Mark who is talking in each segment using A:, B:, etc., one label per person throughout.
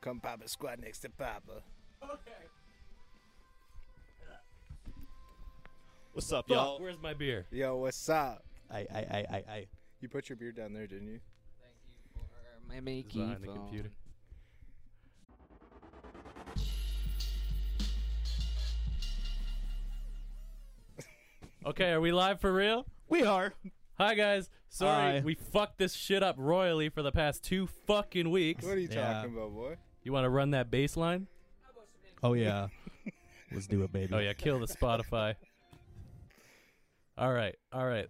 A: Come Papa squat next to Papa.
B: Okay.
C: What's up,
D: Fuck,
C: y'all?
D: where's my beer?
A: Yo, what's up?
C: I, I, I, I, I.
A: You put your beer down there, didn't you?
B: Thank you for my Mickey
D: It's behind the
B: phone.
D: computer. Okay, are we live for real?
C: We are.
D: Hi guys. Sorry,
C: Hi.
D: we fucked this shit up royally for the past two fucking weeks.
A: What are you
C: Yeah.
A: talking about, boy?
D: You want to run that bass line?
C: Oh yeah. Let's do it, baby.
D: Oh yeah, kill the Spotify. all right, all right.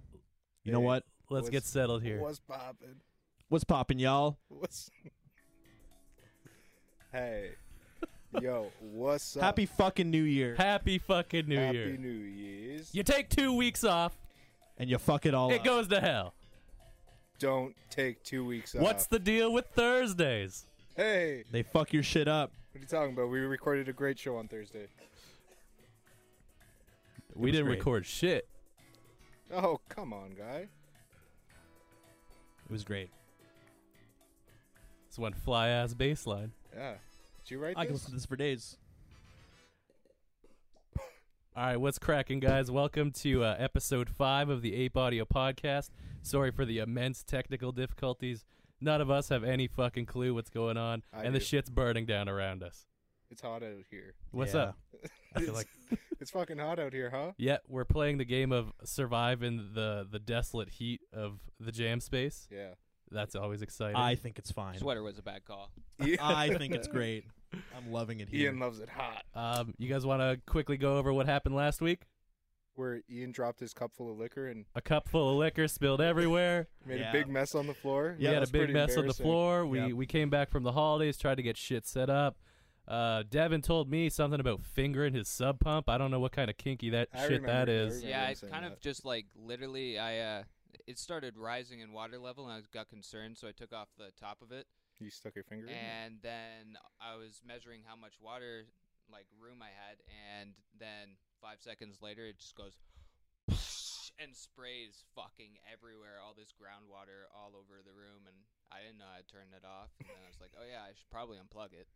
C: You know what?
D: Let's
A: What's-
D: get settled here.
A: What's poppin'?
C: What's poppin', y'all?
A: What's Hey. Yo, what's up?
C: Happy fucking New Year,
D: Happy fucking New
A: Happy
D: Year.
A: New Year's.
D: you take two weeks off,
C: and you fuck it all
D: it
C: up.
D: goes to hell.
A: Don't take two weeks off.
D: What's the deal with Thursdays?
A: Hey,
C: They fuck your shit up.
A: what are you talking about? We recorded a great show on Thursday.
D: We didn't
C: great.
D: record shit.
A: Oh, come on, guy.
C: It was great.
D: It's one fly ass bass line.
A: Yeah. Did you write
C: I can
A: this?
C: listen to this for days.
D: All right, what's cracking, guys? Welcome to uh, episode five of the Ape Audio Podcast. Sorry for the immense technical difficulties. None of us have any fucking clue what's going on,
A: I
D: and the
A: do.
D: shit's burning down around us.
A: It's hot out here.
D: What's
C: Yeah.
D: up? I feel like,
A: It's fucking hot out here, huh?
D: yeah, we're playing the game of survive in the the desolate heat of the jam space.
A: Yeah.
D: That's always exciting.
C: I think it's fine.
B: Sweater was a bad call.
C: I think it's great. I'm loving it here.
A: Ian loves it hot.
D: um, you guys want to quickly go over what happened last week?
A: Where Ian dropped his cup full of liquor and
D: A cup full of liquor spilled everywhere.
A: made
C: Yeah.
A: a big mess on the floor.
C: Yeah,
D: we had
A: that's
D: a big
A: pretty
D: mess on the
A: embarrassing.
D: floor. We
C: Yep.
D: we came back from the holidays, tried to get shit set up. Uh, Devin told me something about fingering his sub pump. I don't know what kind of kinky that
A: I
D: shit that
A: remember, I
D: is.
A: remember.
B: Yeah,
A: him
B: I
A: saying
B: kind of
A: that.
B: just like literally, I uh, it started rising in water level, and I got concerned, so I took off the top of it,
A: You stuck your finger in it.
B: and then I was measuring how much water, like room I had, and then five seconds later, it just goes. And sprays fucking everywhere, all this groundwater all over the room, and I didn't know I'd turn it off. And then I was like, "Oh yeah, I should probably unplug it."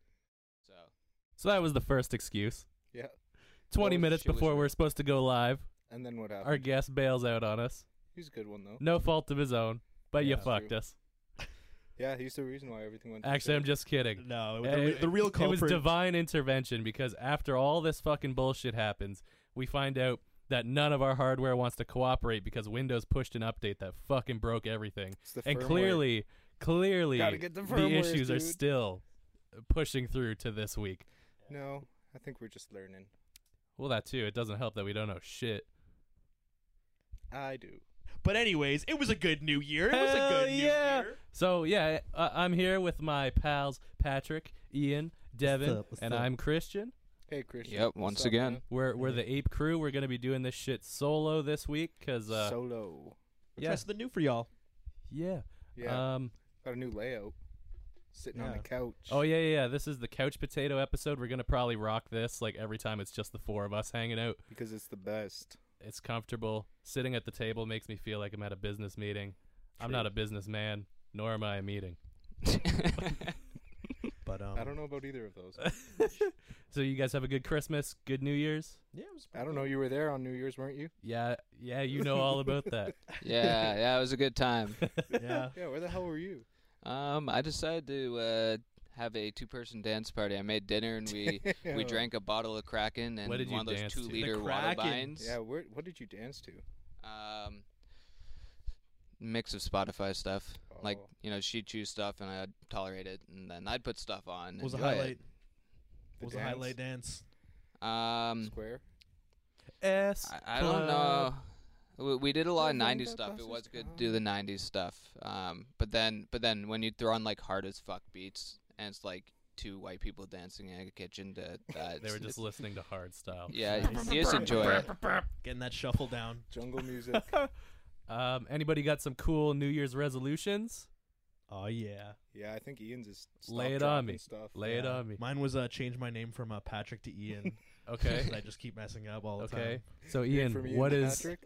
B: So
D: So that was the first excuse.
A: Yeah.
D: Twenty
B: Well,
D: minutes
B: she was
D: before
B: right.
D: we're supposed to go live,
A: And then what
D: our
A: happened?
D: guest bails out on us.
A: He's a good one though.
D: No fault of his own, but
A: Yeah,
D: you
A: that's
D: fucked
A: true.
D: us.
A: Yeah, he's the reason why everything went. to
D: Actually, I'm
A: shit.
D: just kidding.
C: No,
D: Uh,
C: the, re- the real
D: It was
C: culprit.
D: divine intervention because after all this fucking bullshit happens, we find out that none of our hardware wants to cooperate because Windows pushed an update that fucking broke everything.
A: It's the
D: and
A: firmware.
D: clearly, clearly,
A: Gotta get the firmware,
D: issues are
A: dude.
D: still pushing through to this week.
A: No, I think we're just learning.
D: Well, that too. It doesn't help that we don't know shit.
A: I do.
C: but anyways, it was a good New Year. It was a
D: Hell
C: good New
D: yeah.
C: Year.
D: So yeah, I- I'm here with my pals Patrick, Ian, Devin,
C: up? What's
D: and
C: up?
D: I'm Christian.
A: Hey, Christian.
B: Yep,
A: what's
B: once
A: up,
B: again.
A: man?
D: We're we're the Ape Crew. We're gonna be doing this shit solo this week because uh,
A: Solo.
C: What's
D: Yeah.
C: rest of the new for y'all?
D: yeah.
A: Yeah.
D: Um,
A: got a new layout. Sitting on
C: Yeah.
A: the couch.
D: oh yeah, yeah, yeah. This is the couch potato episode. We're gonna probably rock this like every time. It's just the four of us hanging out.
A: Because it's the best.
D: It's comfortable. Sitting at the table makes me feel like I'm at a business meeting. I'm
A: True.
D: not a businessman, nor am I a meeting.
C: But um,
A: I don't know about either of those.
D: So you guys have a good Christmas, good New Year's.
C: Yeah, it was
A: I don't know. You were there on New Year's, weren't you?
D: Yeah, yeah, you know all about that.
B: yeah, yeah, it was a good time.
C: yeah.
A: Yeah. Where the hell were you?
B: Um, I decided to uh, have a two-person dance party. I made dinner and we we drank a bottle of Kraken and
D: What did you
B: one of those
D: dance to?
B: two-liter
C: The
B: water
C: Kraken.
B: vines.
A: Yeah. Where? What did you dance to?
B: Um, mix of Spotify stuff. Like
A: Oh.
B: you know, she'd choose stuff and I'd tolerate it, and then I'd put stuff on.
C: What was the
B: enjoy
C: highlight? What
A: The
C: was the
A: dance?
C: highlight dance?
B: It. Um,
A: Square.
D: S.
B: I, I don't
D: Club.
B: know. We, we did a lot of
A: Nothing
B: '90s
A: but
B: stuff. It
A: buses
B: was good to
A: come.
B: do the '90s stuff. Um, but then, but then when you throw on like hard as fuck beats, and it's like two white people dancing in a kitchen to, uh,
D: They were just listening to hard style.
B: yeah, you just enjoy it.
C: Getting that shuffle down.
A: Jungle music.
D: Um, anybody got some cool New Year's resolutions?
C: Oh yeah.
A: yeah. I think Ian's is. stopped
D: Lay it on
A: dropping
D: me.
A: Stuff.
D: Lay it
C: Yeah.
D: on me.
C: Mine was uh, change my name from uh, Patrick to Ian.
D: Okay.
C: and I just keep messing up all the
D: Okay.
C: time.
D: So
A: From
D: Ian,
A: Ian
D: what
A: to
D: is
A: Patrick?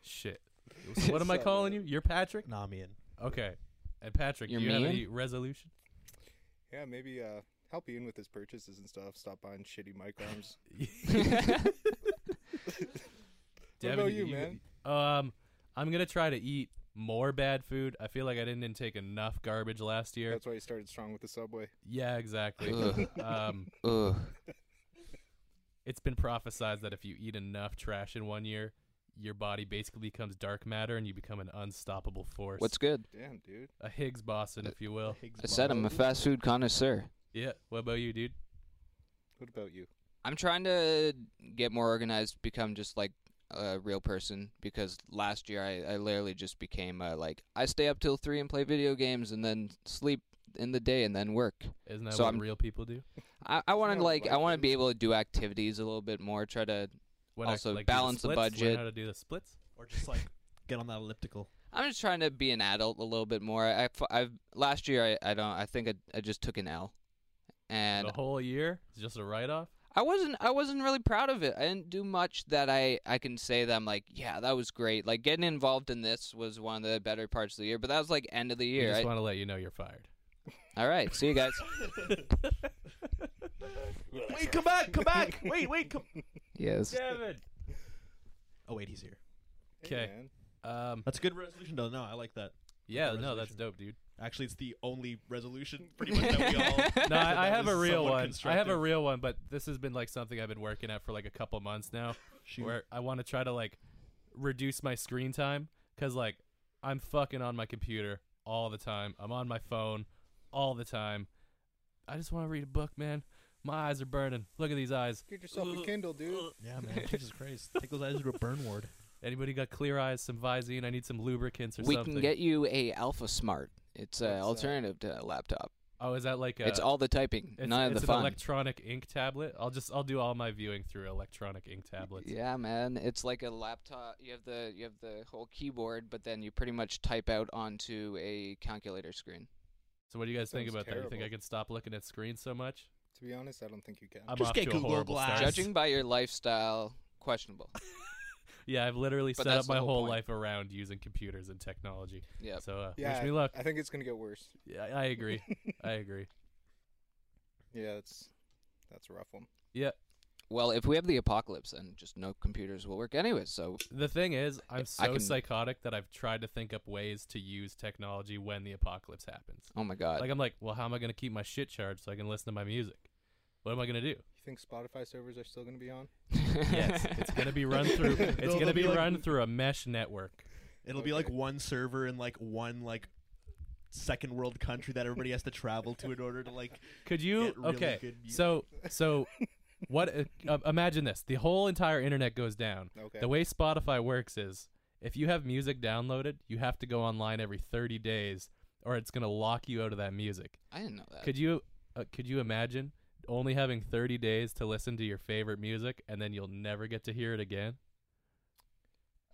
D: shit? So what am I
A: So-
D: calling you? You're Patrick?
C: Nah, I'm Ian.
D: Okay. And Patrick,
B: You're
D: do you have
B: mean?
D: any resolution?
A: Yeah, maybe uh, help Ian with his purchases and stuff. Stop buying shitty mic arms. what
D: Devin,
A: about
D: do
A: you, man?
D: Um, I'm gonna try to eat more bad food. I feel like I didn't intake enough garbage last year.
A: That's why you started strong with the subway.
D: yeah, exactly.
B: Ugh.
D: um,
B: Ugh.
D: it's been prophesized that if you eat enough trash in one year, your body basically becomes dark matter and you become an unstoppable force.
B: What's good?
A: Damn, dude.
D: a Higgs boson,
B: Uh,
D: if you will?
B: I said I'm a fast food connoisseur.
D: Yeah. What about you, dude?
A: What about you?
B: I'm trying to get more organized, become just like a real person because last year I, I literally just became uh, like I stay up till three and play video games and then sleep in the day and then work.
D: Isn't that
B: So
D: what
B: I'm-
D: real people do?
B: I, I want
A: that
B: to
A: what
B: like I
A: life
B: want to be
A: is?
B: able to do activities a little bit more. Try to
D: What, I-
B: Also,
D: do
B: balance the
D: splits? Learn
B: budget.
D: how to do the splits?
C: or just like get on that elliptical.
B: I'm just trying to be an adult a little bit more. I have last year I, I don't I think I, I just took an L, and
D: the whole year is just a write-off.
B: I wasn't I wasn't really proud of it. I didn't do much that I I can say that I'm like, yeah, that was great. Like getting involved in this was one of the better parts of the year, but that was like end of the
D: We
B: year.
D: just
B: I-
D: want to let you know you're fired.
B: all right, see you guys.
C: Wait, come back, come back. Wait, wait, come.
B: yes.
D: Kevin.
C: Oh wait, he's here.
A: Hey,
D: 'Kay.
A: man.
D: Um.
C: That's a good resolution though. No, I like that.
D: Yeah.
C: the
D: No, that's
C: resolution.
D: dope, dude.
C: Actually, it's the only resolution pretty much that we all.
D: No,
C: that
D: I, I have
C: was
D: a real
C: somewhat
D: one. I have a
C: constructive.
D: real one, but this has been like something I've been working at for like a couple months now,
C: Shoot.
D: where I want to try to like reduce my screen time because like I'm fucking on my computer all the time. I'm on my phone all the time. I just want to read a book, man. My eyes are burning. Look at these eyes.
A: Get yourself a Kindle, dude.
C: Yeah, man. Jesus Christ. Take those eyes to a burn ward.
D: Anybody got clear eyes? Some Visine? I need some lubricants or
B: We
D: something.
B: can get you a Alpha Smart. It's an
A: What's that?
B: alternative to a laptop.
D: oh, is that like a?
B: It's all the typing,
D: It's,
B: none of
D: it's
B: the
D: an
B: fun.
D: electronic ink tablet. I'll just I'll do all my viewing through electronic ink tablets.
B: yeah, man, it's like a laptop. You have the you have the whole keyboard, but then you pretty much type out onto a calculator screen.
D: So what do you guys think
A: Sounds
D: about that? You think I
A: terrible.
D: can stop looking at screens so much?
A: To be honest, I don't think you can.
D: I'm
C: Just
D: off
C: get
D: to
C: Google
D: a horrible
C: Glass.
D: start.
B: Judging by your lifestyle, questionable.
D: Yeah, I've literally
B: But
D: set up
B: that's the
D: my
B: whole
D: whole
B: point.
D: life around using computers and technology.
B: Yep.
D: So uh,
A: yeah,
D: wish me luck.
A: I think it's gonna get worse.
D: Yeah, I I agree. I agree.
A: Yeah, that's that's a rough one.
B: Well, if we have the apocalypse, then just no computers will work anyway. So
D: The thing is, I'm so
B: can-
D: psychotic that I've tried to think up ways to use technology when the apocalypse happens.
B: Oh my god.
D: Like I'm like, well, how am I going to keep my shit charged so I can listen to my music? What am I going to do?
A: You think Spotify servers are still gonna be on?
D: Yes, it's going to be run through. It's
C: They'll-
D: going to
C: they'll
D: be
C: be like-
D: run through a mesh network.
C: It'll be like
A: Okay.
C: one server in like one like second world country that everybody has to travel to in order to like
D: Could you?
C: get really
D: okay.
C: good music.
D: So so what? Uh, imagine this: the whole entire internet goes down.
A: Okay.
D: The way Spotify works is if you have music downloaded, you have to go online every 30 days or it's going to lock you out of that music.
B: I didn't know that.
D: Could you uh, could you imagine only having 30 days to listen to your favorite music and then you'll never get to hear it again?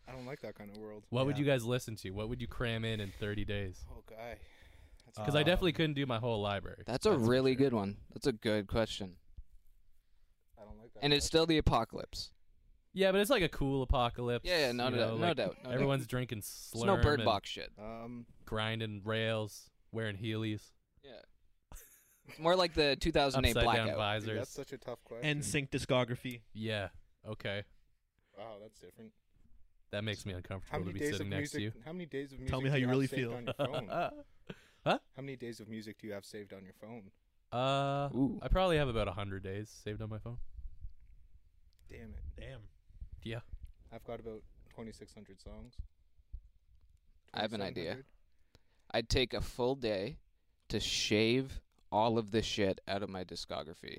A: I don't like that kind of world.
D: What would
C: Yeah.
D: you guys listen to? What would you cram in in 30 days?
A: Oh, guy.
D: Cuz Uh,
A: Uh,
D: I definitely
C: Um,
D: couldn't do my whole library.
B: that's a
D: for
B: really
D: sure.
B: good one. That's a good question.
A: I don't like that.
B: And it's still the apocalypse.
D: Yeah, but it's like a cool apocalypse.
B: Yeah, yeah, no
D: you
B: doubt,
D: know,
B: no
D: like,
B: doubt, no doubt.
D: Everyone's drinking
B: It's
D: slurm
B: no bird
D: and
B: box shit.
A: Um,
D: grinding rails, wearing heelys,
B: Yeah. It's more like the 2008
D: upside down
B: blackout.
A: dude,
D: visors.
A: that's such a tough question.
C: NSYNC discography.
D: Yeah. Okay.
A: Wow, that's different.
D: That makes me
A: How
D: uncomfortable to
A: many
D: be
A: days
D: sitting
A: of
D: next
A: music?
D: to you.
A: How many days of music?
C: Tell me how
A: do
C: you
A: have
C: really
A: saved
C: feel.
A: On your phone?
D: Huh?
A: how many days of music do you have saved on your phone?
D: Uh,
B: Ooh.
D: I probably have about 100 days saved on my phone.
A: Damn it!
C: Damn.
A: I've got about 2,600 songs.
B: I have an idea.
A: 2,700?
B: I'd take a full day to shave all of this shit out of my discography.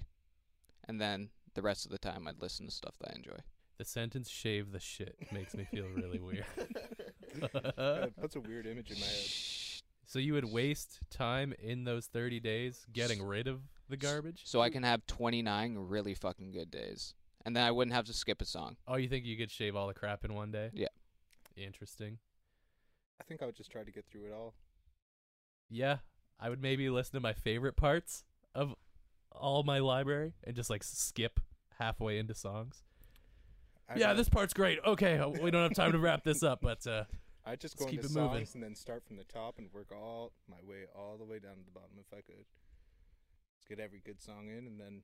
B: And then the rest of the time I'd listen to stuff that I enjoy.
D: The sentence shave the shit makes me feel really weird.
A: Yeah, it puts a weird image in my head.
D: so you would waste time in those 30 days getting rid of the garbage?
B: So I can have 29 really fucking good days. And then I wouldn't have to skip a song.
D: Oh, you think you could shave all the crap in one day?
B: Yeah.
D: Interesting.
A: I think I would just try to get through it all.
D: Yeah, I would maybe listen to my favorite parts of all my library and just like skip halfway into songs.
A: I
D: yeah,
A: don't-
D: this part's great. Okay, uh, we don't have time to wrap this up, but uh,
A: I just go
D: Let's keep
A: into
D: it moving.
A: songs and then start from the top and work all my way all the way down to the bottom if I could. Let's get every good song in and then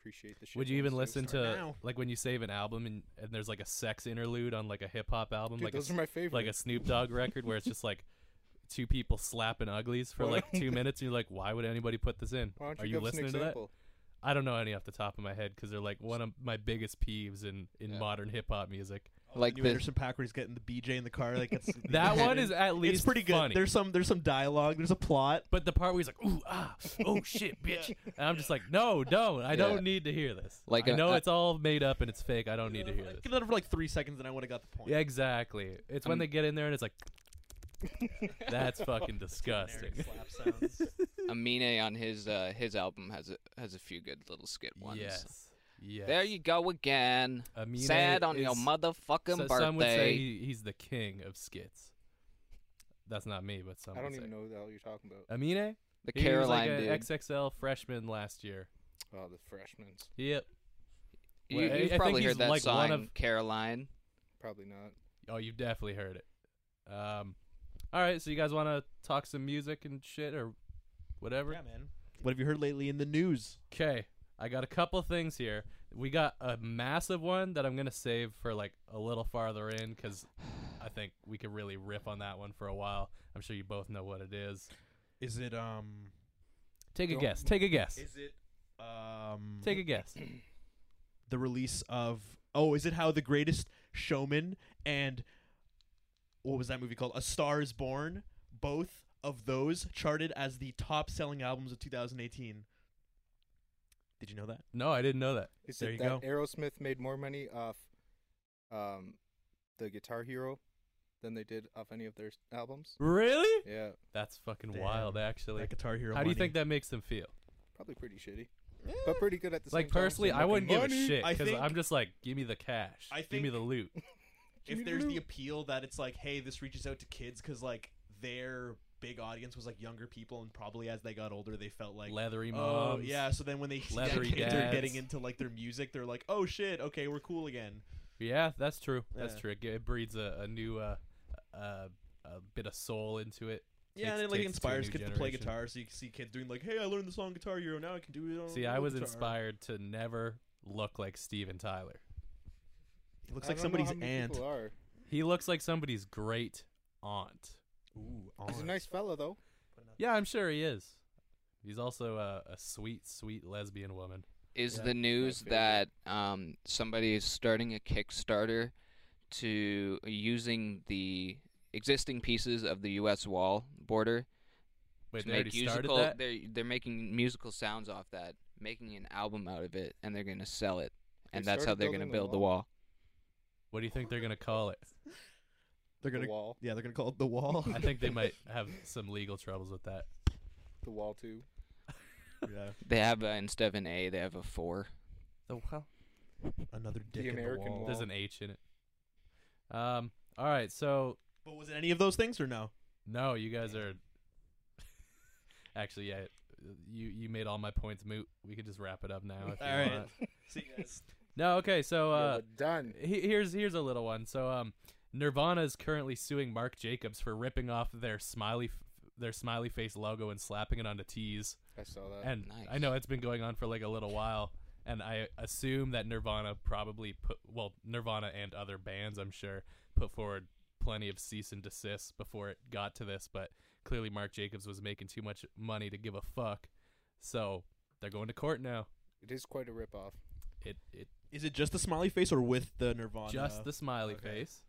A: appreciate the shit.
D: Would you even
A: ones too.
D: listen
C: start
D: to
C: now.
D: like when you save an album and, and there's like a sex interlude on like a hip hop album,
A: Dude,
D: um, like a,
A: those
D: s-
A: are my favorite.
D: like a Snoop Dogg record where it's just like two people slapping uglies for
A: Well,
D: like two minutes, and you're like, why would anybody put this in?
A: Why don't
D: Are
A: you
D: you
A: give us an
D: listening to that?
A: example?
D: I don't know any off the top of my head because they're like one of my biggest peeves in in
B: Yeah.
D: modern hip hop music.
B: Like
C: New
B: the-
C: Anderson Paak where he's getting the BJ in the car. Like it's,
D: That
B: Yeah.
D: one is at least
C: it's pretty good.
D: funny.
C: There's some there's some dialogue. There's a plot.
D: but the part where he's like, "Ooh ah, oh shit, bitch," and I'm just like, "No, don't! I
B: Yeah.
D: don't need to hear this.
B: Like
D: I
B: a-
D: know
B: a-
D: it's all made up and it's fake. I don't need to hear
C: Like,
D: this."
C: Give that for like three seconds, and I would have got the point.
D: Yeah, exactly. It's
B: I'm-
D: when they get in there and it's like, "That's fucking disgusting."
C: Generic slap sounds.
B: Amine on his uh, his album has a has a few good little skit ones.
D: Yes. Yes.
B: There you go again.
D: Amine
B: Sad on your
D: is-
B: motherfucking
D: so-
B: birthday.
D: Some would say he, he's the king of skits. That's not me, but some.
A: I don't
D: would
A: even
D: say.
A: know what the hell you're talking about.
D: Amine,
B: the
D: he
B: Caroline
D: was
B: dude.
D: like an XXL freshman last year.
A: Oh, the freshmen's
D: Yep.
B: you,
D: Well, I- I
B: you've
D: think
B: probably
D: he's
B: heard that
D: like
B: song,
D: one of-
B: Caroline.
A: probably not.
D: Oh, you definitely heard it. Um, all right, so you guys want to talk some music and shit or whatever?
C: Yeah, man. What have you heard lately in the news?
D: Okay, I got a couple things here. We got a massive one that I'm gonna save for like a little farther in because I think we could really riff on that one for a while. I'm sure you both know what it is.
C: Is it um?
D: Take a
A: Don't-
D: guess. Take a guess.
C: Is it um?
D: Take a guess.
C: the release of oh, is it how the greatest showman and what was that movie called? A Star Is Born. Both of those charted as the top selling albums of 2018. Did you know that?
D: No, I didn't know that.
A: Is
C: There
A: it
C: you
A: that
C: go.
A: Aerosmith made more money off um, the Guitar Hero than they did off any of their s- albums?
D: Really?
A: Yeah,
D: That's fucking
C: Damn.
D: wild, actually.
C: That Guitar Hero.
D: How do you think that makes them feel?
A: probably pretty shitty, but pretty good at the same
D: Like
A: time, so
D: personally, I
A: making
D: wouldn't give a
A: money.
D: shit
C: I
D: because
C: think-
D: I'm just like, give me the cash,
C: I
D: give me
C: think-
D: the loot.
C: if
A: Jimmy
C: there's
A: Lou.
C: the appeal that it's like, hey, this reaches out to kids because like their big audience was like younger people, and probably as they got older, they felt like.
D: Leathery
C: Oh
D: moms.
C: yeah! So then, when they see that
D: leathery
C: kids are
D: dads.
C: getting into like their music, they're like, "Oh shit! Okay, we're cool again."
D: Yeah, that's true. That's
C: Yeah.
D: true. It, g- it breeds a, a new uh, uh, a bit of soul into it.
C: Yeah,
D: Takes-
C: and it like
D: takes to a
C: inspires
D: new
C: kids to play
D: generation.
C: guitar. So you can see kids doing like, "Hey, I learned the song Guitar Hero. Now I can do it." on
D: See,
C: my
D: I was
C: guitar."
D: inspired to never look like Steven Tyler.
C: It looks
A: I
C: like
A: don't know how
C: somebody's
A: many
C: aunt.
A: people Are.
D: He looks like somebody's great aunt.
C: Ooh,
A: He's a nice fella though.
D: Yeah, I'm sure he is. He's also a, a sweet, sweet lesbian woman.
B: Is
A: Yeah,
B: the news
A: favorite.
B: that um, somebody is starting a Kickstarter to using the existing pieces of the U.S. wall border
D: Wait,
B: to
D: they already
B: make
D: started
B: musical?
D: that.
B: They're they're making musical sounds off that, making an album out of it, and they're gonna sell it,
A: They
B: and that's how
A: started
B: they're gonna
A: building the
B: build the
A: wall.
B: wall.
D: What do you think they're gonna call it?
C: They're
A: The
C: gonna.
A: wall,
C: Yeah, they're gonna call it the wall.
D: I think they might have some legal troubles with that.
A: the wall too.
C: yeah,
B: They have uh, instead of an A, they have a four.
D: The well,
C: another dick in
A: American
C: the wall.
A: wall.
D: there's an H in it. Um. All right, so
C: But was it any of those things or no?
D: No, you guys are. Actually, yeah, you you made all my points moot. We could just wrap it up now. If you
C: All right.
D: want.
C: See you guys.
D: No, okay. So
A: Yeah,
D: uh,
A: but done.
D: he, here's here's a little one. So um, Nirvana is currently suing Mark Jacobs for ripping off their smiley f- their smiley face logo and slapping it onto tees.
A: I saw that.
D: And I
B: nice.
D: know it's been going on for like a little while. And I assume that Nirvana probably put well, Nirvana and other bands, I'm sure, put forward plenty of cease and desist before it got to this. But clearly, Mark Jacobs was making too much money to give a fuck, so they're going to court now.
A: it is quite a rip off.
D: It it
C: Is it just the smiley face or with the Nirvana?
D: just the smiley
C: Oh, okay.
D: face.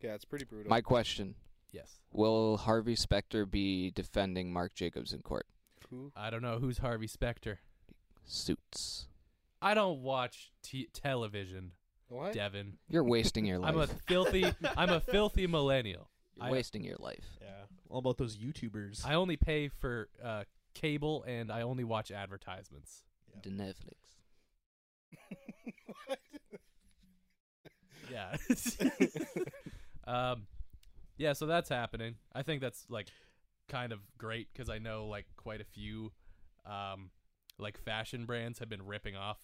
A: Yeah, it's pretty brutal.
B: My question:
D: Yes,
B: Will Harvey Specter be defending Mark Jacobs in court?
A: Who?
D: I don't know who's Harvey Specter.
B: Suits.
D: I don't watch t- television,
A: What?
D: Devin.
B: You're wasting your life.
D: I'm a filthy I'm a filthy millennial.
B: You're
D: I-
B: wasting your life.
C: Yeah. All about those YouTubers.
D: I only pay for uh, cable and I only watch advertisements.
C: Yeah.
B: The Netflix.
A: What?
D: Yeah. um, yeah, so that's happening. I think that's like kind of great because I know like quite a few um, like fashion brands have been ripping off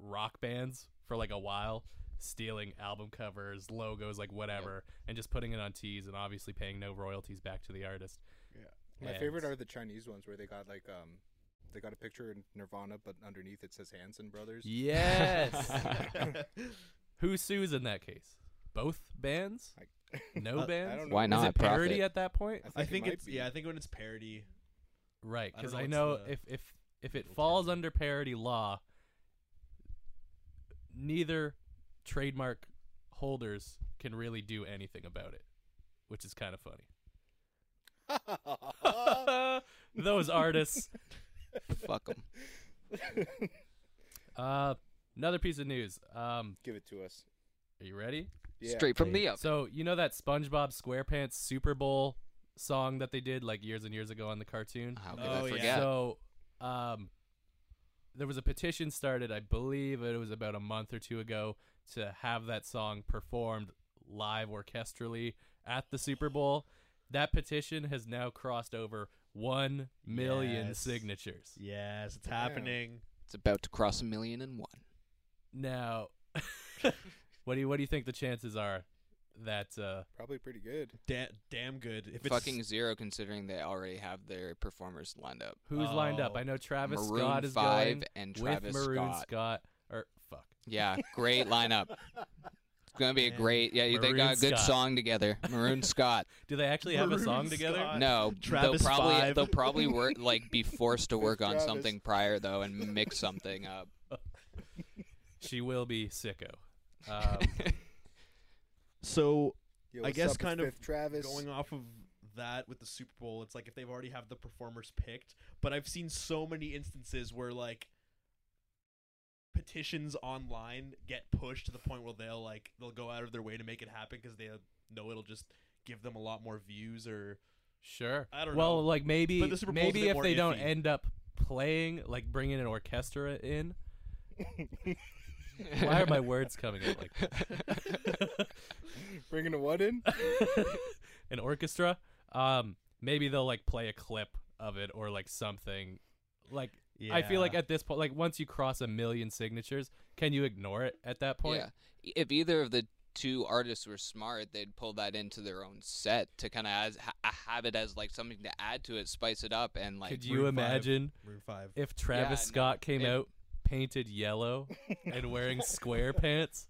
D: rock bands for like a while stealing album covers, logos, like whatever, and just putting it on tees and obviously paying no royalties back to the artist.
C: Yeah.
A: My
D: And-
A: favorite are the Chinese ones where they got like um they got a picture of Nirvana but underneath it says Hanson Brothers.
D: Yes. Who sues in that case? Both bands?
A: I-
D: No
C: I
D: bands?
A: don't
B: Why
A: Is
D: Is
B: not?
D: it parody
B: Profit.
D: at that point?
A: I think,
C: I think
A: it might
C: it's
A: be.
C: yeah. I think when it's parody,
D: Right,
C: I don't
D: because
C: know
D: I
C: what's
D: know,
C: the-
D: if if if it
C: legal
D: falls
C: term.
D: under parody law, neither trademark holders can really do anything about it, which is kind of funny. Those artists.
B: Fuck them.
D: Uh, another piece of news. Um,
A: Give it to us.
D: are you ready?
A: Yeah.
B: Straight from
C: Okay.
B: the up.
D: So you know that SpongeBob SquarePants Super Bowl song that they did like years and years ago on the cartoon.
B: How could
C: Oh,
B: I
C: yeah.
B: forget?
D: So, um, there was a petition started, I believe it was about a month or two ago, to have that song performed live orchestrally at the Super Bowl. That petition has now crossed over one million
C: Yes.
D: signatures.
C: yes, it's
A: Damn.
C: happening.
B: It's about to cross a million and one.
D: Now, what do you what do you think the chances are that uh,
A: Probably pretty good.
C: Da- damn good. If it's
B: Fucking zero, considering they already have their performers lined up.
D: who's lined up?
C: Oh.
D: I know Travis
B: Maroon
D: Scott is
B: Five
D: going
B: and
D: with
B: Travis
D: Maroon
B: Scott.
D: or fuck.
B: Yeah, great lineup. It's gonna be a
C: Man.
B: great. Yeah, they
D: Maroon
B: got a good
D: Scott.
B: song together. Maroon Scott.
D: Do they actually have a
C: Maroon
D: song together?
C: Scott.
B: No,
C: Travis
B: they'll probably
C: Five.
B: they'll probably work like be forced to work on
A: Travis.
B: something prior though and mix something up.
D: She will be sicko. Um,
C: so
A: Yo,
C: I
A: what's
C: guess
A: up? It's
C: kind of
A: Fifth Travis.
C: going off of that with the Super Bowl, it's like if they've already have the performers picked, but I've seen so many instances where like petitions online get pushed to the point where they'll like they'll go out of their way to make it happen because they know it'll just give them a lot more views or
D: Sure.
C: I don't
D: well,
C: know.
D: like maybe
C: But the Super Bowl's a
D: maybe
C: bit
D: if
C: more
D: they don't
C: iffy.
D: end up playing, like bringing an orchestra in. Why are my words coming out like
A: Bringing a what in?
D: an orchestra? Um, maybe they'll like play a clip of it or like something. Like I feel like at this point, like once you cross a million signatures, can you ignore it at that point?
B: Yeah. I- If either of the two artists were smart, they'd pull that into their own set to kind of as ha- have it as like something to add to it, spice it up, and like
D: Could you
C: Maroon five.
D: imagine
C: Room Five.
D: if Travis
B: Yeah, no,
D: Scott came
B: it-
D: out painted yellow and wearing square pants?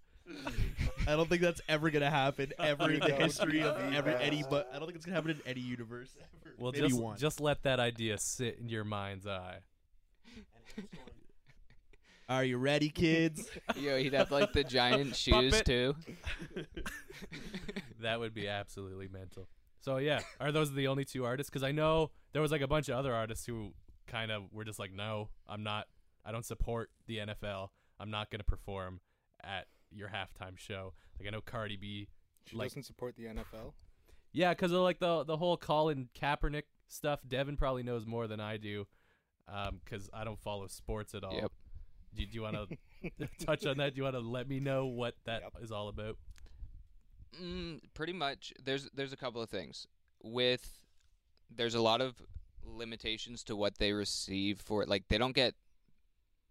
C: I don't think that's ever gonna happen ever in the
A: That would
C: history of
A: be
C: every
A: best.
C: any. But I don't think it's gonna happen in any universe ever.
D: Well,
C: Maybe
D: just
C: one.
D: just let that idea sit in your mind's eye.
C: Are you ready, kids?
B: yo, he'd have like the giant shoes
D: Puppet.
B: too.
D: That would be absolutely mental. So yeah, are those the only two artists? Because I know there was like a bunch of other artists who kind of were just like, no, I'm not. I don't support the NFL. I'm not going to perform at your halftime show. Like I know Cardi B.
A: She
D: Like-
A: doesn't support the NFL.
D: Yeah, because of like the the whole Colin Kaepernick stuff. Devin probably knows more than I do, because I don't follow sports at all.
B: Yep.
D: Do, do you want to touch on that? Do you want to let me know what that is
A: Yep.
D: all about?
B: Mm, pretty much. There's there's a couple of things with there's a lot of limitations to what they receive for it. Like they don't get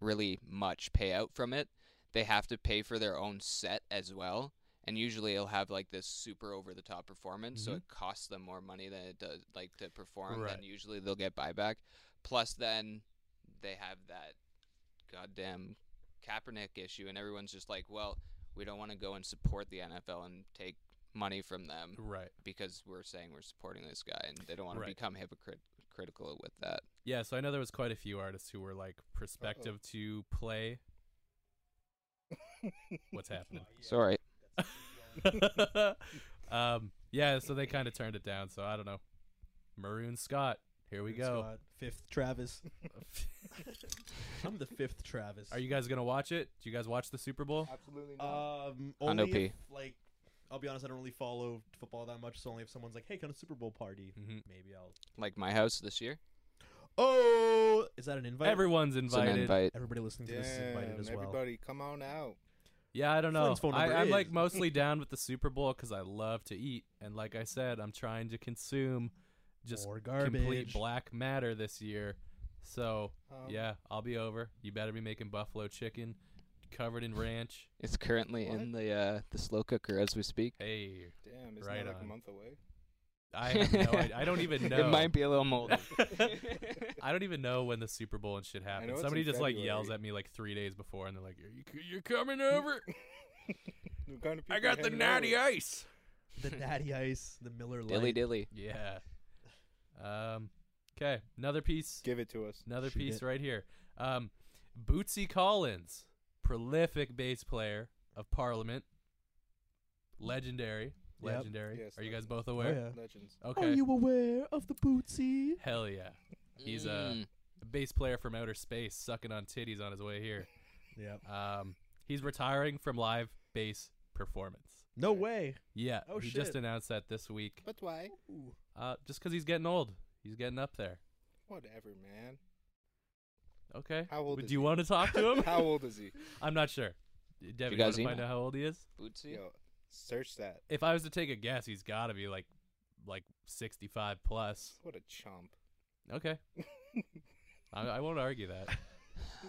B: really much payout from it. They have to pay for their own set as well, and usually it'll have like this super over the top performance, so
D: Mhm.
B: it costs them more money than it does like to perform.
D: Right.
B: And usually they'll get buyback. Plus, then they have that goddamn Kaepernick issue, and everyone's just like, well, we don't want to go and support the NFL and take money from them
D: Right.
B: because we're saying we're supporting this guy, and they don't want
D: Right.
B: to become hypocritical with that.
D: Yeah, so I know there was quite a few artists who were like prospective to play. What's happening?
B: Sorry.
D: um, yeah, so they kind of turned it down. So I don't know. Maroon Scott, here we go.
C: Fifth Travis. I'm the fifth Travis.
D: Are you guys gonna watch it? Do you guys watch the Super Bowl?
A: Absolutely
C: Um,
B: On
C: only
B: OP.
C: if, like, I'll be honest, I don't really follow football that much. So only if someone's like, "Hey, come to Super Bowl party,"
D: Mhm.
C: maybe I'll.
B: Like my house this year.
C: Oh, is that an invite?
D: Everyone's
B: It's an
D: invited.
B: invite.
C: Everybody listening to
A: Damn,
C: this is invited as well.
A: everybody, come on out.
D: Yeah, I don't know.
C: Flynn's phone
D: I,
C: number
D: I'm
C: is-
D: like mostly down with the Super Bowl because I love to eat, and like I said, I'm trying to consume just
C: More
D: complete
C: garbage.
D: black matter this year. So
A: Um,
D: Yeah, I'll be over. You better be making buffalo chicken, covered in ranch.
B: It's currently in the uh, the slow cooker as we speak.
D: Hey,
A: Damn, isn't
D: Right
A: that like
D: on.
A: a month away?
D: I have no idea. I don't even know.
B: It might be a little moldy.
D: I don't even know when the Super Bowl and shit
A: know
D: happens.
A: it's
D: Somebody
A: in
D: just like yells
A: February.
D: at me like three days before, and they're like, "Are you you're coming over?
A: What kind of people
D: I
A: are
D: got the
A: hanging out
D: natty uh.
A: with-
D: ice."
C: the Natty Ice, the Miller Lite.
B: dilly dilly.
D: Yeah. Um. Okay. Another piece.
A: Give it to us.
D: Another
C: Shoot
D: piece
C: it.
D: right here. Um, Bootsy Collins, prolific bass player of Parliament, legendary,
C: Yep.
D: legendary.
A: Yes,
D: Are you
A: legend.
D: guys both
C: Oh,
D: aware?
C: yeah. Oh,
A: Legends.
D: Okay.
C: Are you aware of the Bootsy?
D: Hell yeah. He's, uh,
B: Mm.
D: Bass player from outer space, sucking on titties on his way here.
C: Yeah.
D: Um, he's retiring from live bass performance.
C: No
A: Okay.
C: way.
D: Yeah,
C: Oh,
D: he just
C: shit.
D: announced that this week.
A: But why?
D: Uh, just because he's getting old, he's getting up there.
A: Whatever, man.
D: Okay.
A: How old
D: Do
A: is
D: you
A: he?
D: want to talk to him?
A: How old is he?
D: I'm not sure. Devin, you, want
B: guys
D: to find
B: email?
D: out how old he is?
B: Bootsy.
A: Yo, search that.
D: If I was to take a guess, he's got to be like, like 65 plus.
A: What a chump.
D: Okay, I, I won't argue that.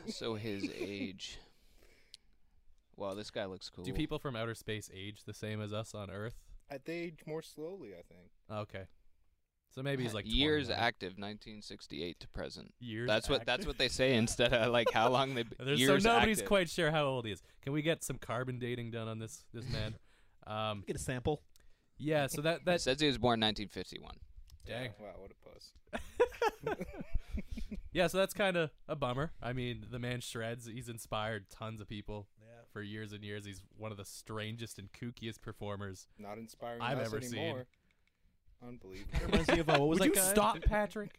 B: So his age. Wow, this guy looks cool.
D: Do people from outer space age the same as us on Earth?
A: Uh, they age more slowly, I think.
D: Okay, so maybe he's like 20
B: years
D: now.
B: active, 1968 to present.
D: Years.
B: that's what that's what they say instead of like how long they.
D: active. There's,
B: years
D: so nobody's
B: active.
D: quite sure how old he is. Can we get some carbon dating done on this this man? um,
C: Get a sample.
D: yeah. So that
B: It
D: that
B: says he was born 1951.
D: dang.
A: Wow, what a puss.
D: Yeah. So that's kind of a bummer. I mean, the man shreds. He's inspired tons of people.
C: Yeah.
D: for years and years. He's one of the strangest and kookiest performers
A: Not inspiring
D: I've
A: us
D: ever seen.
A: anymore. Unbelievable.
C: Reminds me of uh, what was
D: Would
C: that
D: you
C: guy?
D: stop, Patrick?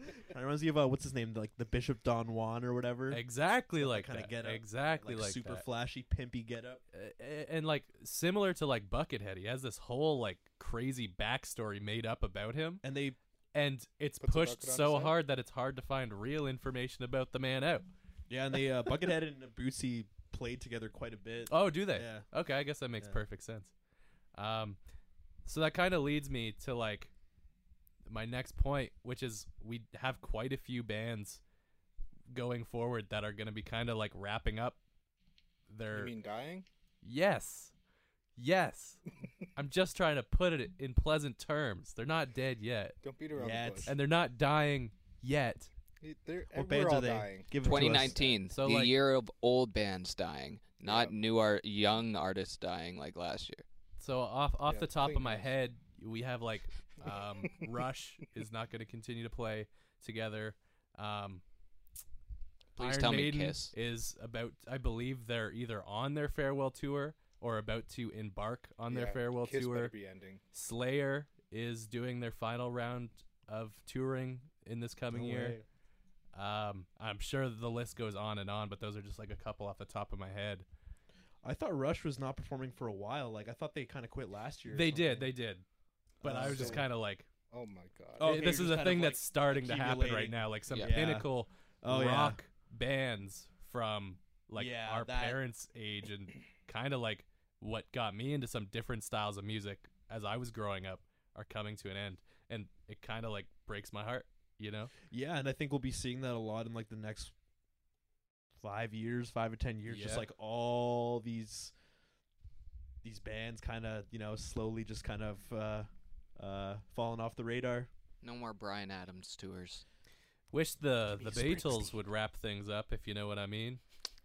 C: It reminds me of uh, what's his name, like the Bishop Don Juan or whatever.
D: exactly
C: Stuff
D: like
C: kinda
D: that.
C: get up,
D: Exactly
C: like,
D: like
C: super
D: that.
C: flashy, pimpy get up.
D: A- a- and like similar to like Buckethead, he has this whole like crazy backstory made up about him,
C: And they
D: and it's
A: Puts a
D: pushed
A: bucket on
D: so
A: his head.
D: hard that it's hard to find real information about the man out.
C: yeah, and they uh, Buckethead and Bootsy played together quite a bit.
D: Oh, do they?
C: Yeah.
D: Okay, I guess that makes
C: Yeah.
D: perfect sense. Um, so that kind of leads me to like my next point, which is we have quite a few bands going forward that are going to be kind of like wrapping up their.
A: You mean dying?
D: yes, yes. I'm just trying to put it in pleasant terms. They're not dead yet,
A: Don't beat around
C: Yeah,
A: the bush.
C: it's-
D: and they're not dying yet.
A: Y- They're, we're
C: what bands
A: all
C: are they?
A: dying.
C: Give it to us.
B: 2019,
D: So,
B: the
D: like-
B: year of old bands dying, not
A: Yep.
B: new art, young artists dying like last year.
D: So off off
A: Yeah,
D: the top of
A: clean
D: my
A: house.
D: head, we have like um, Rush is not going to continue to play together. Um,
B: Please
D: Iron
B: tell me
D: Maiden
B: Kiss.
D: is about. I believe they're either on their farewell tour or about to embark on their
A: Yeah,
D: farewell
A: Kiss
D: tour.
A: better be ending.
D: Slayer is doing their final round of touring in this coming
C: No
D: year.
C: way.
D: Um, I'm sure the list goes on and on, but those are just like a couple off the top of my head.
C: I thought Rush was not performing for a while. Like I thought they kind of quit last year. or
D: They did,
C: something.
D: they did, but I was just
A: Oh, So-
D: kind of like,
A: Oh my god.
C: Oh,
D: Th-
C: okay,
D: this
C: it
D: is
C: was
D: a
C: kind
D: thing
C: of, like,
D: that's starting to happen right
C: accumulating.
D: now. Like some
B: Yeah.
C: Yeah.
D: pinnacle
C: Oh, yeah.
D: rock bands from like
C: Yeah,
D: our
C: that-
D: parents' age and kind of like what got me into some different styles of music as I was growing up are coming to an end, and it kind of like breaks my heart. You know,
C: Yeah, and I think we'll be seeing that a lot in like the next five years, five or ten years. Just
D: Yeah.
C: like all these these bands kind of you know slowly just kind of uh, uh, falling off the radar.
B: No more Brian Adams tours.
D: wish the the
C: Give me
D: Beatles
C: Springsteen.
D: would wrap things up if you know what I mean.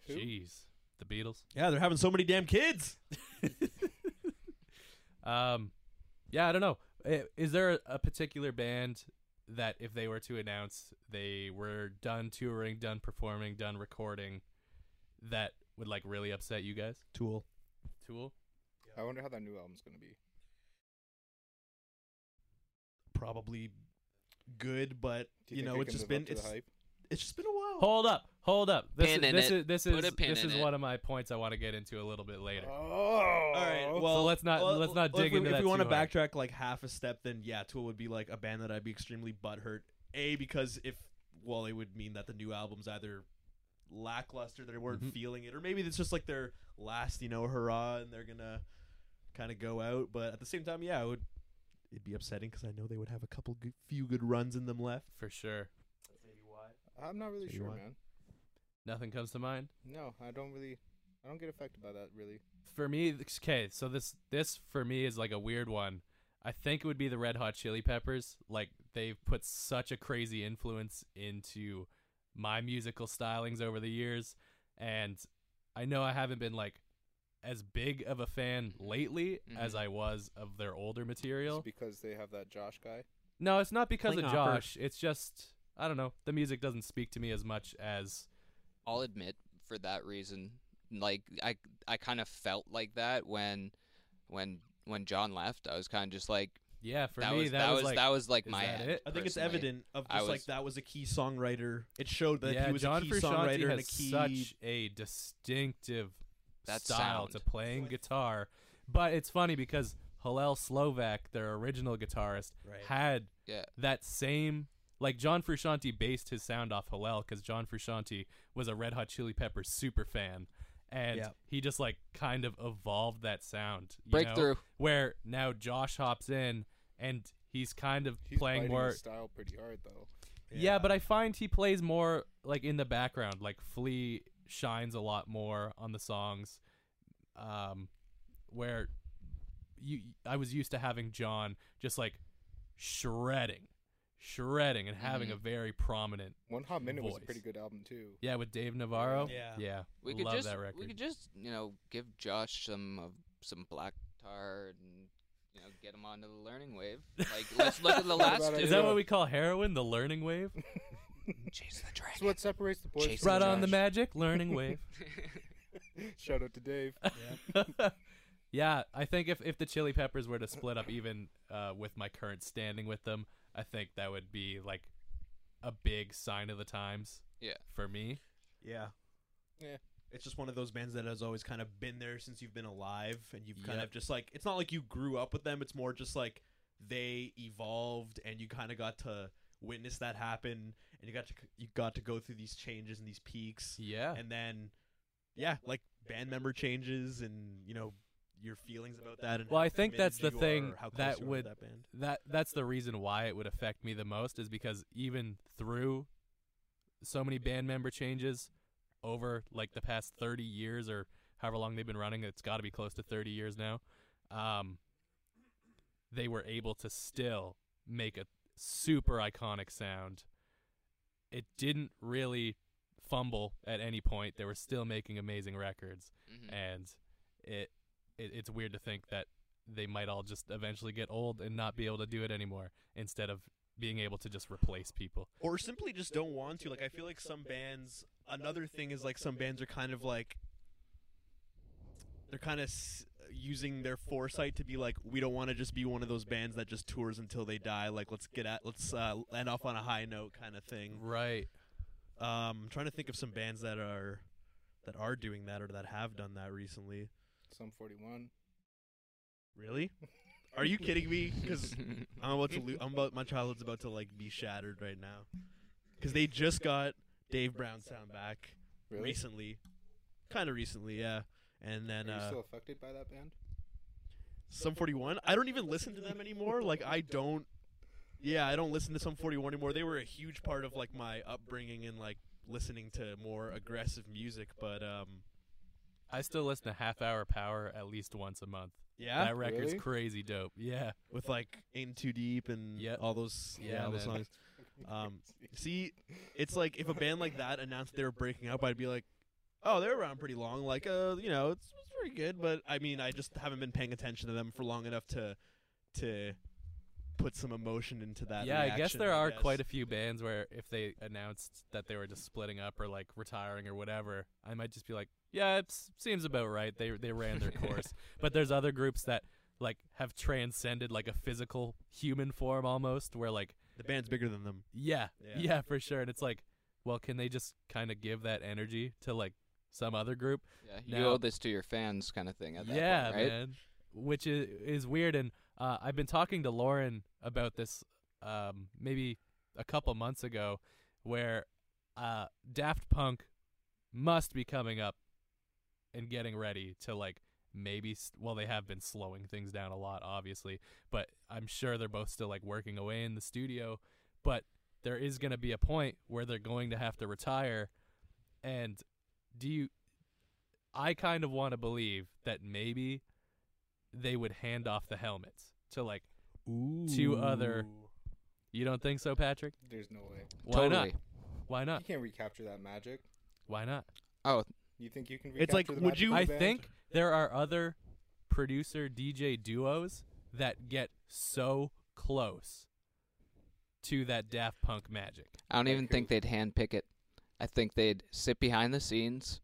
A: Who?
D: Jeez, the Beatles.
C: Yeah, they're having so many damn kids.
D: Um, yeah, I don't know. I- Is there a- a particular band that if they were to announce they were done touring, done performing, done recording, that would like really upset you guys?
C: Tool.
D: Tool.
A: I wonder how that new album's gonna be.
C: probably good, but
A: Do
C: you,
A: think
C: know
A: they
C: it's
A: can
C: just
A: live
C: been
A: up to the
C: it's
A: hype?
C: it's just been a while.
D: Hold up, hold up. This
B: Pin
D: is
B: in
D: this
B: it.
D: is this
B: Put
D: is
B: a pin
D: this
B: in
D: is
B: it.
D: one of my points I want to get into a little bit later.
A: Oh.
C: All right, well,
D: so let's not
C: well,
D: let's
C: well,
D: not dig
C: if we,
D: into
C: if
D: that.
C: we wanna
D: too hard.
C: backtrack like half a step, then yeah, Tool would be like a band that I'd be extremely butthurt. A because if well, it would mean that the new album's either lackluster, they weren't
D: Mhm.
C: feeling it, or maybe it's just like their last, you know, hurrah, and they're gonna kind of go out. But at the same time, yeah, it would it'd be upsetting because I know they would have a couple good, few good runs in them left.
D: for sure.
A: I'm not really
C: So you
A: sure,
C: want-
A: man.
D: Nothing comes to mind.
A: No, I don't really. I don't get affected by that really.
D: For me, okay, so this this for me is like a weird one. I think it would be the Red Hot Chili Peppers. Like they've put such a crazy influence into my musical stylings over the years, and I know I haven't been like as big of a fan lately as
B: Mhm.
D: I was of their older material.
A: It's because they have that Josh guy.
D: No, it's not because of
C: Klinghoffer.
D: Josh. It's just I don't know. The music doesn't speak to me as much as
B: I'll admit for that reason, like I I kind of felt like that when when when John left. I was kind of just like
D: yeah. For
B: that
D: me,
B: was
D: that,
B: that
D: was, like,
B: that was like
D: is
B: my
D: that
B: end,
D: it?
C: I think it's
B: personally.
C: evident of
B: I
C: just like
B: was-
C: that was a key songwriter. It showed that
D: yeah,
C: he was
D: John
C: a key
D: Frusciante has
C: songwriter and a key.
D: such a distinctive
B: That
D: style to
B: sound.
D: playing guitar. But it's funny because Hillel Slovak, their original guitarist,
C: Right.
D: had
B: Yeah.
D: that same like John Frusciante based his sound off Hillel because John Frusciante was a Red Hot Chili Peppers super fan, and
C: Yep.
D: he just like kind of evolved that sound. you know?
B: Breakthrough.
D: where now Josh hops in and he's kind of
A: He's
D: playing
A: biting
D: more
A: his style pretty hard though.
D: yeah. but I find he plays more like in the background. Like Flea shines a lot more on the songs, um, where you I was used to having John just like shredding, shredding, and having
B: Mhm.
D: a very prominent
A: One Hot Minute was a
D: Voice.
A: pretty good album too.
D: yeah with Dave Navarro.
C: Yeah.
D: yeah,
B: We could
D: love
B: just
D: that record.
B: we could just you know give Josh some of some black tar and you know get him onto the learning wave. Like let's look at the
A: What
B: last
A: about
B: two.
A: it?
D: Is that what we call heroin? The learning wave.
B: Chase the dragon.
A: That's what separates the boys.
B: Chase
A: from
D: Brought
B: Right
D: on the
A: Josh.
D: magic. Learning wave.
A: Shout out to Dave.
D: yeah, I think if, if the Chili Peppers were to split up, even uh, with my current standing with them, I think that would be like a big sign of the times.
B: Yeah.
D: For me,
C: Yeah.
A: Yeah.
C: It's just one of those bands that has always kind of been there since you've been alive and you've kind
D: Yep.
C: of just like it's not like you grew up with them, it's more just like they evolved and you kind of got to witness that happen and you got to you got to go through these changes and these peaks
D: yeah,
C: and then yeah, like band member changes and you know your feelings about that and
D: Well,
C: how
D: I think that's
C: committed
D: the
C: you are
D: thing
C: or how close
D: that
C: you are to
D: would-
C: that band.
D: that that's the reason why it would affect me the most is because even through so many band member changes over like the past 30 years or however long they've been running, it's got to be close to 30 years now. Um, they were able to still make a super iconic sound. It didn't really fumble at any point. They were still making amazing records
B: Mhm.
D: and it, it it's weird to think that they might all just eventually get old and not be able to do it anymore instead of being able to just replace people.
C: or simply just don't want to. Like I feel like some bands. Another thing is like some bands are kind of like they're kind of s- using their foresight to be like we don't want to just be one of those bands that just tours until they die. Like let's get at let's uh, end off on a high note kind of thing.
D: Right.
C: Um, I'm trying to think of some bands that are that are doing that or that have done that recently.
A: Some 41.
C: Really? Are you kidding me? Because I'm about to lose. I'm about my childhood's about to like be shattered right now. Because they just got Dave Brown's sound back.
A: Really?
C: recently, kind of recently, yeah. And then
A: Are you
C: uh,
A: still affected by that band?
C: Sum 41. I don't even listen to them anymore. Like I don't. Yeah, I don't listen to Sum 41 anymore. They were a huge part of like my upbringing and like listening to more aggressive music. But um,
D: I still listen to Half Hour Power at least once a month.
C: yeah,
D: that record's
A: Really?
D: crazy dope. Yeah.
C: with like In Too Deep and
D: Yep.
C: all those yeah,
D: Yeah,
C: all those
D: man.
C: songs. Um, See, it's like if a band like that announced they were breaking up, I'd be like, "Oh, they're around pretty long. Like, uh, you know, it's, it's pretty good." But I mean, I just haven't been paying attention to them for long enough to to put some emotion into that.
D: yeah, I guess
C: reaction,
D: there are quite a few bands where if they announced that they were just splitting up or like retiring or whatever, I might just be like, yeah, it s- seems about right. They they ran their course. but there's other groups that like have transcended like a physical human form almost where like
C: the band's bigger than them.
D: Yeah,
C: Yeah.
D: yeah, for sure. And it's like, well, can they just kind of give that energy to like some other group?
B: yeah, you
D: Now-
B: owe this to your fans, kind of thing. At that
D: yeah,
B: point, right?
D: man. Which is is weird. And uh, I've been talking to Lauren about this um, maybe a couple months ago, where uh, Daft Punk must be coming up and getting ready to like maybe s well they have been slowing things down a lot obviously but i'm sure they're both still like working away in the studio but there is going to be a point where they're going to have to retire And do you I kind of want to believe that maybe they would hand off the helmets to like two other you don't think so, Patrick?
A: There's no way.
D: Why
B: totally.
D: not? Why not?
A: You can't recapture that magic.
D: Why not?
B: Oh,
A: You think you can recapture
C: It's like,
A: the
C: would
A: magic
C: you-
A: of
D: I
A: the band?
D: think there are other producer DJ duos that get so close to that Daft Punk magic.
B: I don't
A: Like
B: even
A: who?
B: think they'd handpick it. I think they'd sit behind the scenes,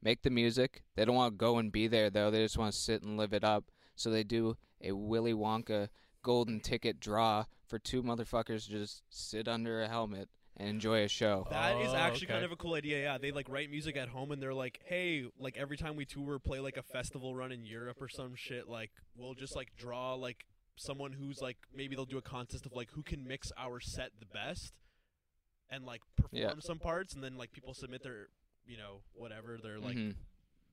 B: make the music. They don't want to go and be there though. They just want to sit and live it up. So they do a Willy Wonka golden ticket draw for two motherfuckers to just sit under a helmet and enjoy a show.
C: That is
D: Oh,
C: actually kind
D: okay.
C: of a cool idea. Yeah, they like write music at home, and they're like, "Hey, like every time we tour, play like a festival run in Europe or some shit. Like we'll just like draw like someone who's like maybe they'll do a contest of like who can mix our set the best, and like perform
B: Yeah.
C: some parts, and then like people submit their you know whatever their like
B: Mhm.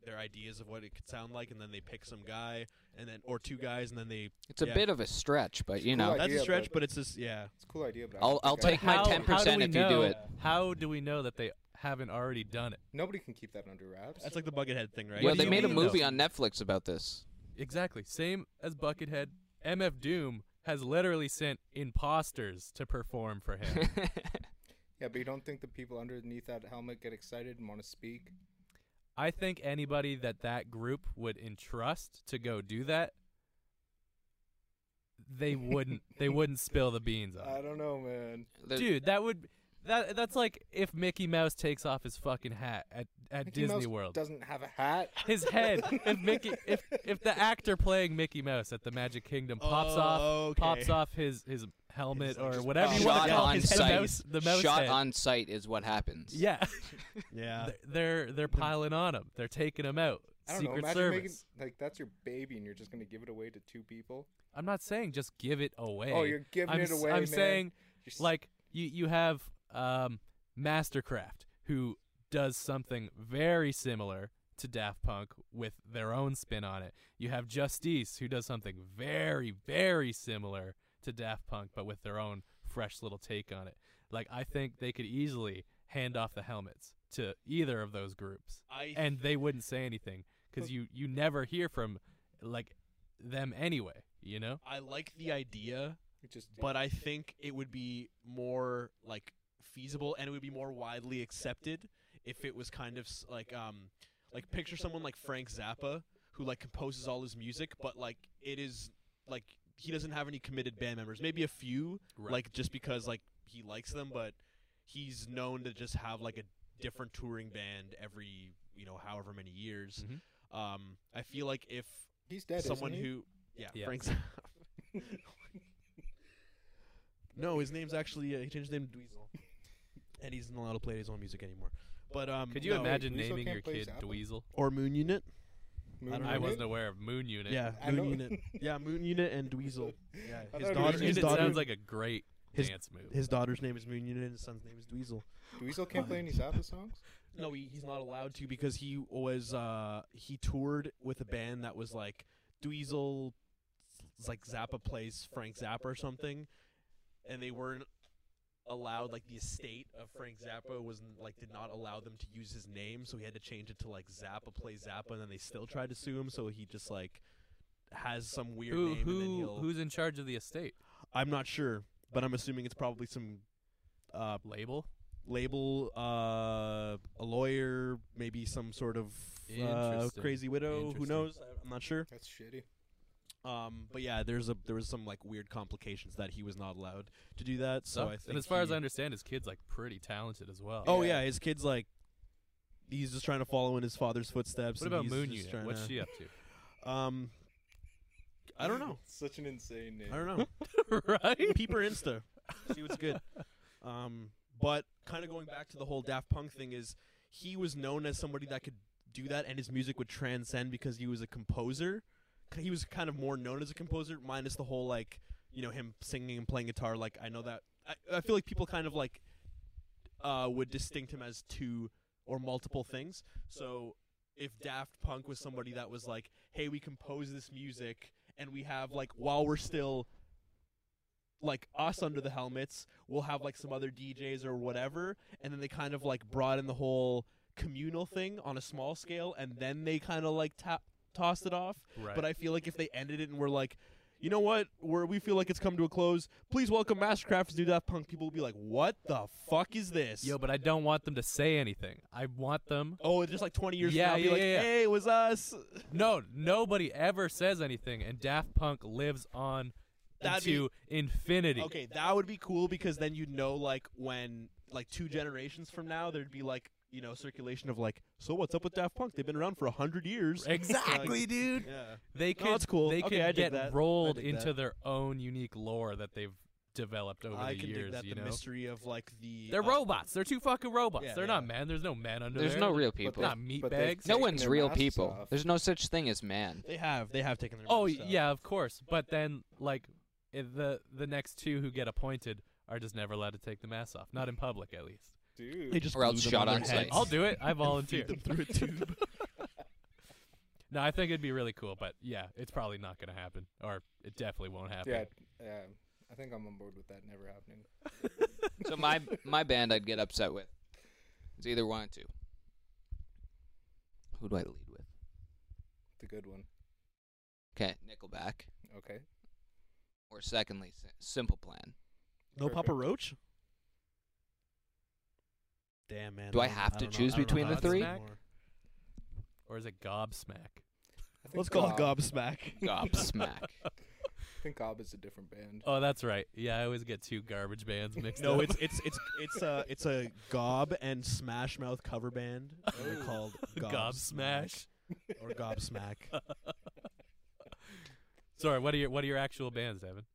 C: their ideas of what it could sound like, and then they pick some guy and then or two guys, and then they
B: It's a
C: yeah.
B: bit of a stretch, but you
A: Cool
B: know,
A: idea.
C: that's a stretch,
A: but-
C: but it's just yeah.
A: it's a cool idea, but I
B: I'll-
A: don't
B: I'll
A: think I
B: take
A: can
B: my
D: How-
A: do it.
D: how do
B: 10%
D: we
B: if you do
D: know-
B: it.
D: How do we know that they haven't already done it?
A: Nobody can keep that under wraps.
C: That's like the Buckethead thing, right?
B: yeah,
D: What do
B: they
D: you
B: made a
D: mean,
B: movie
D: though?
B: on Netflix about this.
D: Exactly. Same as Buckethead. MF Doom has literally sent imposters to perform for him.
A: yeah, but you don't think the people underneath that helmet get excited and want to speak?
D: I think anybody that that group would entrust to go do that, they wouldn't. they wouldn't spill the beans on. it.
A: I don't know, man.
B: There-
D: Dude, that would that that's like if Mickey Mouse takes off his fucking hat at at
A: Mickey
D: Disney
A: Mouse
D: World.
A: doesn't have a hat.
D: His head. if Mickey if if the actor playing Mickey Mouse at the Magic Kingdom pops off
C: Oh, okay.
D: pops off his his helmet
C: It's like
D: or
C: just
D: whatever you want
B: shot
D: to call
B: on
D: his head,
B: sight.
D: mouse, the mouse
B: shot
D: head.
B: on site is what happens.
D: Yeah.
C: Yeah.
D: They're- they're they're piling on him. They're taking him out.
A: Uh, I don't know.
D: Secret
A: Imagine
D: Service.
A: making like that's your baby, and you're just gonna give it away to two people.
D: I'm not saying just give it away.
A: Oh, you're giving
D: I'm,
A: it
D: s-
A: away.
D: I'm
A: man.
D: saying
A: You're s-
D: like you you have um Mastercraft who does something very similar to Daft Punk with their own spin on it. You have Justice who does something very very similar to Daft Punk but with their own fresh little take on it. Like I think they could easily hand off the helmets to either of those groups
C: I
D: and they wouldn't say anything cuz you you never hear from like them anyway, you know?
C: I like the idea,
A: you just
C: but I think it would be more like feasible and it would be more widely accepted if it was kind of s- like um like picture someone like Frank Zappa who like composes all his music, but like it is like he doesn't have any committed band members. Maybe a few, like just because like he likes them, but he's known to just have like a different touring band every you know however many years.
D: Mhm.
C: Um, I feel like if
A: he's dead.
C: someone
A: isn't he?
C: who yeah,
D: Yeah.
C: Frank Zappa. no, his name's actually uh, he changed his name to Dweezil, and he's not allowed to play his own music anymore. But um,
D: Could you
C: no,
D: imagine
A: Dweezil
D: naming
A: can't
D: your
A: play
D: kid
A: Zappa.
D: Dweezil?
C: or Moon Unit?
A: Moon
C: I don't
D: I
C: know.
A: Unit?
D: wasn't aware of Moon Unit.
C: Yeah,
A: I
C: Moon
A: know-
C: Unit. Yeah, Moon Unit and Dweezil. Yeah,
A: I thought it
C: his
A: was
C: daughter.
A: Dweezil.
D: Moon
C: His
D: Unit
C: daughter.
D: sounds like a great
C: his-
D: dance move.
C: his daughter's name is Moon Unit, and his son's name is Dweezil.
A: Dweezil can't play any Zappa songs.
C: No, he, he's not allowed to because he was uh he toured with a band that was like Dweezil, it's like Zappa plays Frank Zappa or something, and they weren't allowed like the estate of Frank Zappa was n- like did not allow them to use his name, so he had to change it to like Zappa plays Zappa, and then they still tried to sue him, so he just like has some weird
D: Who
C: name. and then
D: who
C: he'll,
D: who's in charge of the estate?
C: I'm not sure, but I'm assuming it's probably some uh
D: Label?
C: label uh, a lawyer, maybe some sort of uh,
D: Interesting.
C: crazy widow. Who
D: Interesting.
C: knows? I'm not sure.
A: That's shitty.
C: Um, but yeah, there's a there was some like weird complications that he was not allowed to do that. So I
D: Sucks.
C: think.
D: and as far as
C: he-
D: I understand, his kid's like pretty talented as well.
C: oh
A: Yeah.
C: yeah. his kid's like. He's just trying to follow in his father's footsteps.
D: What
C: and
D: about
C: he's
D: Moon
C: just
D: Unit?
C: trying
D: What's
C: to-
D: she up
C: Um, I don't know.
A: Such an insane name.
C: I don't know.
D: to? right?
C: Peep her Insta. See what's good. Um, but kind of going back to the whole Daft Punk thing is he was known as somebody that could do that, and his music would transcend because he was a composer. K- He was kind of more known as a composer, minus the whole like you know him singing and playing guitar. Like I know that I, I feel like people kind of like uh, would distinct him as two or multiple things. So if Daft Punk was somebody that was like, hey, we compose this music and we have like while we're still like us under the helmets. We'll have like some other DJs or whatever, and then they kind of like brought in the whole communal thing on a small scale, and then they kind of like tap tossed it off.
D: Right.
C: But I feel like if they ended it and were like, you know what, where we feel like it's come to a close, please welcome Mastercraft's new Daft Punk. People will be like, what the fuck is this?
D: Yo, but I don't want them to say anything. I want them.
C: oh, just like 20 years
D: Yeah,
C: from now, be
D: yeah,
C: like,
D: yeah, yeah.
C: hey, it was us.
D: No, nobody ever says anything, and Daft Punk lives on
C: That'd be-
D: into infinity.
C: Okay, that would be cool because then you'd know like when like two generations from now there'd be like you know circulation of like so what's up with Daft Punk? They've been around for a hundred years.
D: Exactly, dude.
C: Yeah.
D: They
C: No,
D: could.
C: that's cool.
D: They
C: Okay,
D: could
C: I dig
D: get
C: that. I
D: rolled
C: dig
D: into
C: that.
D: their own unique lore that they've developed over
C: I
D: the
C: can
D: years.
C: dig that
D: you
C: the
D: know,
C: mystery of like the
D: they're
C: uh,
D: robots. They're two fucking robots.
C: Yeah,
D: they're
C: they
D: not
C: are.
D: man. There's no man under
B: There's
D: there.
B: no real
A: they've-
B: people.
D: Not
A: but they've
D: meatbags.
B: No
A: taken
B: one's
A: their
B: real
A: masks
B: people.
A: off.
B: There's no such thing as man.
C: They have they have taken their
D: Oh
C: own stuff.
D: yeah, of course. But then like i- the the next two who get appointed are just never allowed to take the mask off, not in public at least.
A: Dude,
C: They just
B: Or else
C: glue them
B: shot
C: their
B: on
C: heads.
B: sight.
D: I'll do it. I
C: and feed
D: volunteer.
C: them through a tube.
D: no, I think it'd be really cool, but yeah, it's probably not gonna happen, or it definitely won't happen.
A: yeah, uh, I think I'm on board with that never happening.
B: So my my band, I'd get upset with. It's either one or two. Who do I lead with?
A: The good one.
B: Okay, Nickelback,
A: Okay.
B: or secondly, Si- Simple Plan.
C: no Papa
A: Perfect.
C: Roach. Damn man.
B: Do I
C: don't-
B: have to
C: don't know-
B: choose
C: I don't know
B: between
C: how
D: the
C: it's done
D: three?
C: anymore.
D: Or is it Gobsmack?
A: I think
C: Let's call it
A: Gob.
C: Gobsmack.
B: Gobsmack.
A: I think Gob is a different band.
D: Oh, that's right. Yeah, I always get two garbage bands mixed up.
C: No, it's it's it's it's a it's a gob and smash mouth cover band. and They're called gob,
D: Gob Smash.
C: Smack or gob smack.
D: Sorry, what are your what are your actual bands, Evan?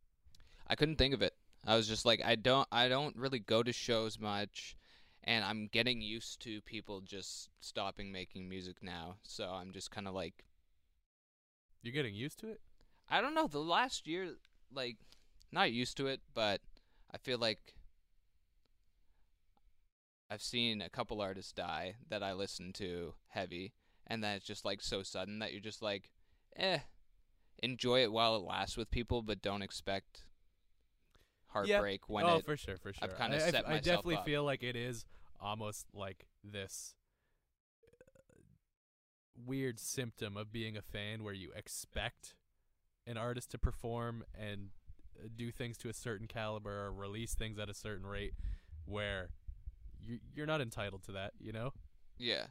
B: I couldn't think of it. I was just like, I don't, I don't really go to shows much, and I'm getting used to people just stopping making music now. So I'm just kind of like,
D: You're getting used to it.
B: I don't know. The last year, like, not used to it, but I feel like I've seen a couple artists die that I listen to heavy, and then it's just like so sudden that you're just like, eh, enjoy it while it lasts with people, but don't expect heartbreak when
D: oh,
B: it.
D: for sure, for sure.
B: I've kinda
D: I- I-
B: set
D: I
B: myself
D: definitely
B: up.
D: feel like it is almost like this uh, weird symptom of being a fan where you expect an artist to perform and uh, do things to a certain caliber or release things at a certain rate where you, you're not entitled to that, you know?
B: Yeah.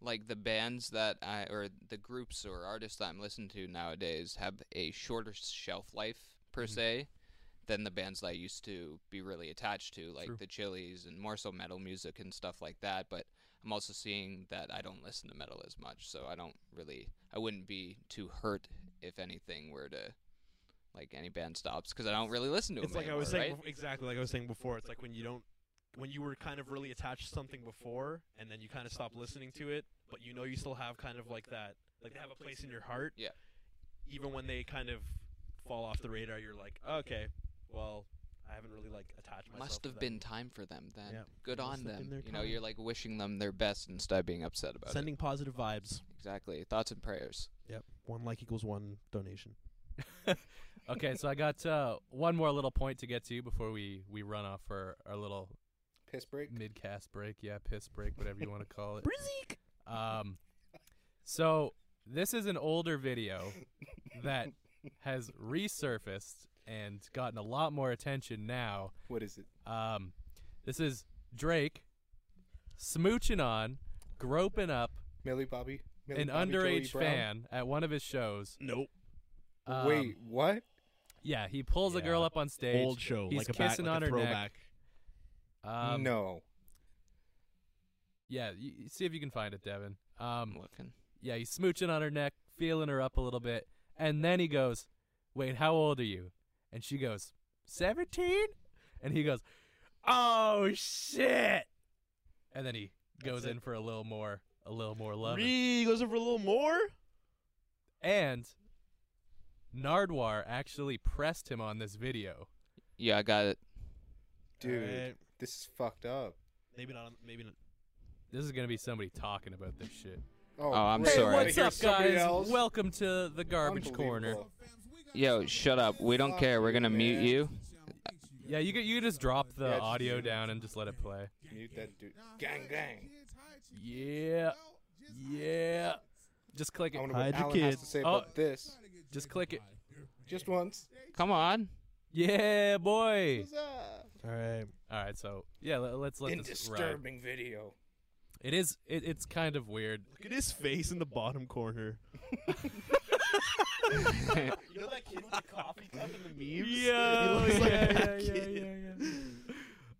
B: Like the bands that I or the groups or artists I'm listening to nowadays have a shorter shelf life per
C: Mm-hmm.
D: Mhm.
B: se than the bands that I used to be really attached to, like
D: True.
B: the Chili's and more so metal music and stuff like that. But I'm also seeing that I don't listen to metal as much, so I don't really I wouldn't be too hurt if anything were to like any band stops because I don't really listen to
C: It's
B: them
C: like I was
B: anymore,
C: saying
B: right?
C: bef- exactly like I was saying before. It's like when you don't when you were kind of really attached to something before and then you kind of stop listening to it, but you know you still have kind of like that like they have a place in your heart.
B: Yeah.
C: Even when they kind of fall off the radar, you're like, okay, well, I haven't really like attached myself.
B: Must
C: to
B: have
C: them.
B: been time for them then.
C: Yeah.
B: Good
C: Must
B: on
C: have been
B: them.
C: their
B: You know, you're
C: time.
B: like wishing them their best instead of being upset about it.
C: sending positive vibes.
B: Exactly. Thoughts and prayers.
C: Yep. One like equals one donation.
D: okay, so I got uh, one more little point to get to before we, we run off for our little
A: Piss break.
D: mid-cast break. Yeah, piss break, whatever you want to call it.
C: Brizzik.
D: Um, so this is an older video that has resurfaced and gotten a lot more attention now.
A: What is it?
D: Um, this is Drake smooching on, groping up
A: Millie Bobby. Millie
D: an
A: Bobby Joey
D: underage
A: Brown?
D: fan at one of his shows.
C: Nope.
D: Um,
A: Wait, what?
D: yeah, he pulls a girl
C: Yeah.
D: up on stage.
C: Old show,
D: He's
C: like a
D: kissing
C: back,
D: on
C: like a
D: her neck.
C: throwback.
D: Um,
A: no.
D: Yeah, you, you see if you can find it, Devin. Um,
B: I'm looking.
D: yeah, he's smooching on her neck, feeling her up a little bit, and then he goes, "Wait, how old are you?" And she goes, 17? And he goes, "Oh shit!" And then he goes
C: That's it.
D: in for a little more, a little more love,
C: Re goes over a little more.
D: and Nardwar actually pressed him on this video.
B: Yeah, I got it.
A: Dude,
C: Alright.
A: this is fucked up.
C: Maybe not. on- Maybe not.
D: This is gonna be somebody talking about this shit.
A: Oh,
B: I'm
A: great.
B: Hey, sorry.
A: Wanna
D: what's
A: hear
D: up,
A: somebody
D: guys?
A: else?
D: Welcome to the garbage
A: Unbelievable.
D: corner.
E: Fans, we got
B: Yo,
E: something
B: shut up. We don't
A: Fuck
B: care. We're
A: you,
B: gonna mute
A: man.
E: to
B: you.
E: teach 'em.
D: Yeah, you could you could just drop the
A: Yeah, just
D: audio
A: mute it.
D: down and just let it play.
A: Mute that dude. Gang, gang.
D: Yeah. Yeah. Just click
A: I
D: it.
A: wonder what
C: Hide the
A: Alan has
C: kid.
A: to say
D: Oh.
A: about this.
D: Just click it.
A: Just once.
B: Come on.
D: Yeah, boy.
A: Huzzah.
C: All right.
D: All right, so yeah, let, let's
A: uh,
D: let
A: In
D: this ride.
A: disturbing video.
D: It is it, it's kind of weird.
C: Look at his face in the bottom corner. You know that kid with the coffee cup in the memes?
D: Yeah, oh,
C: he looks like
D: yeah,
C: that
D: yeah, yeah,
C: kid.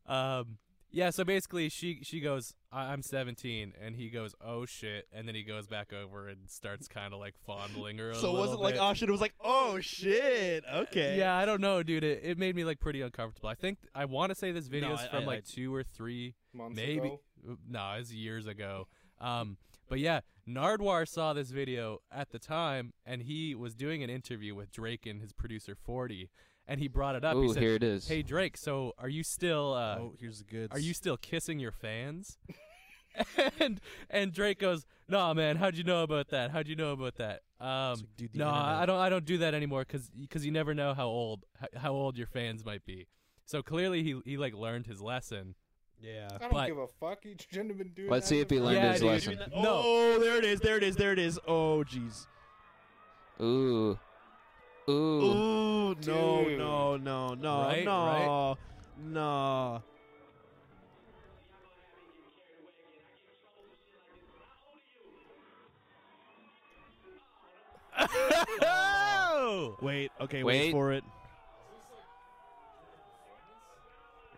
D: yeah, Um, yeah. So basically, she she goes, I- "I'm 17," and he goes, "Oh shit!" And then he goes back over and starts kind of like fondling her. A
C: So it wasn't
D: little
C: like
D: bit.
C: oh shit, it was like oh shit. Okay.
D: Yeah, I don't know, dude. It, it made me like pretty uncomfortable. I think I want to say this video is
C: I-
D: from
C: I-
D: like
C: I-
D: two or three
A: Months
D: maybe
A: ago.
D: no nah, it's years ago um but yeah nardwar saw this video at the time and he was doing an interview with drake and his producer 40 and he brought it up he
B: Ooh,
D: said
B: here it is.
D: hey drake so are you still uh
C: oh, here's the goods.
D: are you still kissing your fans and and drake goes nah man how'd you know about that how'd you know about that um
C: It's like, dude, the
D: no I-
C: internet.
D: i don't i don't do that anymore because you never know how old h- how old your fans might be so clearly he he like learned his lesson
C: Yeah.
A: I don't
D: but-
A: give a fuck. He shouldn't have been doing that
B: Let's see
A: in
B: if
A: the
B: he
A: first
B: learned
D: Yeah,
B: his
D: dude.
B: lesson.
D: No.
C: Oh, there it is. There it is. There it is. Oh jeez.
B: Ooh. Ooh.
C: Ooh, no,
A: Dude.
C: no, no, no,
D: Right,
C: no,
D: right.
C: no.
D: Oh!
C: Wait, okay, wait
B: Wait.
C: for it.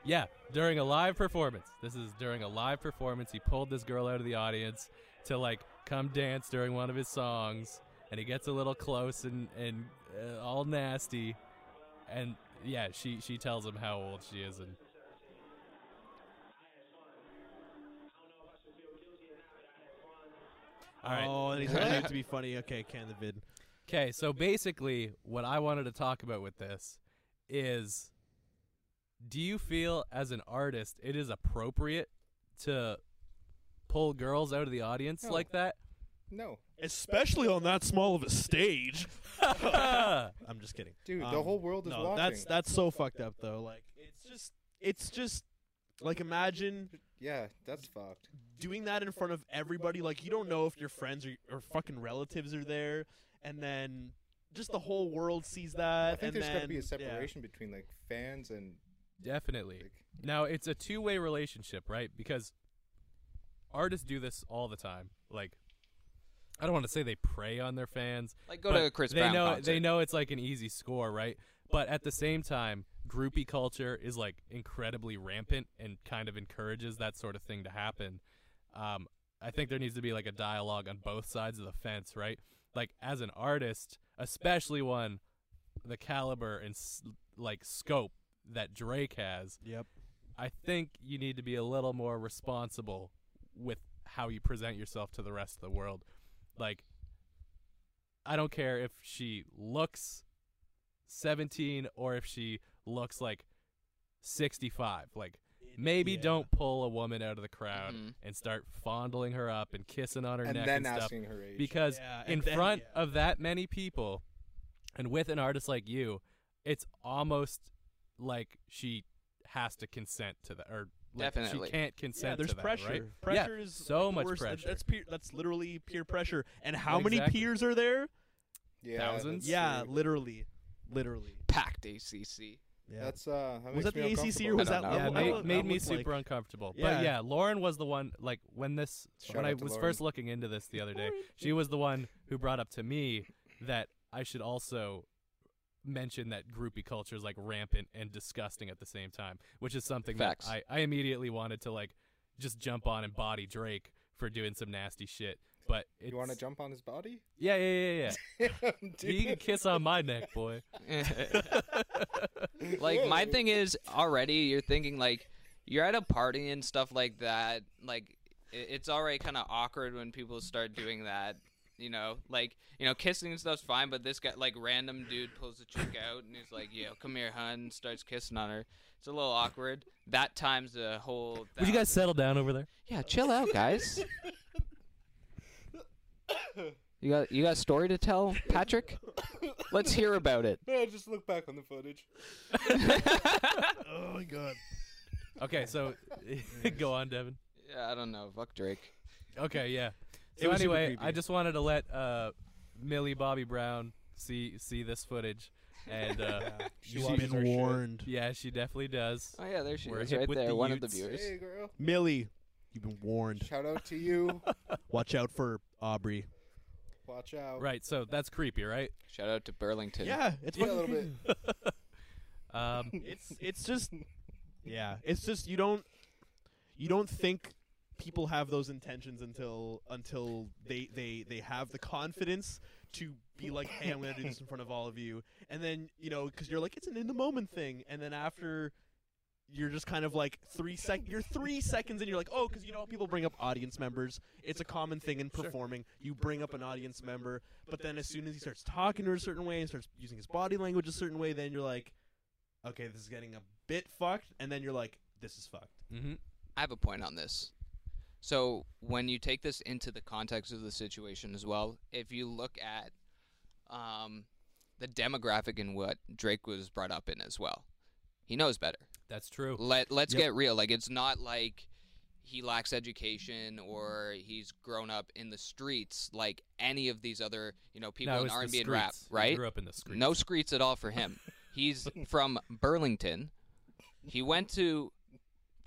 D: Yeah, during a live performance. This is during a live performance. He pulled this girl out of the audience to like come dance during one of his songs, and he gets a little close and and uh, all nasty, and yeah, she she tells him how old she is, and all right.
C: Oh, and he's trying to be funny. Okay, can the vid.
D: Okay, so basically, what I wanted to talk about with this is do you feel as an artist it is appropriate to pull girls out of the audience
A: No.
D: like that?
A: No.
C: Especially on that small of a stage.
D: yeah,
C: I'm just kidding.
A: Dude, the
C: Um,
A: whole world is
C: no,
A: watching.
C: That's that's so fucked up though. Like it's just it's just like imagine
A: yeah, that's fucked.
C: doing that in front of everybody. Like you don't know if your friends or, or fucking relatives are there, and then just the whole world sees
A: I
C: that.
A: think
C: and
A: there's got to
C: then-
A: be
C: yeah.
A: a separation between like fans and
D: definitely.
A: like
D: Now it's a two-way relationship, right? Because artists do this all the time. Like, I don't want to say they prey on their fans.
B: Like go
D: but
B: to a Chris
D: they
B: Brown
D: know
B: concert.
D: they know it's like an easy score, right? But at the same time, groupie culture is like incredibly rampant and kind of encourages that sort of thing to happen. Um, I think there needs to be like a dialogue on both sides of the fence, right? Like as an artist, especially one the caliber and s- like scope that Drake has,
C: Yep.
D: I think you need to be a little more responsible with how you present yourself to the rest of the world. Like, I don't care if she looks 17 or if she looks like 65. Like, maybe
C: yeah.
D: don't pull a woman out of the crowd
B: Mhm.
D: and start fondling her up and kissing on her
A: and
D: neck
A: then
D: and stuff
A: asking her age.
D: because
C: Yeah, and
D: in
C: then-
D: front
C: yeah.
D: of that many people and with an artist like you it's almost like she has to consent to that or like
B: Definitely.
D: she can't
C: Yeah,
D: consent
C: there's
D: to that,
C: pressure.
D: right?
C: Pressure
D: yeah,
C: is
D: so
C: the
D: much
C: worst. That-
D: pressure
C: That's peer, that's literally peer pressure. And how many
D: Exactly.
C: peers are there?
A: yeah,
D: thousands?
A: that's
C: Yeah,
A: true.
C: literally, literally.
B: packed ACC.
C: Yeah.
A: That's uh. That
C: was that
A: makes
C: the
A: me
C: ACC or
A: uncomfortable.
C: was
B: I
C: that?
B: don't know.
D: yeah,
B: I
D: it made,
B: look-
D: made
C: that
D: me
C: looked
D: super
C: like-
D: uncomfortable.
C: Yeah.
D: But yeah, Lauren was the one like when this
A: Shout
D: when
A: out
D: I
A: to
D: was
A: Lauren.
D: first looking into this the other day,
C: Lauren.
D: she was the one who brought up to me that I should also mention that groupie culture is like rampant and disgusting at the same time, which is something
B: Facts.
D: that I, I immediately wanted to like just jump on and body Drake for doing some nasty shit. But it's,
A: You want to jump on his body?
D: Yeah, yeah, yeah, yeah.
A: Dude.
D: you can kiss on my neck, boy.
B: like my
A: Whoa.
B: thing is already you're thinking like you're at a party and stuff like that like i- it's already kind of awkward when people start doing that you know like you know kissing and stuff's fine but this guy like random dude pulls the chick out and he's like yo come here hun and starts kissing on her it's a little awkward that times the whole
D: Would you guys
B: thousand.
D: settle down over there?
B: yeah chill out guys You got you got a story to tell, Patrick? Let's hear about it.
A: Yeah, just look back on the footage.
C: Oh my god.
D: Okay, so go on, Devin.
B: yeah, I don't know. Fuck Drake.
D: Okay, yeah.
C: It
D: So
C: was super
D: anyway, I
C: creepy.
D: just wanted to let uh, Millie Bobby Brown see see this footage, and uh,
A: She
C: You've
A: watches her
C: been
A: shit.
C: warned,
D: yeah, she definitely does.
B: Oh yeah, there she
D: We're
B: is,
D: hip
B: right
D: with the
B: there. One of the
D: youths.
B: viewers.
A: Hey, girl.
C: Millie. You've been warned.
A: Shout out to you.
C: Watch out for Aubrey.
A: Watch out.
D: Right, so that's creepy, right?
B: Shout out to Burlington.
C: Yeah, it's
A: Yeah, a
C: fucking
A: little
C: creepy.
A: bit.
D: Um,
C: it's it's just yeah it's just you don't you don't think people have those intentions until until they they they have the confidence to be like hey i'm gonna do this in front of all of you and then you know because you're like it's an in the moment thing and then after you're just kind of like three sec you're three seconds and you're like oh because you know people bring up audience members it's a common thing in performing you bring up an audience member but then as soon as he starts talking to her a certain way and starts using his body language a certain way then you're like okay, this is getting a bit fucked, and then you're like, this is fucked.
D: mhm.
B: I have a point on this. So when you take this into the context of the situation as well, if you look at um, the demographic and what Drake was brought up in as well, he knows better.
D: That's true.
B: Let Let's
C: Yep.
B: get real. Like it's not like he lacks education or he's grown up in the streets like any of these other you know people
D: No, it
B: in
D: was the
B: R and B and rap,
D: streets. He
B: right?
D: grew up in the streets.
B: No screets at all for him. He's from Burlington. He went to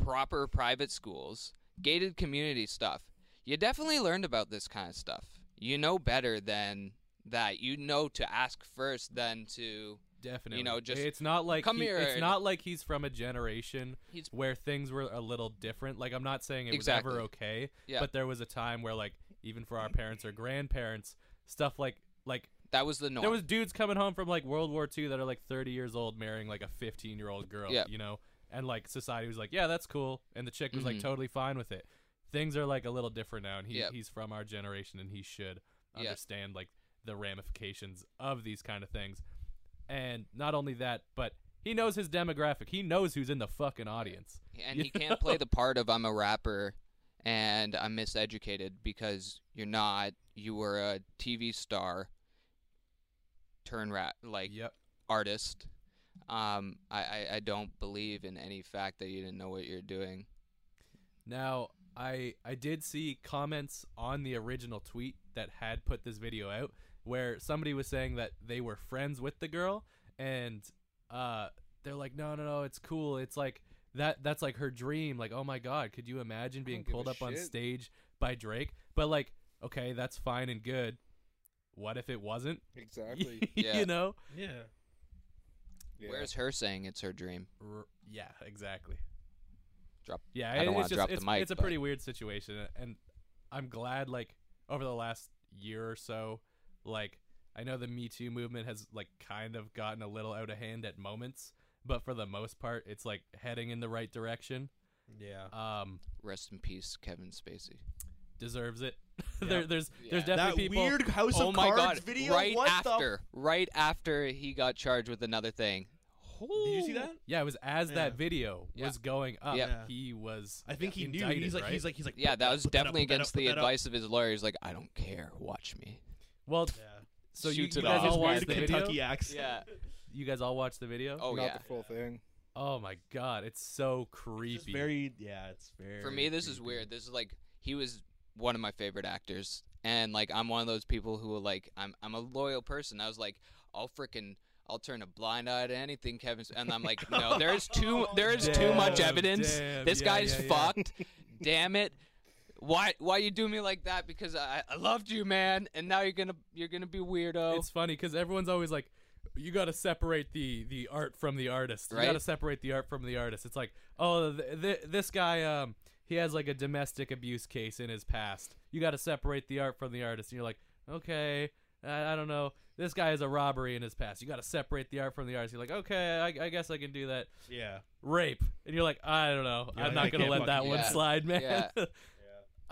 B: proper private schools, gated community stuff. You definitely learned about this kind of stuff. You know better than that. You know to ask first than to.
D: definitely.
B: just
D: it's not like
B: come
D: he-
B: here
D: It's
B: and-
D: not like he's from a generation
B: He's
D: where things were a little different. Like I'm not saying it
B: Exactly.
D: was ever okay,
B: Yeah.
D: but there was a time where like even for our parents or grandparents, stuff like like
B: that was the norm.
D: there was dudes coming home from like World War II that are like 30 years old marrying like a 15 year old girl,
B: Yeah.
D: you know, and like society was like, yeah, that's cool, and the chick was
B: Mhm.
D: like totally fine with it. Things are like a little different now, and he,
B: Yeah.
D: he's from our generation, and he should
B: Yeah.
D: understand like the ramifications of these kind of things. And not only that, but he knows his demographic. He knows who's in the fucking audience.
B: and
D: you
B: he can't play the part of I'm a rapper and I'm miseducated because you're not. You were a TV star. Turn rap like
D: Yep.
B: artist. Um, I, I, I don't believe in any fact that you didn't know what you're doing.
D: Now, I I did see comments on the original tweet that had put this video out where somebody was saying that they were friends with the girl and uh they're like no no no it's cool it's like that that's like her dream like oh my god could you imagine being
A: don't give
D: pulled
A: a
D: up on
A: shit.
D: stage by Drake but like okay that's fine and good what if it wasn't
A: Exactly.
B: Yeah.
D: you know
C: Yeah.
A: Yeah.
B: Where's her saying it's her dream?
D: R- yeah exactly
B: Drop-
D: yeah
B: I don't
D: it-
B: wanna
D: it's just
B: drop the
D: it's,
B: mic,
D: it's a
B: but-
D: pretty weird situation a- and i'm glad like over the last year or so like i know the me too movement has like kind of gotten a little out of hand at moments but for the most part it's like heading in the right direction
C: Yeah.
D: um
B: Rest in peace, Kevin Spacey.
D: deserves it
C: Yeah.
D: there, there's there's
C: That
B: Yeah.
D: definitely people
C: weird House
B: oh
C: of
B: my
C: Cards
B: god!
C: video.
B: right
C: what
B: after, right after he got charged with another thing.
C: The f- Did you see that?
D: yeah it was as that
C: Yeah.
D: video
B: Yeah.
D: was going up
C: Yeah.
D: he was
C: I think he knew.
D: indicted,
C: he's like,
D: right?
C: he's like, he's like.
B: Yeah,
C: put
B: that was
C: put
B: definitely
C: up, put that
B: against
C: up, put
B: the
C: that up.
B: advice of his lawyer. He's like, I don't care. Watch me.
D: well
C: Yeah.
D: so you, you
B: Shoots it
D: guys all
B: off. His
D: watched
C: weird
B: weird
D: the video
C: Kentucky accent.
B: Yeah.
D: you guys all watched the video
B: Oh
A: Not
B: yeah.
A: the full thing.
D: Oh my god, it's so creepy.
C: It's very. Yeah, it's very.
B: For me, this is
C: creepy.
B: weird. This is like he was one of my favorite actors, and like I'm one of those people who are like I'm I'm a loyal person. I was like I'll frickin' I'll turn a blind eye to anything, Kevin. Sp-" And I'm like, no, there's too there is too much
D: Oh, Damn,
B: evidence.
D: damn,
B: this
D: yeah,
B: guy's
D: yeah, yeah.
B: fucked. Damn it. Why why you do me like that? Because I, I loved you, man, and now you're gonna you're gonna be weirdo.
D: It's funny because everyone's always like, you got to separate the the art from the artist. You got to
B: Right?
D: separate the art from the artist. It's like, oh, th- th- this guy, um, he has like a domestic abuse case in his past. You got to separate the art from the artist. And you're like, okay, I, I don't know. This guy has a robbery in his past. You got to separate the art from the artist. You're like, okay, I, I guess I can do that.
C: Yeah.
D: Rape, and you're like, I don't know.
C: Yeah,
D: I'm
C: I
D: not gonna
C: can't
D: let that
C: fucking-
D: one
B: Yeah.
D: slide, man.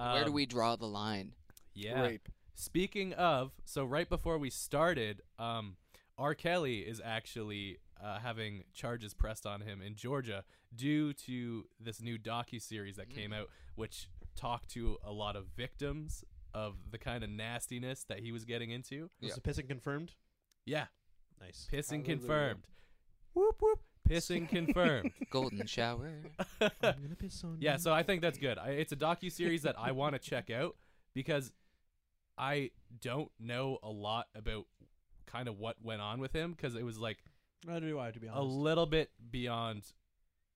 B: Yeah. Where do
D: Um,
B: we draw the line?
D: Yeah.
A: Rape.
D: Speaking of, so right before we started, um, R. Kelly is actually uh, having charges pressed on him in Georgia due Mm-hmm. to this new docu series that came out, which talked to a lot of victims of the kind of nastiness that he was getting into.
C: Was
B: Yeah.
C: the pissing confirmed?
D: Yeah,
C: Nice.
D: pissing
A: Hallelujah.
D: confirmed. Whoop whoop. Pissing confirmed.
B: Golden shower.
C: I'm gonna piss on
D: yeah,
C: you.
D: so I think that's good. I, it's a docu series that I want to check out because I don't know a lot about kind of what went on with him because it was like
C: Neither do I, to be
D: a
C: honest.
D: little bit beyond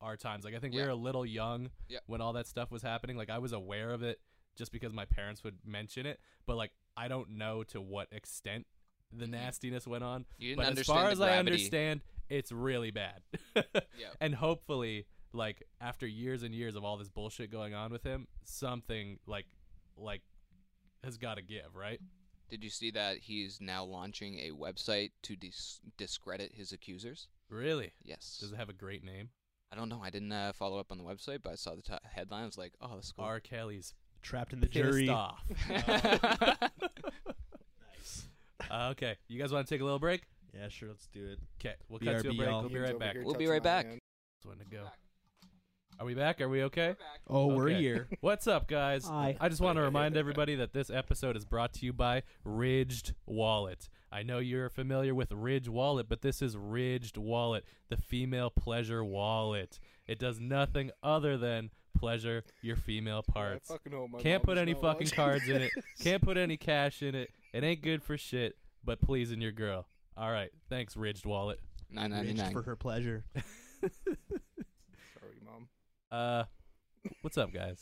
D: our times. Like I think we
B: Yeah.
D: were a little young
B: Yeah.
D: when all that stuff was happening. Like I was aware of it just because my parents would mention it, but like I don't know to what extent the
B: Mhm.
D: nastiness went on.
B: You didn't
D: But as
B: understand
D: far
B: the
D: as I
B: gravity.
D: understand, it's really bad.
B: Yeah.
D: And hopefully, like after years and years of all this bullshit going on with him, something like like has got to give, right?
B: Did you see that he's now launching a website to dis- discredit his accusers?
D: Really?
B: Yes.
D: Does it have a great name?
B: I don't know. I didn't uh, follow up on the website, but I saw the t- headline. I was like, oh, that's cool.
D: R. Kelly's
C: Trapped in the
D: pissed
C: jury.
D: off.
C: Nice.
D: Uh, okay, you guys want to take a little break?
C: Yeah, sure. Let's do it.
D: Okay, we'll cut to a
C: BRB,
D: break.
C: y'all.
D: We'll be
A: Ian's
D: right
A: over
D: back.
A: here
B: We'll be
A: touching my
B: right back.
A: hand.
D: That's when to go. Are we back? Are we okay?
C: Oh,
D: we're
C: we're
D: Okay.
C: here.
D: What's up, guys?
C: Hi.
D: I just want to remind everybody that this episode is brought to you by Ridged Wallet. I know you're familiar with Ridge Wallet, but this is Ridged Wallet, the female pleasure wallet. It does nothing other than pleasure your female
A: I
D: parts.
A: fucking hope my
D: Can't
A: mom
D: put
A: is
D: any
A: not
D: fucking
A: watching
D: cards in it.
A: this.
D: Can't put any cash in it. It ain't good for shit, but pleasing your girl. All right. Thanks, Ridged Wallet.
B: Nine ninety
C: Raged
B: nine.
C: for her pleasure.
A: Sorry, mom.
D: Uh, what's up, guys?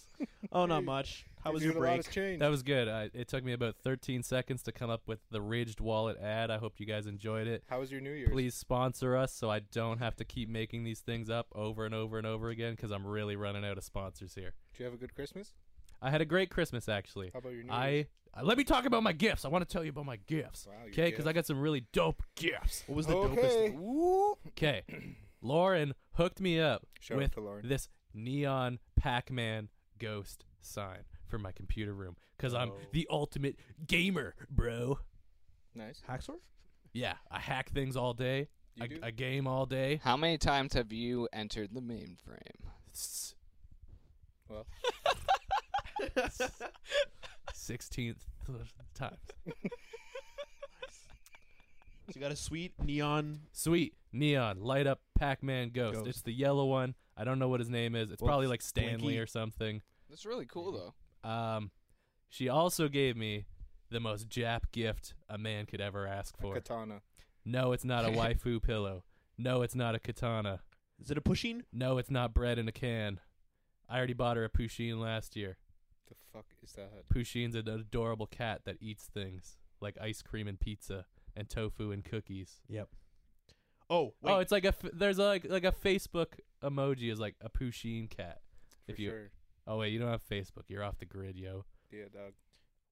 C: Oh, not
A: Hey,
C: much. How
A: You're
C: was your
A: doing a lot
C: break?
A: has changed.
D: That was good. I, it took me about 13 seconds to come up with the Ridged Wallet ad. I hope you guys enjoyed it.
A: How was your New Year's?
D: Please sponsor us so I don't have to keep making these things up over and over and over again because I'm really running out of sponsors here.
A: Did you have a good Christmas?
D: I had a great Christmas, actually.
A: How about your New Year's?
D: I, I let me talk about my gifts. I want to tell you about my gifts.
A: Wow, your
D: Okay, because I
A: gift.
D: got some really dope gifts.
C: What was the dopest?
A: Okay. Woo.
D: Okay, Lauren hooked me up
A: Shout out
D: with
A: to Lauren.
D: this neon Pac-Man ghost sign for my computer room because I'm
C: Oh.
D: the ultimate gamer, bro.
A: Nice.
C: Hacksaw?
D: Yeah, I hack things all day.
A: You
D: I,
A: do?
D: I game all day.
B: How many times have you entered the mainframe?
D: S-
A: Well.
D: Sixteenth times.
C: So you got a sweet neon.
D: Sweet neon light up Pac-Man ghost.
C: Ghost.
D: It's the yellow one. I don't know what his name is. It's
C: Well,
D: probably
C: it's
D: like Stanley
C: Blinky.
D: or something.
B: That's really cool though.
D: Um, she also gave me the most Jap gift a man could ever ask
A: A
D: for.
A: katana.
D: No, it's not a waifu pillow. No, it's not a katana.
C: Is it a pushing?
D: No, it's not bread in a can. I already bought her a Pusheen last year.
A: The fuck is that?
D: Pusheen's an adorable cat that eats things like ice cream and pizza and tofu and cookies.
C: Oh, wait.
D: Oh, it's like a f- there's like like a Facebook emoji is like a Pusheen cat.
A: For
D: If you-
A: sure.
D: Oh wait, you don't have Facebook. You're off the grid, yo.
A: Yeah, dog.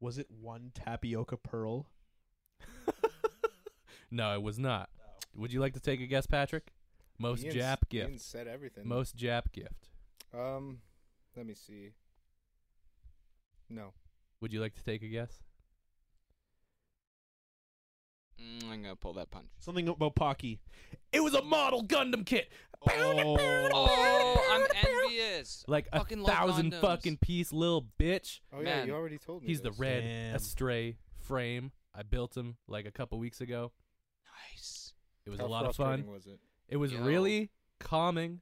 C: was it one tapioca pearl?
D: No, it was not. Would you like to take a guess, Patrick? Most
A: Ian's-
D: Jap gift.
A: Ian said everything.
D: Most Jap gift.
A: Um, let me see. No.
D: Would you like to take a guess?
B: Mm, I'm gonna pull that punch.
C: Something about Pocky.
D: It was a model Gundam kit.
B: Oh, I'm envious.
D: Like a
B: Fucking love
D: thousand
B: Gundams.
D: fucking piece, little bitch.
A: Oh yeah,
B: Man.
A: you already told me.
D: He's the
A: this.
D: red
C: Damn.
D: Astray frame. I built him like a couple weeks ago.
B: Nice.
D: It was
A: How
D: a lot of
A: frustrating
D: fun.
A: Was it?
D: It was
B: Yo.
D: really calming,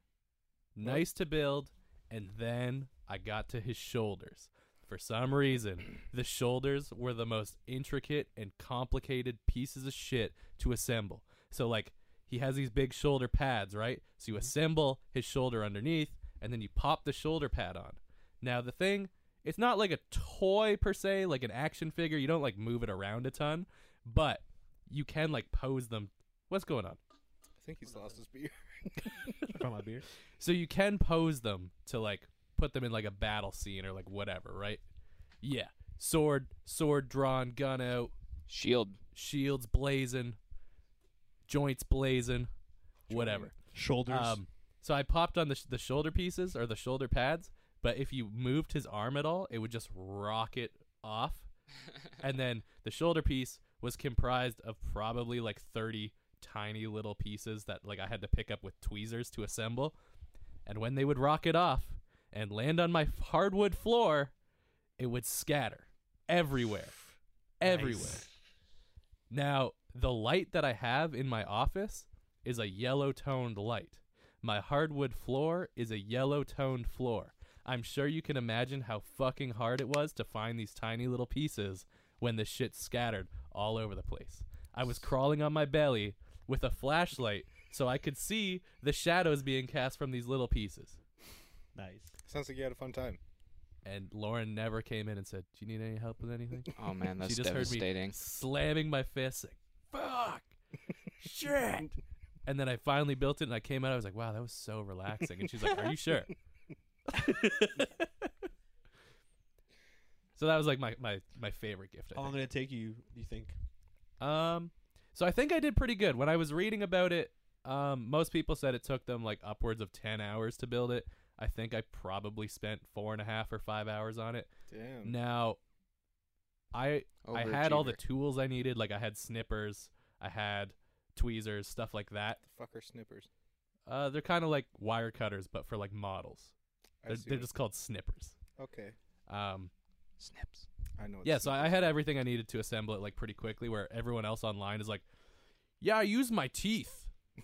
D: nice to build, and then I got to his shoulders. For some reason, the shoulders were the most intricate and complicated pieces of shit to assemble. So like he has these big shoulder pads, right? So you assemble his shoulder underneath and then you pop the shoulder pad on. Now the thing, it's not like a toy per se, like an action figure. You don't like move it around a ton, but you can like pose them. What's going on?
A: I think he's lost his beer.
C: From my beer.
D: So you can pose them to like put them in like a battle scene or like whatever, right? Yeah. Sword, sword drawn, gun out,
B: Shield.
D: shields blazing, joints blazing, whatever.
C: Shoulders.
D: Um, so I popped on the, sh- the shoulder pieces or the shoulder pads, but if you moved his arm at all, it would just rocket off. and then the shoulder piece was comprised of probably like 30 tiny little pieces that like I had to pick up with tweezers to assemble. And when they would rocket off and land on my f- hardwood floor, it would scatter. everywhere, everywhere. Now, the light that I have in my office is a yellow toned light. My hardwood floor is a yellow toned floor. I'm sure you can imagine how fucking hard it was to find these tiny little pieces when the shit scattered all over the place. I was crawling on my belly with a flashlight so I could see the shadows being cast from these little pieces.
C: Nice.
A: Sounds like you had a fun time.
D: And Lauren never came in and said, Do you need any help with anything?
B: Oh man, that's
D: she just heard
B: devastating.
D: me slamming my fist, like, fuck, shit. And then I finally built it, and I came out. I was like, wow, that was so relaxing. And she's like, are you sure? so that was like my my my favorite gift. I
C: How long did it take you? You think?
D: think. Um, so I think I did pretty good when I was reading about it. Um, most people said it took them like upwards of ten hours to build it. I think I probably spent four and a half or five hours on it.
A: Damn.
D: Now, I I had all the tools I needed. Like I had snippers, I had tweezers, stuff like that.
A: The fucker snippers.
D: Uh, they're kind of like wire cutters, but for like models.
A: I
D: They're,
A: see
D: they're
A: what-
D: just called snippers.
A: okay.
D: Um,
B: snips.
A: I know. what
D: yeah. So I I
A: snippers
D: had everything I needed to assemble it like pretty quickly. Where everyone else online is like, yeah, I use my teeth,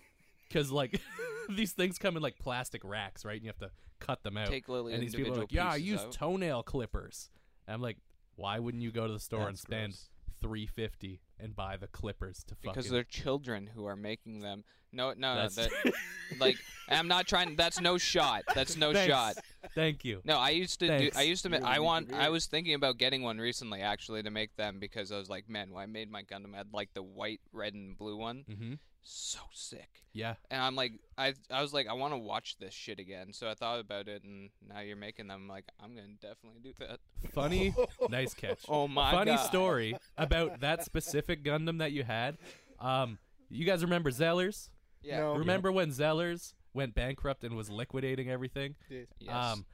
D: because like these things come in like plastic racks, right? And you have to cut them out.
B: Take Lily
D: Oh, and these people are
B: individual
D: like, yeah, I
B: pieces
D: use
B: out.
D: toenail clippers. And I'm like, why wouldn't you go to the store and
C: That's
D: spend
C: gross.
D: three fifty and buy the clippers to fucking?
B: because they're children who are making them. No, no, no,
D: That's-
B: that, like I'm not trying. That's no shot. That's no
D: Thanks.
B: shot.
D: Thank you.
B: No, I used to
D: Thanks.
B: do. I used to.
A: You really
B: Ma-
A: need
B: I
A: to
B: want.
A: be
B: I
A: here.
B: was thinking about getting one recently, actually, to make them because I was like, man, when I made my Gundam, I had like the white, red, and blue one.
D: Mm-hmm.
B: So sick.
D: Yeah.
B: And I'm like, I, I was like, I want to watch this shit again. So I thought about it, and now you're making them. I'm like, I'm gonna definitely do that.
D: Funny. nice catch.
B: Oh my
D: Funny
B: God.
D: story about that specific Gundam that you had. Um, you guys remember Zellers?
B: Yeah.
A: No. Oh, yeah.
D: remember when Zellers went bankrupt and was liquidating everything?
A: did.
B: Yes.
D: Um,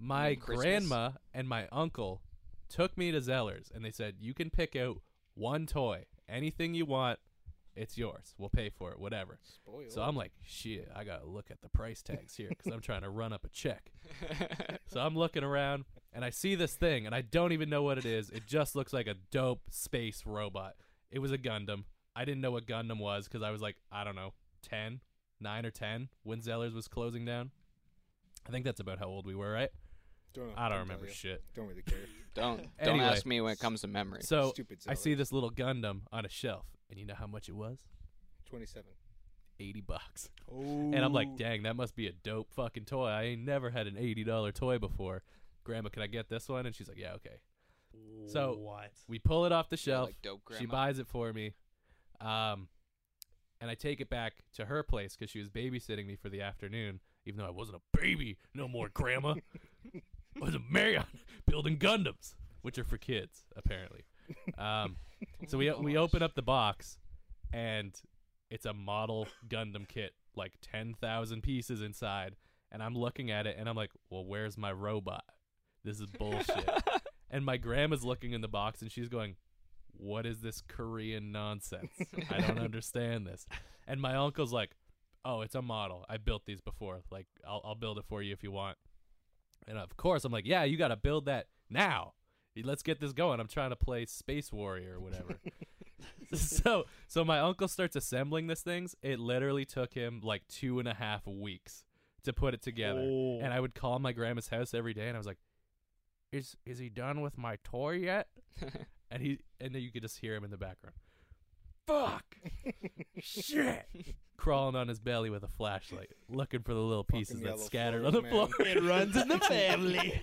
D: my
B: mean Christmas?
D: grandma and my uncle took me to Zeller's and they said, "You can pick out one toy, anything you want. It's yours. We'll pay for it, whatever."
A: Spoiled.
D: So I'm like, "Shit, I gotta look at the price tags here because I'm trying to run up a check." So I'm looking around and I see this thing and I don't even know what it is. It just looks like a dope space robot. It was a Gundam. I didn't know what Gundam was because I was like, I don't know, 10, 9 or 10 when Zellers was closing down. I think that's about how old we were, right?
A: don't know,
D: I don't
A: couldn't
D: remember
A: tell you.
D: shit.
A: Don't really care.
B: don't don't
D: Anyway.
B: ask me when it comes to memory.
D: So
A: Stupid. Zeller.
D: I see this little Gundam on a shelf and you know how much it was?
A: Twenty-seven.
D: 80 bucks. And I'm like, dang, that must be a dope fucking toy. I ain't never had an $80 toy before. Grandma, can I get this one? And she's like, yeah, okay. So-
C: what?
D: We pull it off the
B: Yeah,
D: shelf.
B: like dope grandma.
D: She buys it for me. Um, and I take it back to her place because she was babysitting me for the afternoon, even though I wasn't a baby no more, Grandma. I was a Marion building Gundams, which are for kids, apparently. Um, so we, we open up the box, and it's a model Gundam kit, like 10,000 pieces inside. And I'm looking at it, and I'm like, well, where's my robot? This is bullshit. and my grandma's looking in the box, and she's going, what is this Korean nonsense? I don't understand this. And my uncle's like, oh, it's a model. I built these before. Like, I'll, I'll build it for you if you want. And of course, I'm like, yeah, you got to build that now. Let's get this going. I'm trying to play Space Warrior or whatever. so, so my uncle starts assembling this things. It literally took him like two and a half weeks to put it together.
C: Oh.
D: And I would call my grandma's house every day, and I was like, "Is is he done with my toy yet?" and he and then you could just hear him in the background. Fuck, shit, crawling on his belly with a flashlight, looking for the little pieces
A: Fucking
D: that
A: yellow
D: scattered on
A: floors,
D: the
A: man.
D: floor.
C: it runs in the family.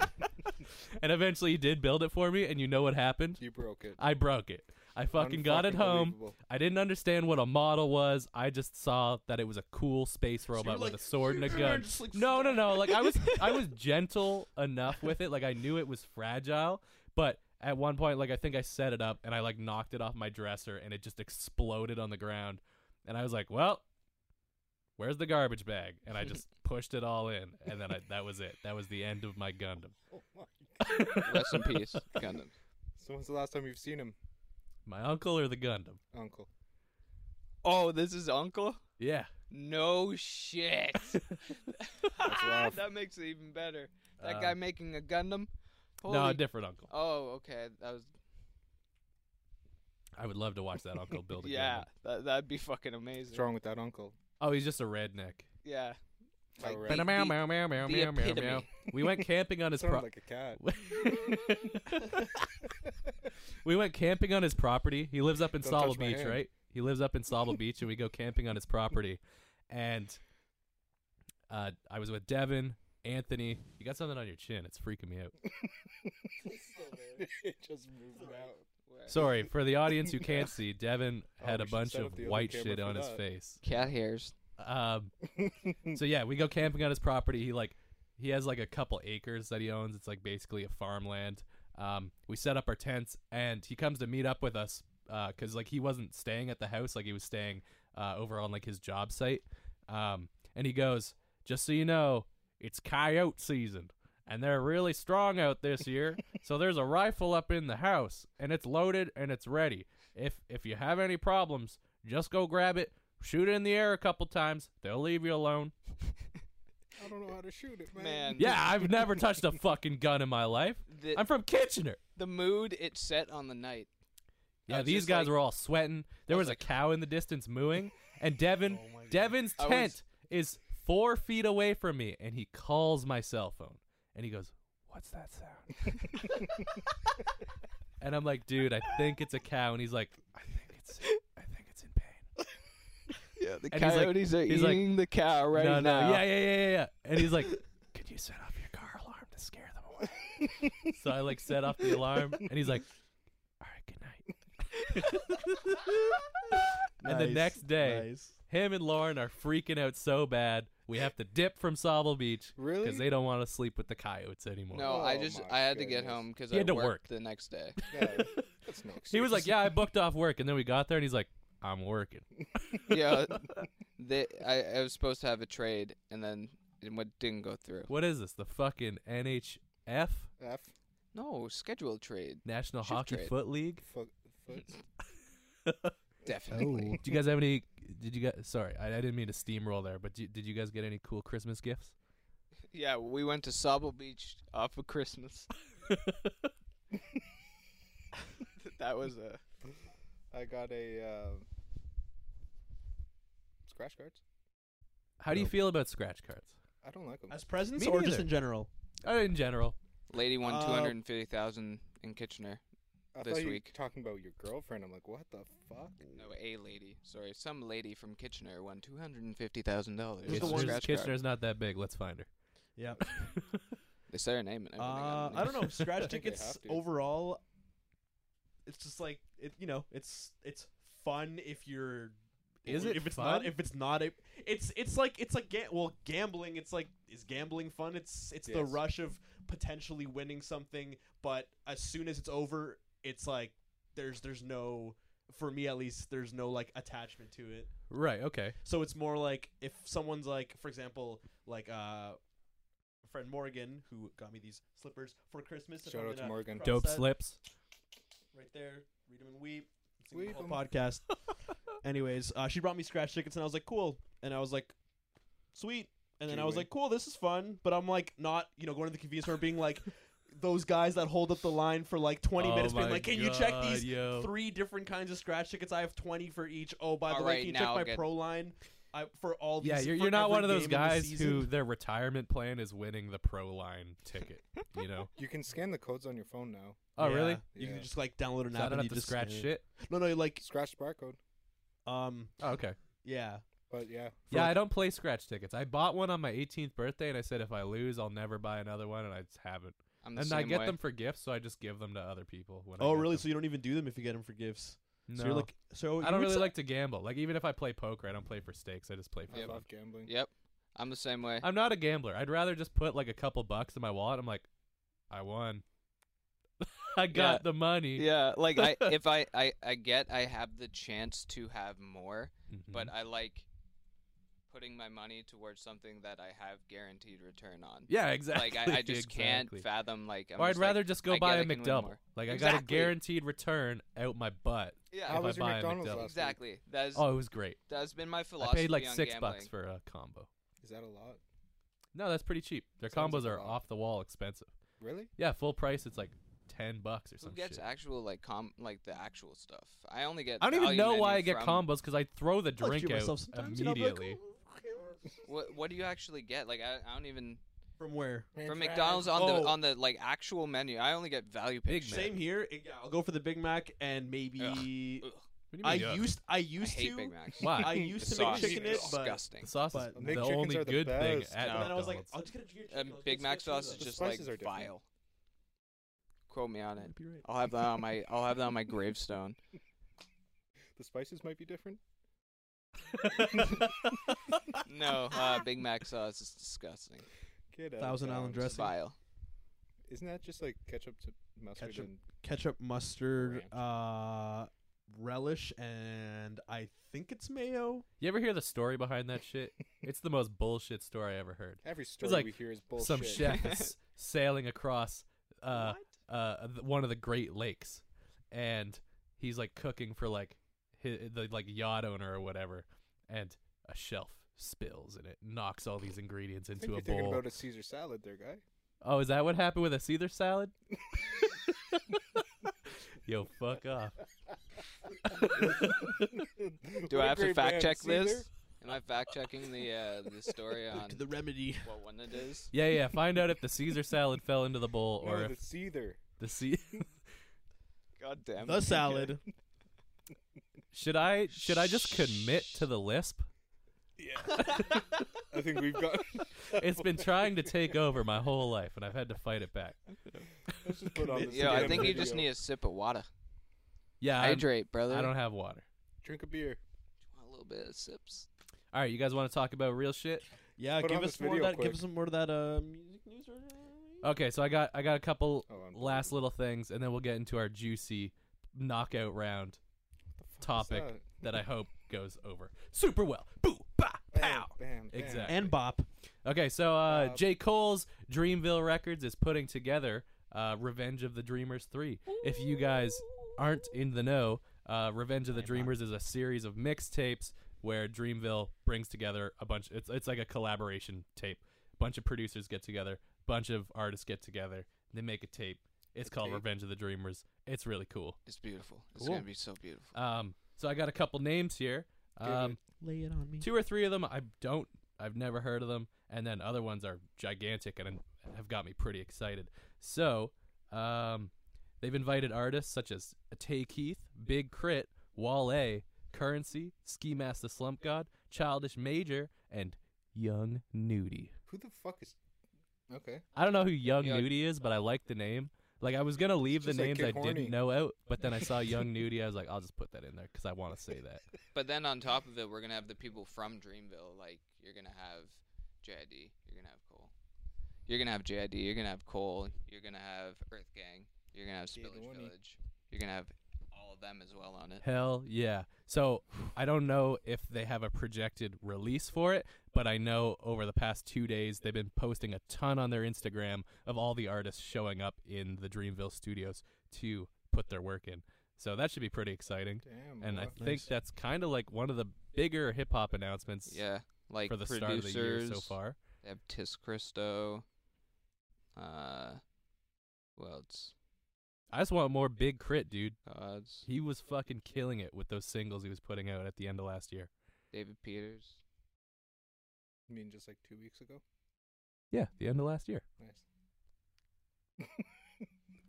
D: And eventually, he did build it for me. And you know what happened?
A: You broke it.
D: I broke it. I fucking got it
A: Unfucking
D: home.
A: believable.
D: I didn't understand what a model was. I just saw that it was a cool space
C: you're
D: robot with
C: like,
D: a sword and a
C: "You're
D: gun.
C: just like-
D: no, no, no. Like I was, I was gentle enough with it. Like I knew it was fragile, but at one point, like I think I set it up and I like knocked it off my dresser and it just exploded on the ground. And I was like, well, where's the garbage bag? And I just pushed it all in, and then I, that was it. That was the end of my Gundam.
A: Oh my.
B: Rest in peace, Gundam.
A: So when's the last time you've seen him,
D: My uncle or the Gundam?
A: Uncle?
B: Oh, this is Uncle.
D: Yeah.
B: No shit.
A: rough.
B: that makes it even better. That
D: Uh,
B: guy making a Gundam. Holy
D: No, a different uncle.
B: Oh, okay. That was
D: I would love to watch that uncle build a
B: yeah,
D: gun.
B: that that'd be fucking amazing.
A: What's wrong with that uncle?
D: Oh, he's just a redneck.
B: Yeah,
A: Oh,
B: Like,
A: right.
B: the-
D: Meow, meow, meow, meow, meow, meow,
B: the
D: meow.
B: epitome.
D: We went camping on his
A: Sounds
D: pro-
A: like a cat.
D: We went camping on his property. He lives up in
A: Don't touch
D: Sauble
A: my
D: Beach,
A: hand.
D: right? He lives up in Sauble Beach, and we go camping on his property. And uh, I was with Devin, Anthony. You got something on your chin. It's freaking me out.
A: it just moved out.
D: Sorry for the audience who can't see. Devin
A: Oh,
D: had
A: we
D: a
A: should
D: bunch
A: set
D: of
A: up the other
D: white
A: camera
D: shit
A: for
D: on his
A: that.
D: face.
B: cat hairs.
D: Um, so yeah, we go camping on his property. He like he has like a couple acres that he owns. It's like basically a farmland. Um, we set up our tents, and he comes to meet up with us because like he wasn't staying at the house, like he was staying uh, over on like his job site. Um, and he goes, "Just so you know, it's coyote season." And they're really strong out this year, so there's a rifle up in the house, and it's loaded and it's ready. If if you have any problems, just go grab it, shoot it in the air a couple times. They'll leave you alone.
A: I don't know how to shoot it, man.
B: Man.
D: Yeah, I've never touched a fucking gun in my life.
B: The,
D: I'm from Kitchener.
B: the mood it set on the night. I
D: Yeah,
B: was
D: these
B: just
D: guys
B: like-
D: were all sweating. There
B: I
D: was
B: was
D: a
B: like-
D: cow in the distance mooing, and Devin,
A: Oh my God.
D: Devin's
B: I was-
D: tent is four feet away from me, and he calls my cell phone, and he goes, "What's that sound?" and I'm like, "Dude, I think it's a cow," and he's like, "I think it's, I think it's in pain."
B: Yeah, the
D: And he's like-
B: coyotes are
D: he's like-
B: eating the cow right
D: no,
B: now.
D: No, yeah, yeah, yeah, yeah, yeah. And he's like, "Could you set off your car alarm to scare them away?" so I like set off the alarm, and he's like, "All right, good night." And the next day, Him and Lauren are freaking out so bad. We have to dip from Sobble Beach
A: Really?
D: because they don't want to sleep with the coyotes anymore.
B: No, I
A: Oh
B: just
A: my
B: I had to get
A: goodness.
B: home because
D: He
B: I
D: had to
B: worked
D: work.
B: the next day.
A: Yeah, that's no
D: He was like,
A: excuse.
D: "Yeah, I booked off work," and then we got there, and he's like, "I'm working."
B: yeah, they, I, I was supposed to have a trade and then it went, didn't go through.
D: What is this? The fucking NHF,
A: F
B: No, scheduled trade.
D: National
B: Shift
D: Hockey
B: trade.
D: Foot League.
A: foot, foot.
B: Definitely.
D: Do you guys have any? Did you guys? Sorry, I, I didn't mean to steamroll there, but do, did you guys get any cool Christmas gifts? Oh.
B: Yeah, we went to Sable Beach off of Christmas. that was a
A: I got a um, scratch cards.
D: How do you
A: Nope.
D: feel about scratch cards?
A: I don't like them.
C: As presents
D: Me
C: or just
D: neither.
C: in general?
D: Uh, in general,
B: lady won
C: Uh,
B: two hundred and fifty thousand in Kitchener.
A: I
B: this
A: thought you were
B: week.
A: talking about your girlfriend. I'm like, what the fuck?
B: No, a lady. Sorry, some lady from Kitchener won two hundred and fifty thousand dollars.
C: Who's the one-
D: Kitchener's, Kitchener's not that big. Let's find her.
C: Yeah.
B: They said her name and everything.
C: Uh,
B: on the
C: I don't know.
B: news.
A: I
C: Scratch
A: think they have
C: tickets
A: to.
C: overall, it's just like it. You know, it's it's fun if you're.
D: Is it
C: if it's
D: fun?
C: not if it's not a it's it's like it's like ga- well gambling it's like is gambling fun it's it's the
A: Yes.
C: rush of potentially winning something but as soon as it's over it's like there's there's no for me at least there's no like attachment to it
D: Right. Okay.
C: so it's more like if someone's like, for example, like uh, friend Morgan who got me these slippers for Christmas. if
A: Shout
C: I'm
A: out to
C: gonna
A: Morgan.
C: cross
D: Dope
C: that
D: slips.
C: right there. Read them and weep. It's gonna be a
A: Weep
C: whole
A: 'em.
C: podcast. Anyways, uh, she brought me scratch tickets and I was like, cool. And I was like, sweet. And then
A: Do
C: I was
A: we?
C: like, cool, this is fun. But I'm like, not you know going to the convenience store and being like. Those guys that hold up the line for like 20
D: Oh
C: minutes, being
D: my
C: like, "Can you check
D: God,
C: these
D: yo.
C: three different kinds of scratch tickets? I have 20 for each. Oh, by the
B: All
C: way,
B: right,
C: can you check
B: now
C: my
B: get-
C: pro line I, for all these?
D: Yeah, you're,
C: for
D: you're not
C: every
D: one of those
C: game in the
D: guys who
C: season?"
D: their retirement plan is winning the pro line ticket. You know?
A: You can scan the codes on your phone now.
D: Oh, really?
C: Yeah, You
A: Yeah.
C: can just like download an
D: So
C: app.
D: I don't
C: and
D: have
C: you
D: to
C: just, eh.
D: scratch shit.
C: No, no, like
A: Scratch the barcode.
C: um,
D: Oh, okay.
C: yeah.
A: But yeah,
C: For
D: yeah,
C: like-
D: I don't play scratch tickets. I bought one on my 18th birthday, and I said if I lose, I'll never buy another one, and I just haven't.
B: I'm the
D: And
B: same
D: I get
B: way.
D: them for gifts, so I just give them to other people. When
C: Oh,
D: I get
C: really?
D: them.
C: So you don't even do them if you get them for gifts.
D: No,
C: So you're like, so
D: I
C: you
D: don't
C: would
D: really
C: say-
D: like to gamble. Like even if I play poker, I don't play for stakes. I just play for
A: I
B: Yep.
D: fun.
A: love gambling.
B: Yep, I'm the same way.
D: I'm not a gambler. I'd rather just put like a couple bucks in my wallet. I'm like, I won. I got the money.
B: Yeah, like I if I, I I get I have the chance to have more, but
D: Mhm.
B: I like putting my money towards something that I have guaranteed return on.
D: yeah, exactly.
B: Like I, I just
D: exactly.
B: can't fathom like. I'm
D: or I'd
B: just like,
D: rather just go
B: I get
D: buy
B: I
D: a
B: can win
D: McDouble.
B: more.
D: Like I got a
B: Exactly.
D: guaranteed return out my butt.
B: Yeah,
A: How
D: if I
A: was your
D: buy a
A: McDonald's
D: McDouble.
A: last week?
B: exactly. That's
D: Oh, it was great.
B: that's been my
D: I
B: philosophy.
D: paid like
B: on
D: six
B: gambling.
D: bucks for a combo.
A: Is that a lot?
D: No, that's pretty cheap. Their
A: Sounds
D: combos
A: like a
D: are
A: lot.
D: off the wall expensive.
A: Really?
D: Yeah, full price it's like ten bucks or
B: Who
D: some
B: gets
D: shit.
B: actual like com like the actual stuff? I only get.
D: I don't even
B: value
D: know
B: menu
D: why I get
B: from-
D: combos because I throw the
C: I like to
D: drink
C: treat myself
D: out
C: sometimes, and I'll be like,
D: immediately.
B: What What do you actually get? Like I, I don't even
C: From where?
B: from McDonald's on
C: Oh.
B: the on the like actual menu. I only get value
D: Big
B: picks.
D: Mac.
C: Same here. It- yeah, I'll go for the Big Mac and maybe
B: Ugh.
D: What do you
C: I
D: mean, yuck?
C: used I
B: I
C: used
B: hate
C: to
B: Big Macs.
D: Why?
C: I
B: The
C: used to make
B: sauce
C: chicken
B: is
C: it, but
B: disgusting.
D: The sauce is
C: but-
D: the
A: Mick chickens
D: only
A: are the
D: good thing
A: best.
D: at
B: No.
C: and then I
D: McDonald's.
C: was like, I'll just get a chicken.
B: A
C: chicken, I'll just
B: Um, Big
C: get
B: Mac
C: chicken, I'll
B: sauce is
A: The
B: just like
A: spices are different.
B: vile. Quote me on
C: get chicken."
B: it.
C: Might be right.
B: I'll have that on my I'll have that on my gravestone.
A: The spices might be different.
B: No, uh, Big Mac sauce is disgusting.
A: Get out.
C: Thousand
A: of
C: Island
A: bounds.
B: It's
C: Dressing.
B: vile.
A: Isn't that just like ketchup to mustard
C: Ketchup.
A: and
C: ketchup, mustard,
A: Ranch.
C: uh, relish, and I think it's mayo.
D: you ever hear the story behind that shit? It's the most bullshit story I ever heard.
A: every story
D: like
A: we hear is bullshit.
D: Some chef is sailing across uh, uh, th- one of the Great Lakes, and he's like cooking for like hi the like yacht owner or whatever, and a shelf spills and it knocks all these ingredients
A: I think
D: into
A: you're
D: a
A: thinking
D: bowl.
A: about a Caesar salad there, guy.
D: Oh, is that what happened with a Caesar salad? Yo, fuck off.
B: Do I have to
A: Great
B: fact
A: man,
B: check
A: Caesar.
B: this? Am I fact checking the uh, the story on
C: Look to the remedy.
B: what one it is?
D: Yeah, yeah. Find out if the Caesar salad fell into the bowl or
A: no,
D: if
A: the Caesar.
D: the sea.
B: God damn
C: The
B: it.
C: salad.
D: should I should I just commit to the lisp?
A: Yeah. I think we've got.
D: It's been trying to take over my whole life, and I've had to fight it back.
A: Let's just put on
C: Commit.
A: this
B: Yeah, I
A: damn
B: think you just
A: video. Um,
B: need a sip of water.
D: Yeah, I'm-
B: Hydrate, brother.
D: I don't have water.
A: drink a beer.
B: Want a little bit of sips.
D: All right, you guys want to talk about real shit?
C: Yeah,
A: Put
C: give
A: on
C: us
A: this
C: more of
A: video
C: that. Give
A: quick.
C: us some more of that uh, music news. Or...
D: Okay, so I got I got a couple
A: Oh, I'm
D: last little things, and then we'll get into our juicy knockout round topic
A: that?
D: that I hope goes over super well. Boo, ba, pow.
A: Bam, bam, bam.
D: Exactly.
C: And bop.
D: Okay, so uh,
A: Uh,
D: J. Cole's Dreamville Records is putting together uh, Revenge of the Dreamers 3. If you guys aren't in the know, uh, Revenge of the Dreamers is a series of mixtapes where Dreamville brings together a bunch. It's it's like a collaboration tape. bunch of producers get together, bunch of artists get together. They make a tape. It's
A: A
D: called
A: tape?
D: Revenge of the Dreamers. It's really cool.
B: It's beautiful. It's
D: Cool.
B: gonna be so beautiful.
D: Um, so I got a couple names here.
A: Give
D: Um,
C: Lay it on me.
D: two or three of them I don't I've never heard of them and then other ones are gigantic and have got me pretty excited. So, um, they've invited artists such as Tay Keith, Big Crit, Wale, Currency, Ski Mask the Slump God, Childish Major, and Young Nudie.
A: Who the fuck is? Okay.
D: I don't know who Young
B: Yeah.
D: Nudie is, but I like the name. Like I was gonna leave the
A: just like
D: names
A: Kid
D: I
A: Horny.
D: didn't know out, but then I saw Young Nudie. I was like, I'll just put that in there because I want to say that.
B: But then on top of it, we're gonna have the people from Dreamville. Like you're gonna have JID. You're gonna have Cole. You're gonna have JID. You're gonna have Cole. You're gonna have Earth Gang. You're gonna have
A: Kid
B: Spillage
A: Orny.
B: Village. You're gonna have all of them as well on it.
D: Hell yeah. So I don't know if they have a projected release for it, but I know over the past two days they've been posting a ton on their Instagram of all the artists showing up in the Dreamville studios to put their work in. So that should be pretty exciting.
A: Damn.
D: And I
A: what?
D: think that's kind of like one of the bigger hip hop announcements
B: Yeah, like
D: for the
B: producers.
D: start of the year so far.
B: They have Tis Christo. Uh, who else?
D: I just want more Big Crit, dude.
B: Gods.
D: He was fucking killing it with those singles he was putting out at the end of last year.
B: David Peters.
A: I mean, just like two weeks ago.
D: Yeah, the end of last year.
A: Nice.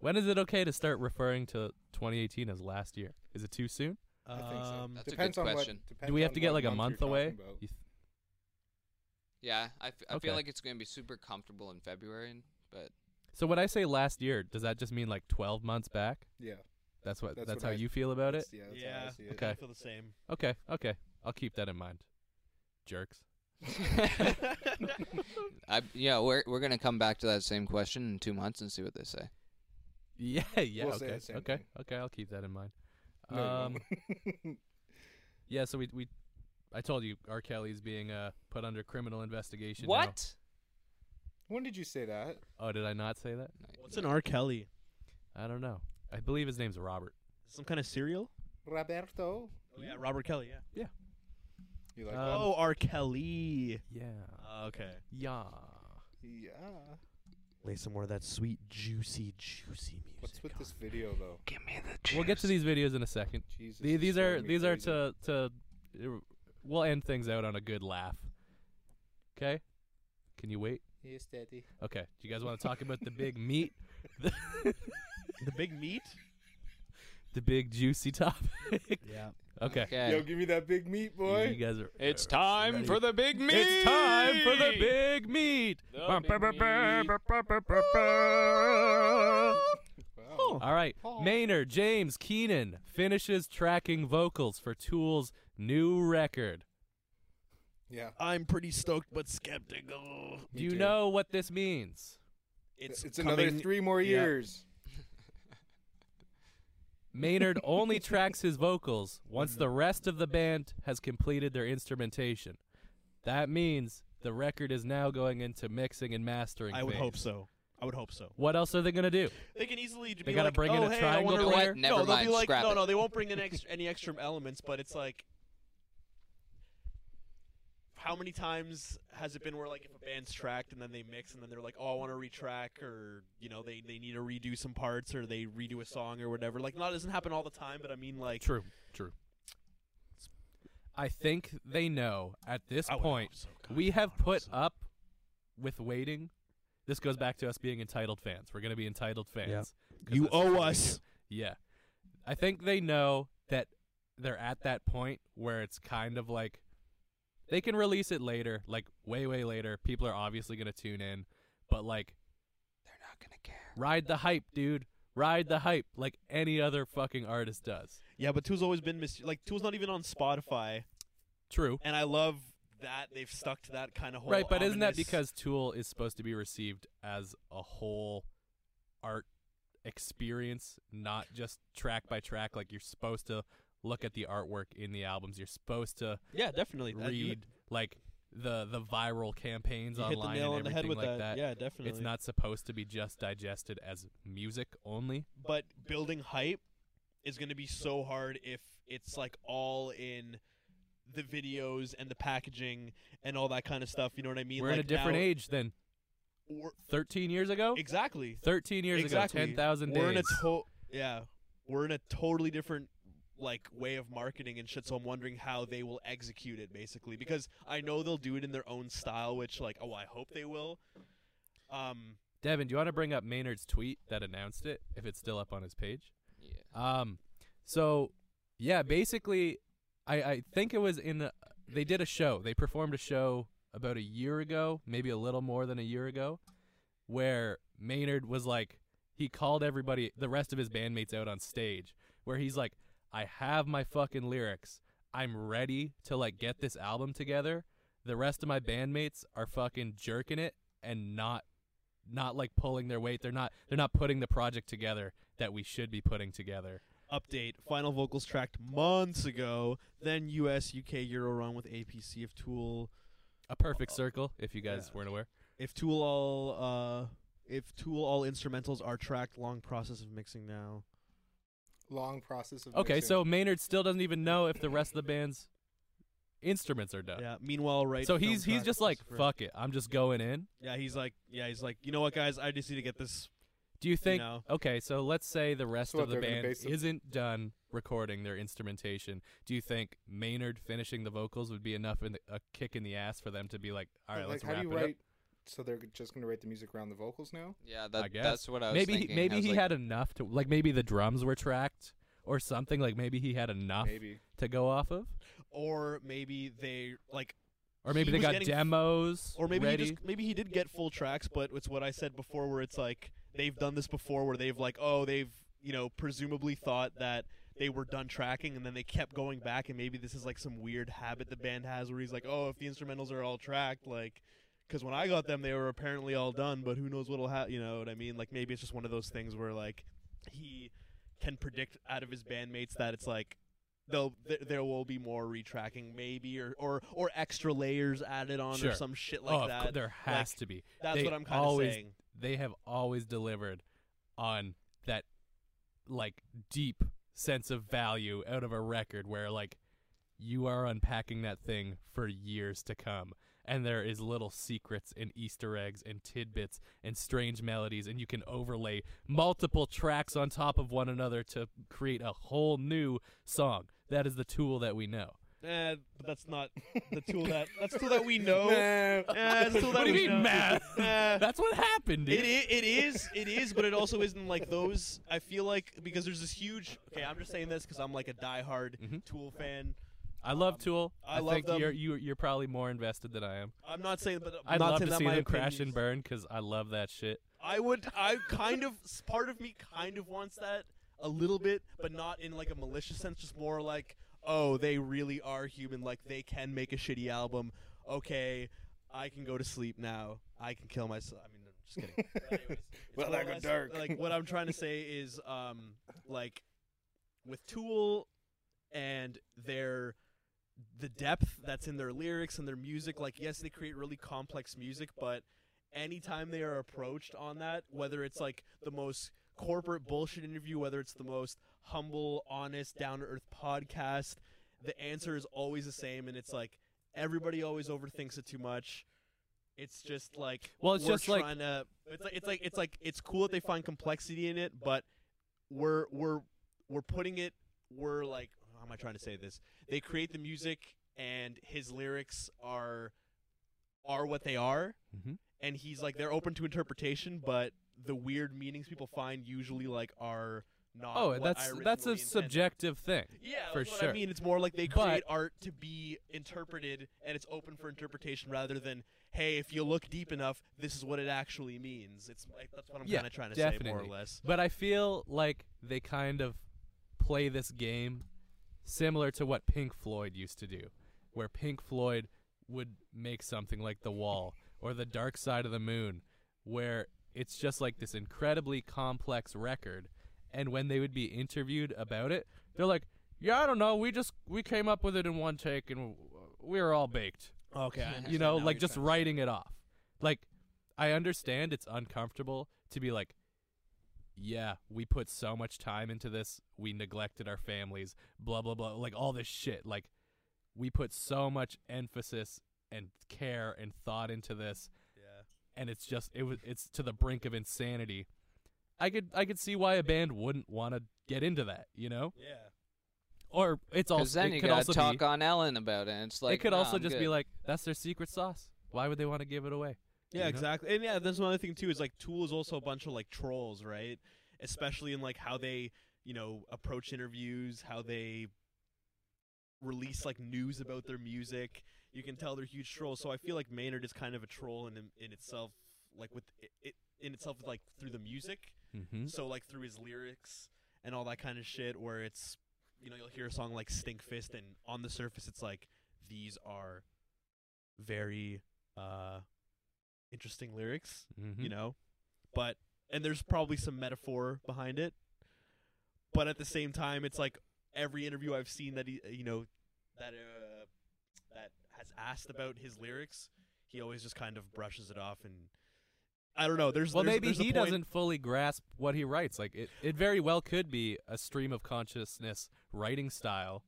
D: When is it okay to start referring to 2018 as last year? Is it too soon?
A: I think so.
C: Um,
B: That's a
A: depends
B: good
A: on
B: question.
A: What, depends
D: Do we have
A: on
D: to get
A: what
D: like a month
A: you're
D: away?
A: talking about.
D: You th-
B: Yeah, I, f- I
D: Okay.
B: feel like it's gonna be super comfortable in February, and- but
D: so when I say last year, does that just mean like 12 months back?
A: Yeah.
D: That's what. That's,
A: That's what
D: how
A: I-
D: you feel about it.
A: that's- Yeah. That's How
C: yeah,
A: I see it.
D: Okay.
C: I feel the same.
D: Okay. Okay. I'll keep that in mind. Jerks.
B: I yeah, we're we're gonna come back to that same question in two months and see what they say.
D: Yeah. Yeah.
A: We'll say
D: okay.
A: the same
D: okay.
A: thing.
D: Okay. I'll keep that in mind.
A: No, you
D: um.
A: won't.
D: Yeah. So we we, I told you R. Kelly's being uh put under criminal investigation. now.
A: when did you say that?
D: Oh, did I not say that?
C: What's an R. Kelly?
D: I don't know. I believe his name's Robert.
C: Some kind of cereal?
A: Roberto.
C: Oh, yeah, Robert Kelly. Yeah.
A: You like
D: Um,
A: that?
C: oh, R. Kelly.
D: Yeah.
C: okay.
D: Yeah.
A: Yeah.
C: Lay some more of that sweet, juicy, juicy music.
A: What's with
C: on.
A: this video though?
B: Give me the
D: We'll get to these videos in a second.
A: Jesus.
D: The-
A: it's
D: these are
A: driving me
D: these are
A: crazy.
D: to to er, we'll end things out on a good laugh. Okay? Can you wait?
A: Yes, daddy.
D: Okay. Do you guys want to talk about the big meat?
C: the big meat?
D: The big juicy topic.
C: Yeah.
D: Okay.
A: Yo, give me that big meat,
D: You
A: boy.
D: guys are
B: It's
D: are
B: time
D: ready?
B: for the big meat.
D: It's time for the big meat.
B: Ah!
A: Wow.
D: All right. Maynard James Keenan finishes tracking vocals for Tool's new record.
A: Yeah.
C: I'm pretty stoked but skeptical.
A: me
D: Do you
A: too.
D: know what this means?
A: It's, another
C: coming-
A: three more
C: yeah.
A: years.
D: Maynard only tracks his vocals once the rest of the band has completed their instrumentation. That means the record is now going into mixing and mastering.
C: I would
D: phase.
C: hope so. I would hope so.
D: What else are they going to do?
C: They can easily be
D: They gotta
C: like,
D: bring in
C: "Oh,
D: a
C: hey, I
D: triangle
C: wanna
D: player?
C: like-"
B: Never
C: no, they'll
B: mind,
C: be like,
B: scrap
C: no,
B: it.
C: no, they won't bring in ex- any extra elements, but it's like, how many times has it been where like if a band's tracked and then they mix and then they're like, oh, I want to retrack, or you know, they they need to redo some parts or they redo a song or whatever. Like, not it doesn't happen all the time, but I mean, like,
D: True, true. I think they know at this
C: I would
D: point
C: hope so. God,
D: we
C: I
D: have
C: would hope
D: put
C: so.
D: up with waiting. This goes back to us being entitled fans. We're going to be entitled fans. 'cause
C: You
D: that's what we
C: owe
D: do.
C: us.
D: Yeah. I think they know that they're at that point where it's kind of like they can release it later, like way, way later. People are obviously going to tune in, but like,
B: They're not gonna care.
D: ride the hype, dude. Ride the hype like any other fucking artist does.
C: Yeah, but Tool's always been mis- like Tool's not even on Spotify,
D: True.
C: and I love that they've stuck to that kind of whole.
D: right, but isn't that
C: ominous-
D: because Tool is supposed to be received as a whole art experience, not just track by track? Like, you're supposed to look at the artwork in the albums, you're supposed to
C: Yeah, definitely. That- you-
D: read like the the viral campaigns
C: you hit the
D: online
C: nail on
D: and
C: the head
D: everything
C: with
D: like
C: that.
D: that.
C: Yeah, definitely.
D: it's not supposed to be just digested as music only.
C: But building hype is going to be so hard if it's like all in the videos and the packaging and all that kind of stuff. You know what I mean?
D: We're
C: like
D: in a different
C: now-
D: age than
C: we're-
D: 13 years ago.
C: exactly.
D: 13 years
C: exactly.
D: ago, 10,000 days.
C: We're in a to- yeah. We're in a totally different like way of marketing and shit. So I'm wondering how they will execute it basically because I know they'll do it in their own style, which like oh I hope they will. Um,
D: Devin, do you want to bring up Maynard's tweet that announced it if it's still up on his page?
B: Yeah.
D: Um, so yeah, basically, I I think it was in a, they did a show. They performed a show about a year ago, maybe a little more than a year ago, where Maynard was like he called everybody, the rest of his bandmates out on stage, where he's like, I have my fucking lyrics. I'm ready to like get this album together. The rest of my bandmates are fucking jerking it and not not like pulling their weight. They're not they're not putting the project together that we should be putting together.
C: update final vocals tracked months ago, then US UK Euro run with APC if Tool
D: A perfect circle, if you guys
C: Yeah.
D: weren't aware.
C: if Tool all uh if Tool all instrumentals are tracked long process of mixing now.
A: Long process of.
D: Okay,
A: mixing.
D: so Maynard still doesn't even know if the rest of the band's instruments are done.
C: Yeah. Meanwhile, right.
D: so
C: film
D: he's he's
C: track
D: just
C: was
D: like,
C: for-
D: fuck it, I'm just going in.
C: Yeah, he's like yeah, he's like, you know what guys, I just need to get this
D: Do you think?
C: know.
D: Okay, so let's say the rest
A: So what,
D: of the
A: they're gonna
D: band
A: base it-
D: isn't done recording their instrumentation. Do you think Maynard finishing the vocals would be enough in the, a kick in the ass for them to be like, all
A: But,
D: right, let's
A: like, how
D: wrap
A: do you
D: it
A: write? So they're just gonna write the music around the vocals now.
B: Yeah,
D: up?
B: that,
D: I guess
B: that's what I was
D: maybe he-
B: thinking. I
D: maybe
B: was
D: he
B: like,
D: had enough to like maybe the drums were tracked or something. Like maybe he had enough
A: Maybe.
D: to go off of.
C: or maybe they like
D: Or maybe
C: He
D: they
C: was
D: got
C: getting-
D: demos.
C: or maybe he
D: ready.
C: just maybe he did get full tracks but it's what i said before where it's like they've done this before where they've like oh they've you know presumably thought that they were done tracking and then they kept going back and maybe this is like some weird habit the band has where he's like oh if the instrumentals are all tracked like because when i got them they were apparently all done but who knows what'll happen you know what i mean like maybe it's just one of those things where like he can predict out of his bandmates that it's like Though th- there will be more retracking, maybe, or, or or extra layers added on, or
D: Sure.
C: some shit like
D: oh, of
C: that.
D: cou- there has
C: Like,
D: to be.
C: That's
D: They
C: what I'm kind of
D: always-
C: saying.
D: They have always delivered on that, like deep sense of value out of a record where like you are unpacking that thing for years to come. and there is little secrets and Easter eggs and tidbits and strange melodies, and you can overlay multiple tracks on top of one another to create a whole new song. That is the tool that we know.
C: Eh, but that's not the tool that that's the tool that we know. Eh,
A: Nah.
C: that's the tool that
D: what do
C: we
D: you mean
C: know.
D: math?
C: Eh.
D: That's what happened, dude.
C: It is, it is, it is, but it also isn't like those. I feel like because there's this huge. Okay, I'm just saying this because I'm like a diehard
D: Mhm.
C: Tool fan.
D: I love Tool.
C: Um, I
D: I,
C: love
D: think
C: them.
D: you're you, you're probably more invested than I am.
C: I'm not saying, but I'm
D: I'd
C: not
D: love
C: saying
D: to
C: that
D: see
C: my
D: them crash
C: opinions-
D: and burn because I love that shit.
C: I would. I kind of. s- Part of me kind of wants that a little bit, but not in like a malicious sense. Just more like, oh, they really are human. Like they can make a shitty album. Okay, I can go to sleep now. I can kill myself. I mean, I'm just kidding. But anyways, it's
A: Well,
C: more
A: I
C: or
A: got
C: less,
A: dark.
C: Like what I'm trying to say is, um, like with Tool and their the depth that's in their lyrics and their music. Like, yes, they create really complex music, but anytime they are approached on that, whether it's like the most corporate bullshit interview, whether it's the most humble, honest, down to earth podcast, the answer is always the same. And it's like everybody always overthinks it too much. It's just like
D: Well, it's
C: we're
D: just like-
C: trying to. It's like it's like it's like it's cool that they find complexity in it, but we're we're we're putting it. We're like, how am I trying to say this? They create the music, and his lyrics are are what they are
D: Mm-hmm.
C: and he's like they're open to interpretation, but the weird meanings people find usually like are not.
D: Oh,
C: Uh, what I
D: that's
C: originally
D: that's a
C: intended.
D: subjective thing.
C: Yeah,
D: for
C: that's what I
D: sure.
C: mean, it's more like they
D: But-
C: create art to be interpreted, and it's open for interpretation rather than hey, if you look deep enough, this is what it actually means. It's like that's what I'm
D: Yeah,
C: kind of trying to say, more or
D: definitely.
C: less.
D: But I feel like they kind of play this game similar to what Pink Floyd used to do, where Pink Floyd would make something like The Wall or The Dark Side of the Moon, where it's just like this incredibly complex record. And when they would be interviewed about it, they're like, "Yeah, I don't know. We just we came up with it in one take, and we were all baked."
C: Okay,
D: you know, like just
B: right.
D: writing it off. Like, I understand it's uncomfortable to be like, yeah, we put so much time into this, we neglected our families, blah blah blah, like all this shit. Like, we put so much emphasis and care and thought into this, and it's just it was it's to the brink of insanity. I could I could see why a band wouldn't want to get into that, you know,
C: yeah,
D: or it's also
B: Because then
D: it
B: you
D: could
B: gotta
D: also
B: talk
D: be,
B: on Ellen about it. and It's like
D: it could
B: "No,
D: also
B: I'm
D: just
B: good."
D: be like that's their secret sauce. Why would they want to give it away?
C: yeah,
D: You know?
C: exactly. And yeah, that's another thing too. Is like Tool is also a bunch of like trolls, right? Especially in like how they, you know, approach interviews, how they release like news about their music. You can tell they're huge trolls. So I feel like Maynard is kind of a troll in in itself, like with it, it in itself, like through the music.
D: Mm-hmm.
C: So like through his lyrics and all that kind of shit, where it's you know you'll hear a song like Stink Fist, and on the surface it's like these are very uh interesting lyrics,
D: Mm-hmm.
C: you know, but and there's probably some metaphor behind it, but at the same time it's like every interview I've seen that he uh, you know that uh, that has asked about his lyrics, he always just kind of brushes it off and. I don't know. There's
D: well,
C: there's-
D: maybe
C: there's a
D: he
C: point-
D: doesn't fully grasp what he writes. Like it, it very well could be a stream of consciousness writing style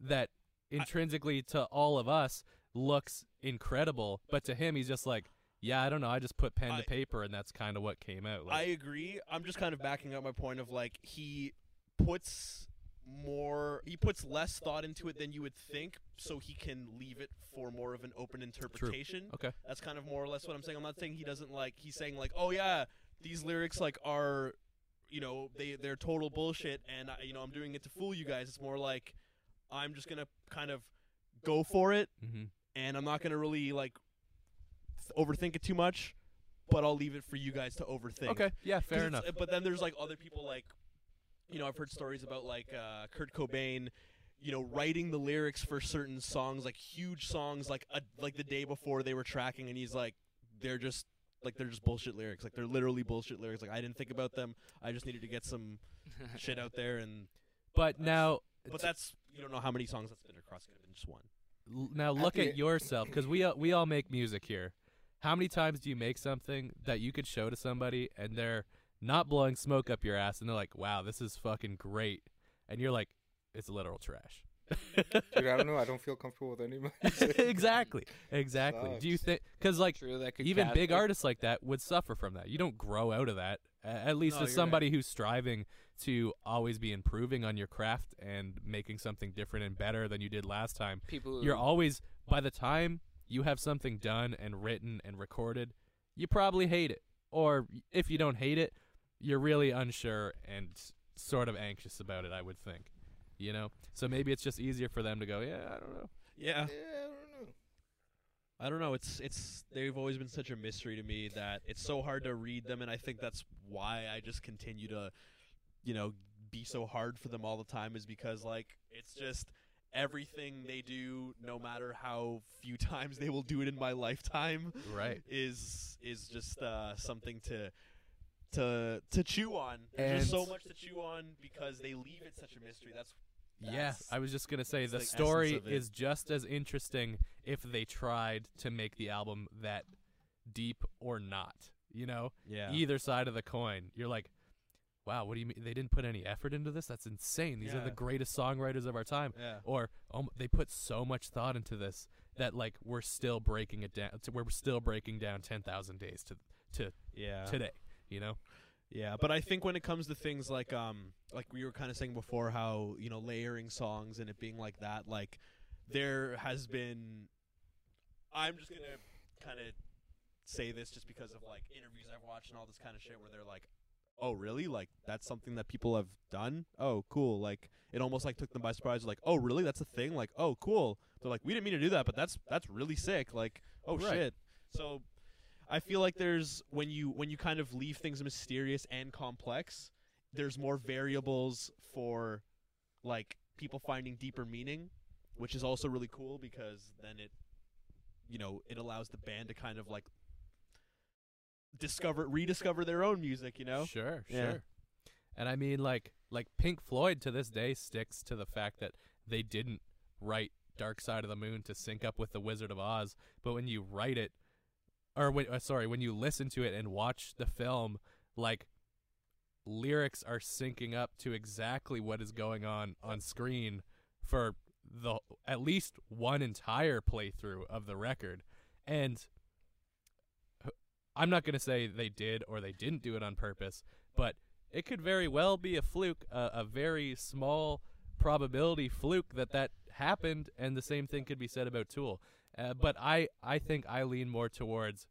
D: that intrinsically to all of us looks incredible, but to him he's just like, yeah, I don't know. I just put pen
C: I-
D: to paper, and that's kind of what came out.
C: I
D: Like,
C: agree. I'm just kind of backing up my point of like he puts more he puts less thought into it than you would think so he can leave it for more of an open interpretation.
D: okay,
C: That's kind of more or less what I'm saying. I'm not saying he doesn't like he's saying like, "Oh yeah, these lyrics like are you know, they they're total bullshit and I, you know, I'm doing it to fool you guys." It's more like I'm just going to kind of go for it
D: mm-hmm.
C: and I'm not gonna really like th- overthink it too much, but I'll leave it for you guys to overthink. 'Cause
D: okay, yeah, fair
C: it's-
D: enough.
C: But then there's like other people like, you know, I've heard stories about like uh, Kurt Cobain, you know, writing the lyrics for certain songs, like huge songs, like a, like the day before they were tracking, and he's like, they're just like they're just bullshit lyrics, like they're literally bullshit lyrics. Like I didn't think about them. I just needed to get some shit out there, and
D: But now,
C: but that's you don't know how many songs that's been across. Could have been just one.
D: l- now look
A: the-
D: at yourself because we all, we all make music here. How many times do you make something that you could show to somebody and they're not blowing smoke up your ass and they're like, "Wow, this is fucking great," and you're like, "It's literal trash."
A: Dude, I don't know. I don't feel comfortable with any of my music.
D: exactly, exactly. Do you
A: Sucks.
D: think? Because like
B: True, that could
D: even
B: cast-
D: big
B: like,
D: artists like that would suffer from that. You don't grow out of that. A- At least
C: No,
D: as
C: you're
D: somebody who's striving to always be improving on your craft and making something different and better than you did last time,
B: People
D: you're
B: who-
D: always by the time you have something done and written and recorded, you probably hate it. Or if you don't hate it, you're really unsure and sort of anxious about it, I would think. You know? So maybe it's just easier for them to go, yeah, I don't know.
C: Yeah.
A: Yeah, I don't know.
C: I don't know. It's it's they've always been such a mystery to me that it's so hard to read them, and I think that's why I just continue to, you know, be so hard for them all the time is because like it's just everything they do, no matter how few times they will do it in my lifetime,
D: Right.
C: is is just uh, something to to to chew on. There's just
D: And-
C: so much to chew on because they leave it such a mystery. That's
D: Yeah,
C: That's-
D: I was just gonna say
C: that's
D: the
C: the essence
D: story
C: of it.
D: is just as interesting if they tried to make the album that deep or not. You know,
C: yeah.
D: either side of the coin, you're like, "Wow, what do you mean they didn't put any effort into this? That's insane! These are the
C: Yeah.
D: greatest songwriters of our time."
C: Yeah.
D: Or, "Oh, m- they put so much thought into this that like we're still breaking it down. We're still breaking down ten thousand days to to
C: Yeah.
D: today." You know,
C: Yeah, but I think when it comes to things like um like we were kind of saying before how, you know, layering songs and it being like that, like there has been I'm just going to kind of say this just because of like interviews I've watched and all this kind of shit where they're like, "Oh, really? Like that's something that people have done? Oh, cool." Like it almost like took them by surprise like, "Oh, really? That's a thing?" Like, "Oh, cool." They're like, "We didn't mean to do that, but that's that's really sick." Like, "Oh
D: Right.
C: shit." So I feel like there's when you when you kind of leave things mysterious and complex, there's more variables for like people finding deeper meaning, which is also really cool because then it you know, it allows the band to kind of like discover rediscover their own music, you know?
D: Sure,
C: Yeah.
D: sure. And I mean like like Pink Floyd to this day sticks to the fact that they didn't write Dark Side of the Moon to sync up with The Wizard of Oz, but when you write it or when uh, sorry, when you listen to it and watch the film like lyrics are syncing up to exactly what is going on on screen for the at least one entire playthrough of the record. And I'm not going to say they did or they didn't do it on purpose, but it could very well be a fluke, a, a very small probability fluke that that happened, and the same thing could be said about Tool. Uh, but I, I think I lean more towards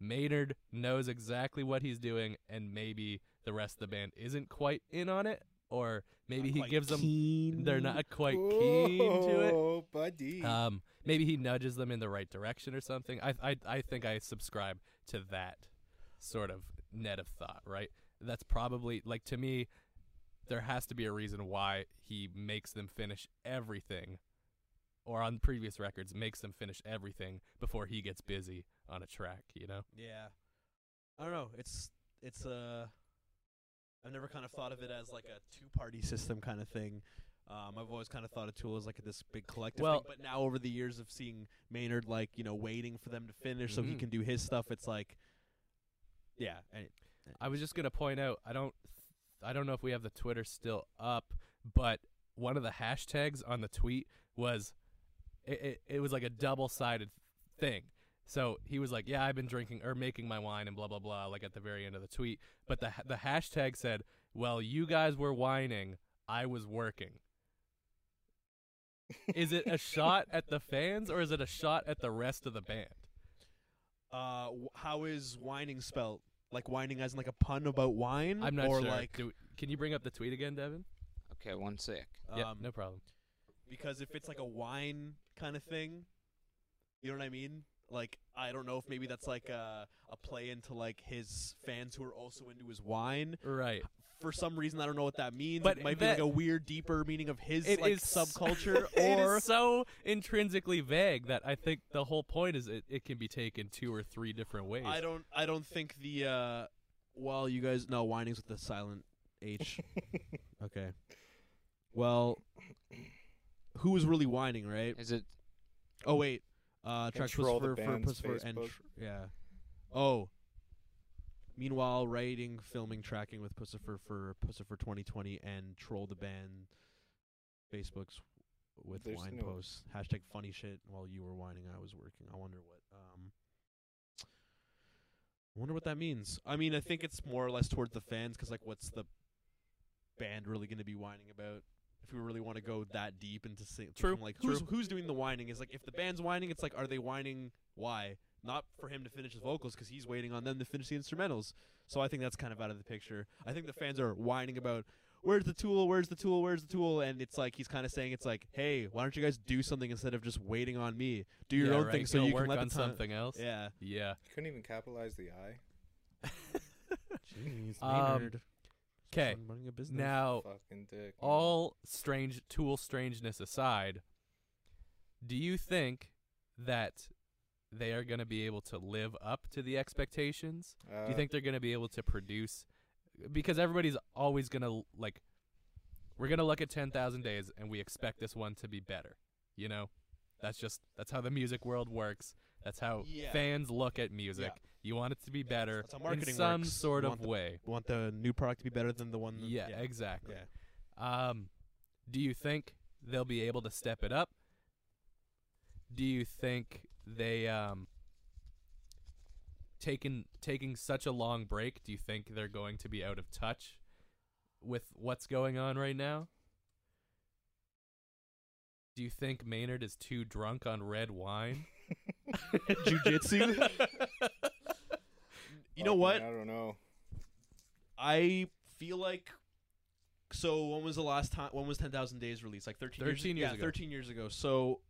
D: Maynard knows exactly what he's doing, and maybe the rest of the band isn't quite in on it, or maybe
C: Not
D: he
C: quite
D: gives them they're not quite keen to it.
A: Oh, buddy.
D: Um, maybe he nudges them in the right direction or something. I, I, I think I subscribe to that sort of net of thought, right? That's probably like to me, there has to be a reason why he makes them finish everything, or on previous records makes them finish everything before he gets busy on a track. You know?
C: Yeah. I don't know. It's it's uh I've never kind of thought of it as like a two party system kind of thing. Um, I've always kind of thought of Tool as like this big collective
D: Well-
C: thing, but now over the years of seeing Maynard like you know waiting for them to finish so he
D: Mhm.
C: can do his stuff, it's like, yeah, and-
D: I was just gonna point out. I don't. I don't know if we have the Twitter still up, but one of the hashtags on the tweet was, it, it, it was like a double sided thing. So he was like, "Yeah, I've been drinking or making my wine and blah blah blah." Like at the very end of the tweet, but the ha- the hashtag said, "Well, you guys were whining, I was working." Is it a shot at the fans or is it a shot at the rest of the band?
C: uh, w- how is whining spelt? Like whining as in like a pun about wine,
D: I'm not
C: or
D: sure.
C: like
D: Do, can you bring up the tweet again, Devin?
B: Okay, one sec.
D: yeah,
C: um,
D: no problem.
C: because if it's like a wine kind of thing, you know what I mean? Like I don't know if maybe that's like a a play into like his fans who are also into his wine.
D: Right.
C: For some reason, I don't know what that means.
D: But
C: it might
D: that-
C: be like a weird, deeper meaning of his
D: It
C: like
D: is-
C: subculture,
D: it
C: or
D: is so intrinsically vague that I think the whole point is it, it can be taken two or three different ways.
C: I don't I don't think the uh well you guys no whining's with the silent H. okay. Well, who was really whining, right?
B: Is it
C: Oh wait, uh, track
A: Control the
C: for, for,
A: band's
C: puss for and
A: Facebook.
C: tr- yeah. Oh. Meanwhile, writing, filming, tracking with Pussifer for Pussifer 2020 and Troll the Band, Facebook's with
A: There's
C: wine
A: no-
C: posts. Hashtag funny shit while you were whining, I was working. I wonder what um I wonder what that means. I mean, I think it's more or less towards the fans cuz like what's the band really going to be whining about? If we really want to go that deep into sing-
D: True,
C: thinking, like who's who's doing the whining is like if the band's whining, it's like are they whining why? Not for him to finish his vocals cuz he's waiting on them to finish the instrumentals. So I think that's kind of out of the picture. I think the fans are whining about where's the tool where's the tool where's the tool and it's like he's kind of saying it's like hey why don't you guys do something instead of just waiting on me do your
D: Yeah,
C: own
D: right,
C: thing so
D: go
C: you
D: work
C: can let
D: on
C: the time.
D: something else.
C: yeah
D: Yeah.
A: You couldn't even capitalize the I.
C: jeez
D: Um,
C: Maynard.
D: 'kay.
C: Someone running a business
D: Now,
A: Fucking dick. man.
D: Oh. all strange tool strangeness aside, do you think that they are going to be able to live up to the expectations? Do
A: Uh,
D: you think they're going to be able to produce? Because everybody's always going to like, we're going to look at ten thousand days and we expect this one to be better. You know, that's just that's how the music world works. That's how
C: Yeah.
D: fans look at music. You want it to be better
C: that's how
D: in
C: marketing
D: some
C: works.
D: sort
C: You
D: of
C: want the-
D: way.
C: want the new product to be better than the one that-
D: Yeah,
C: yeah,
D: exactly.
C: yeah.
D: Um, do you think they'll be able to step it up? Do you think they um taking taking such a long break? Do you think they're going to be out of touch with what's going on right now? Do you think Maynard is too drunk on red wine?
C: Jiu-jitsu? you know
A: fuck,
C: what
A: man, I don't know.
C: i feel like so when was the last time when was 10000 days released like 13,
D: 13 years
C: yeah,
D: ago.
C: 13 years ago so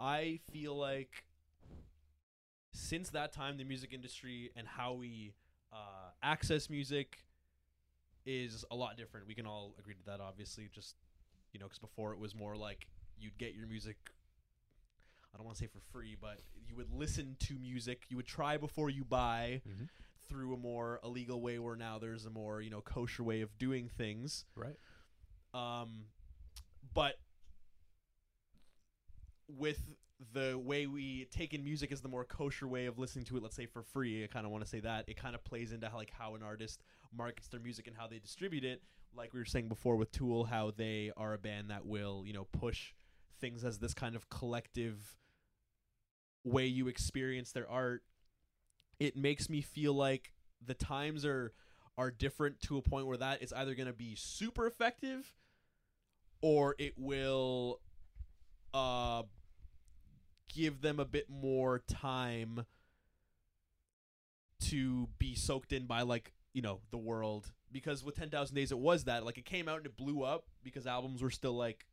C: i feel like since that time the music industry and how we uh, access music is a lot different we can all agree to that obviously just you know because before it was more like you'd get your music i don't want to say for free but you would listen to music you would try before you buy
D: Mhm.
C: through a more illegal way where now there's a more you know kosher way of doing things
D: right.
C: um, but with the way we take in music as the more kosher way of listening to it, let's say for free, I kind of want to say that it kind of plays into how, like how an artist markets their music and how they distribute it. Like we were saying before with Tool, how they are a band that will you know push things as this kind of collective way you experience their art. It makes me feel like the times are are different to a point where that is either going to be super effective or it will uh give them a bit more time to be soaked in by like you know the world because with 10,000 days it was that like it came out and it blew up because albums were still like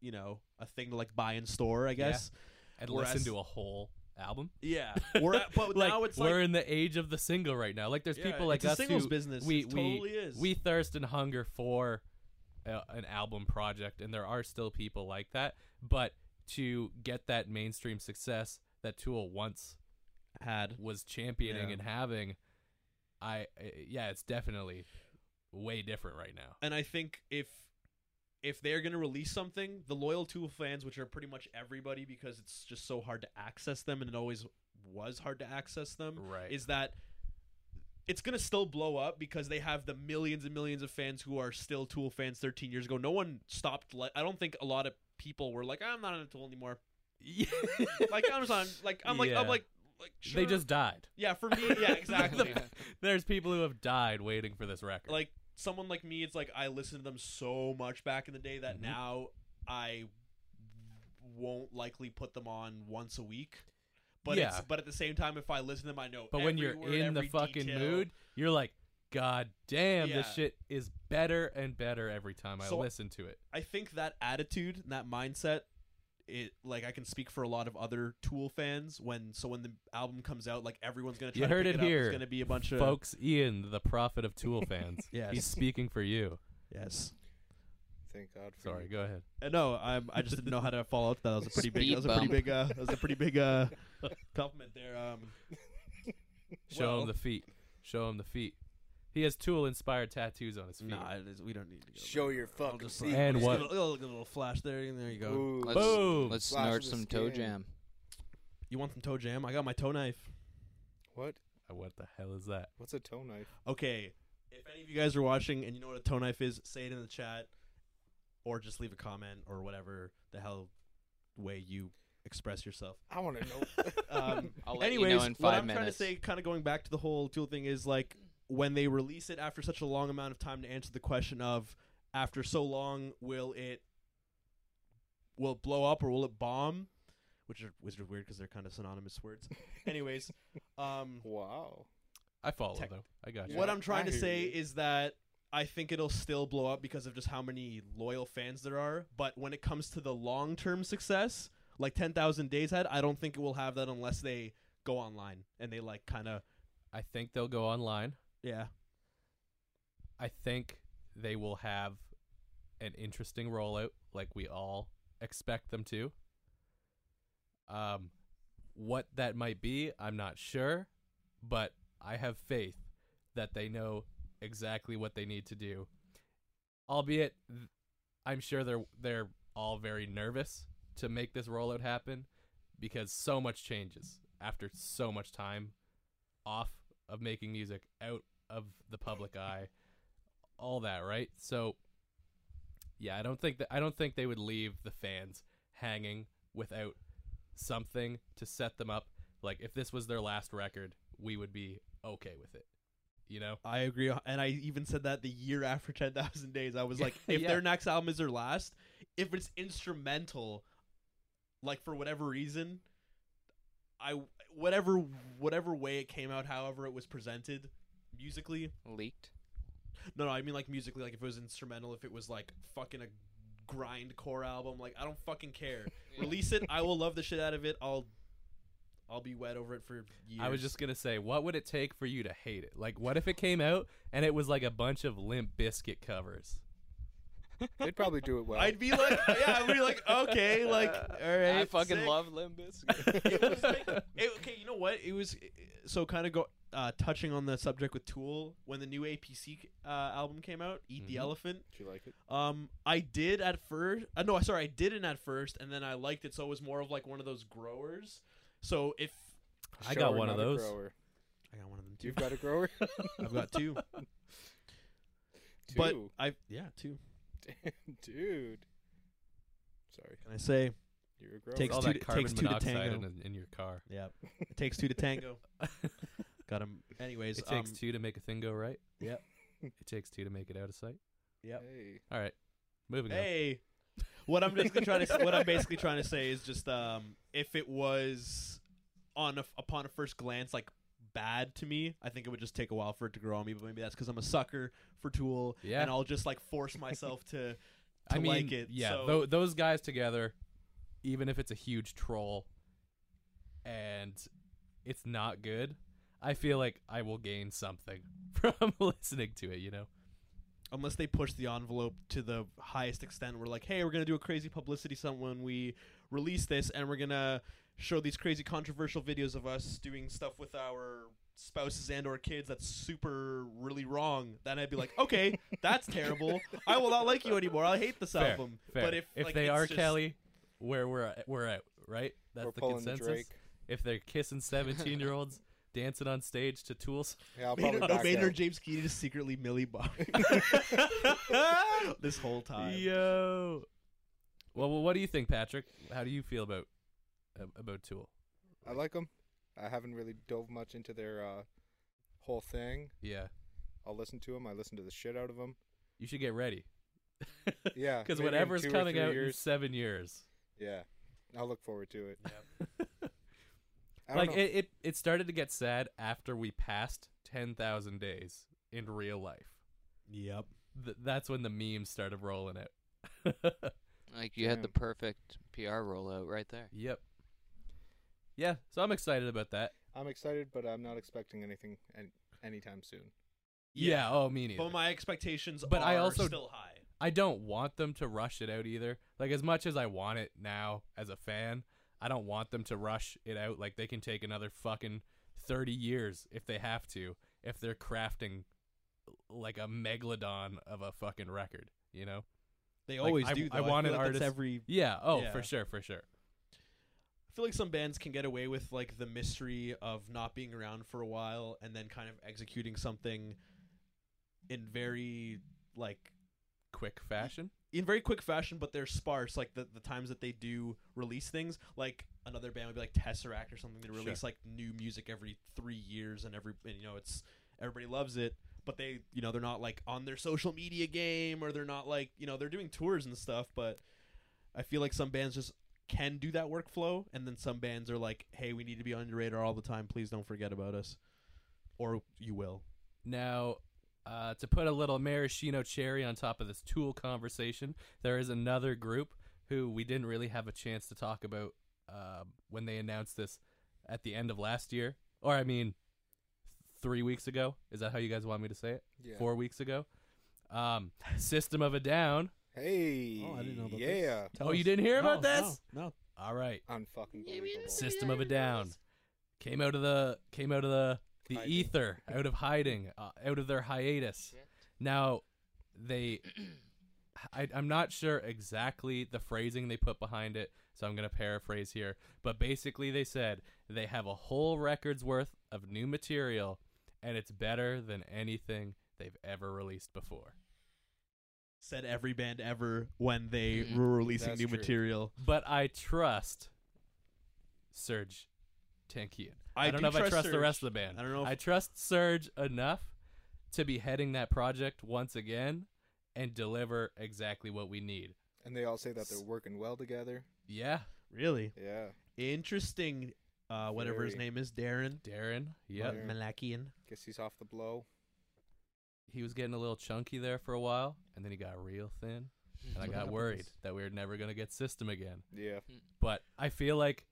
C: you know a thing to like buy and store i
D: Yeah.
C: guess
D: And
C: Whereas-
D: listen to a whole album.
C: yeah, we're at, but
D: like,
C: now it's like
D: we're in the age of the single right now. Like there's
C: Yeah,
D: people like
C: it's a
D: us
C: singles
D: who
C: business
D: we-
C: it totally is
D: we thirst and hunger for a, an album project and there are still people like that but to get that mainstream success that tool once
C: had
D: was championing
C: Yeah.
D: and having i uh, yeah it's definitely way different right now
C: and I think if if they're gonna release something, the loyal Tool fans, which are pretty much everybody, because it's just so hard to access them, and it always was hard to access them,
D: right
C: is that it's gonna still blow up because they have the millions and millions of fans who are still Tool fans 13 years ago. No one stopped. Like I don't think a lot of people were like, I'm not on Tool anymore. Like I'm just on. Like I'm like
D: Yeah.
C: I'm like like sure.
D: they just died
C: yeah for me yeah exactly.
D: there's people who have died waiting for this record
C: like someone like me it's like i listened to them so much back in the day that
D: Mhm.
C: now i won't likely put them on once a week but it's,
D: Yeah.
C: but at the same time if i listen to them i know
D: but when
C: every
D: you're
C: word,
D: in the
C: every
D: fucking
C: detail.
D: mood you're like god damn this
C: Yeah.
D: shit is better and better every time i
C: So-
D: listen to it
C: i think that attitude and that mindset it like i can speak for a lot of other tool fans when so when the album comes out like everyone's gonna try
D: You
C: to
D: heard
C: pick
D: it
C: up.
D: here,
C: it's gonna be a bunch of
D: folks ian the prophet of tool fans
C: yes
D: he's speaking for you
C: yes
A: Thank God. For
D: sorry
A: you.
D: go ahead
C: Uh, no, I'm, I just didn't know how to follow up. to That That was a pretty big. That
B: Speed
C: was a pretty
B: bump.
C: big. Uh, that was a pretty big uh, compliment there. Um,
D: show
C: Well-
D: him the feet show him the feet he has tool inspired tattoos on his feet
C: nah, it is, we don't need to. Go
A: Show your
C: I'll
A: fucking
C: just-
A: seat.
D: And
C: just
D: what-
C: give a little, give a little flash there. and There you go.
A: Ooh.
B: Let's,
D: Boom.
B: Let's
A: Slash
B: snort
A: the
B: some toe
A: skin.
B: jam.
C: You want some toe jam? I got my toe knife.
A: What?
D: Uh, what the hell is that
A: What's a toe knife?
C: Okay. If any of you guys are watching and you know what a toe knife is, say it in the chat. or just leave a comment or whatever the hell way you express yourself.
A: I want to know.
C: Um,
B: I'll let
C: Anyways,
B: you know in
C: what
B: five
C: I'm
B: minutes.
C: trying to say, kind of going back to the whole Tool thing, is like when they release it after such a long amount of time to answer the question of after so long will it will it blow up or will it bomb, which are which are weird because they're kind of synonymous words. Anyways, um,
A: wow.
D: I follow
C: Tech-
D: though. I got you.
C: what
A: Yeah,
C: I'm trying
A: I
C: to
A: hear
C: say
A: you.
C: is that I think it'll still blow up because of just how many loyal fans there are. But when it comes to the long term success, like 10,000 Days had, I don't think it will have that unless they go online and they like kind of,
D: I think they'll go online.
C: yeah.
D: I think they will have an interesting rollout, like we all expect them to. Um, what that might be, I'm not sure, but I have faith that they know exactly what they need to do. Albeit, th- I'm sure they're they're all very nervous to make this rollout happen because so much changes after so much time off of making music out of the public eye all that, right? So yeah, I don't think that I don't think they would leave the fans hanging without something to set them up. Like if this was their last record, we would be okay with it. You know?
C: I agree. uh, And I even said that the year after 10,000 Days. I was like, if
D: Yeah.
C: their next album is their last, if it's instrumental, like for whatever reason, I, whatever, whatever way it came out, however it was presented musically,
B: leaked.
C: No, no, I mean like musically, like if it was instrumental, if it was like fucking a grindcore album, like I don't fucking care. Release it, I will love the shit out of it. I'll I'll be wet over it for years.
D: I was just gonna say, what would it take for you to hate it? Like what if it came out and it was like a bunch of limp biscuit covers?
A: They'd probably do it well.
C: I'd be like, yeah, I'd be like, okay, like, all right.
B: I fucking
C: sick.
B: love Limbus.
C: It was like- it- okay, you know what? It was so kind of go uh, touching on the subject with Tool when the new APC uh, album came out, Eat the
D: Mhm.
C: Elephant.
A: Did you like it?
C: Um, I did at first. Uh, no, sorry, I didn't at first, and then I liked it, so it was more of like one of those growers. So if
D: I
A: Show
D: got
A: her
D: one of
A: not a
D: those.
A: grower.
C: I got one of them too,
A: You've got a grower?
C: I've got two.
A: Two.
C: But I yeah two.
A: Damn, dude. Sorry.
C: Can I say
A: You're a grower.
C: Takes
D: all
C: two
D: that
C: to-
D: carbon
C: takes two to
D: monoxide
C: tango.
D: in, in your car.
C: yeah? It takes two to tango. Got him. Anyways,
D: It takes
C: um,
D: two to make a thing go right.
C: Yep.
D: it takes two to make it out of sight.
C: Yep.
A: Hey.
D: All right, moving on.
C: Hey, what I'm basically trying to s- what I'm basically trying to say is just um, if it was on a f upon a first glance like bad to me, I think it would just take a while for it to grow on me. But maybe that's because I'm a sucker for Tool,
D: Yeah.
C: and I'll just like force myself to. to
D: I mean,
C: like it,
D: yeah,
C: so-
D: tho- those guys together, even if it's a huge troll, and it's not good, I feel like I will gain something from listening to it. You know,
C: unless they push the envelope to the highest extent we're like hey we're gonna do a crazy publicity stunt when we release this and we're gonna show these crazy controversial videos of us doing stuff with our spouses and or kids that's super really wrong then i'd be like okay that's terrible i will not like you anymore i hate this
D: Fair,
C: album
D: fair.
C: but if like,
D: they
C: it's
D: are
C: just-
D: Kelly, where we're at, we're out, right? That's
A: We're
D: the
A: pulling
D: consensus.
A: the Drake.
D: If they're kissing seventeen-year-olds dancing on stage to tools,
A: Yeah, I'll probably
C: Maynard, no,
A: back
C: Maynard
A: out.
C: James Keenan is secretly Millie Bob this whole time.
D: yo. Well, well, what do you think, Patrick? How do you feel about ab- about Tool?
A: I like them. I haven't really dove much into their uh, whole thing.
D: Yeah,
A: I'll listen to them. I listen to the shit out of them.
D: you should get ready.
A: Yeah.
D: Because
A: maybe in
D: whatever's
A: two or
D: coming
A: three
D: out in
A: years-
D: seven years,
A: Yeah. I'll look forward to it. I don't
D: like
A: know.
D: it, it, it started to get sad after we passed ten thousand days in real life.
C: Yep.
D: Th- that's when the memes started rolling out.
B: like you had the
A: Damn.
B: perfect PR rollout right there.
D: yep. Yeah, so I'm excited about that.
A: I'm excited, but I'm not expecting anything any- anytime soon.
D: Yeah, oh, me neither.
C: But my expectations
D: But
C: are
D: I also-
C: still high.
D: I don't want them to rush it out either. Like as much as I want it now as a fan, I don't want them to rush it out. Like they can take another fucking 30 years if they have to if they're crafting like a megalodon of a fucking record, you know?
C: They
D: Like,
C: always
D: I-
C: do.
D: I
C: though.
D: want
C: feel
D: an
C: like that's
D: artist-
C: Every
D: Yeah, oh,
C: Yeah.
D: for sure, for sure.
C: I feel like some bands can get away with like the mystery of not being around for a while and then kind of executing something in very like
D: quick fashion.
C: in very quick fashion, but they're sparse. Like the, the times that they do release things, like another band would be like Tesseract or something. They
D: Sure.
C: release like new music every three years, and every and, you know it's everybody loves it. But they you know they're not like on their social media game, or they're not like you know they're doing tours and stuff. But I feel like some bands just can do that workflow, and then some bands are like, hey, we need to be on your radar all the time. Please don't forget about us, or you will.
D: Now, uh, to put a little maraschino cherry on top of this Tool conversation, there is another group who we didn't really have a chance to talk about uh, when they announced this at the end of last year, or I mean, three weeks ago. Is that how you guys want me to say it?
A: Yeah.
D: Four weeks ago. Um, System of a Down.
A: Hey.
C: Oh,
A: yeah.
D: Oh, you didn't hear about this?
C: No,
D: All right.
A: Unfucking
B: Yeah, we
A: believable.
B: just-
D: System of a Down came out of the came out of the the
A: Hiding.
D: ether, out of hiding, uh, out of their hiatus. Now, they, I, I'm not sure exactly the phrasing they put behind it, so I'm going to paraphrase here. But basically, they said they have a whole record's worth of new material, and it's better than anything they've ever released before.
C: said every band ever when they
B: Mhm.
C: were releasing
A: Mm-hmm. That's
C: new
A: true.
C: material.
D: But I trust Serge Tankian. I,
C: I
D: don't
C: do
D: know if I
C: trust
D: trust the
C: Serj.
D: rest of the band.
C: I don't know if-
D: I trust Serge enough to be heading that project once again and deliver exactly what we need.
A: And they all say that they're working well together.
D: Yeah,
C: Really
A: Yeah.
C: interesting. Uh, whatever his
A: Very.
C: name is, Darren
D: Darren. Yeah,
A: Darren.
C: Malakian.
A: Guess he's off the blow.
D: he was getting a little chunky there for a while, and then he got real thin, and I
C: What
D: got
C: happens?
D: worried that we were never gonna get System again.
A: Yeah.
D: But I feel like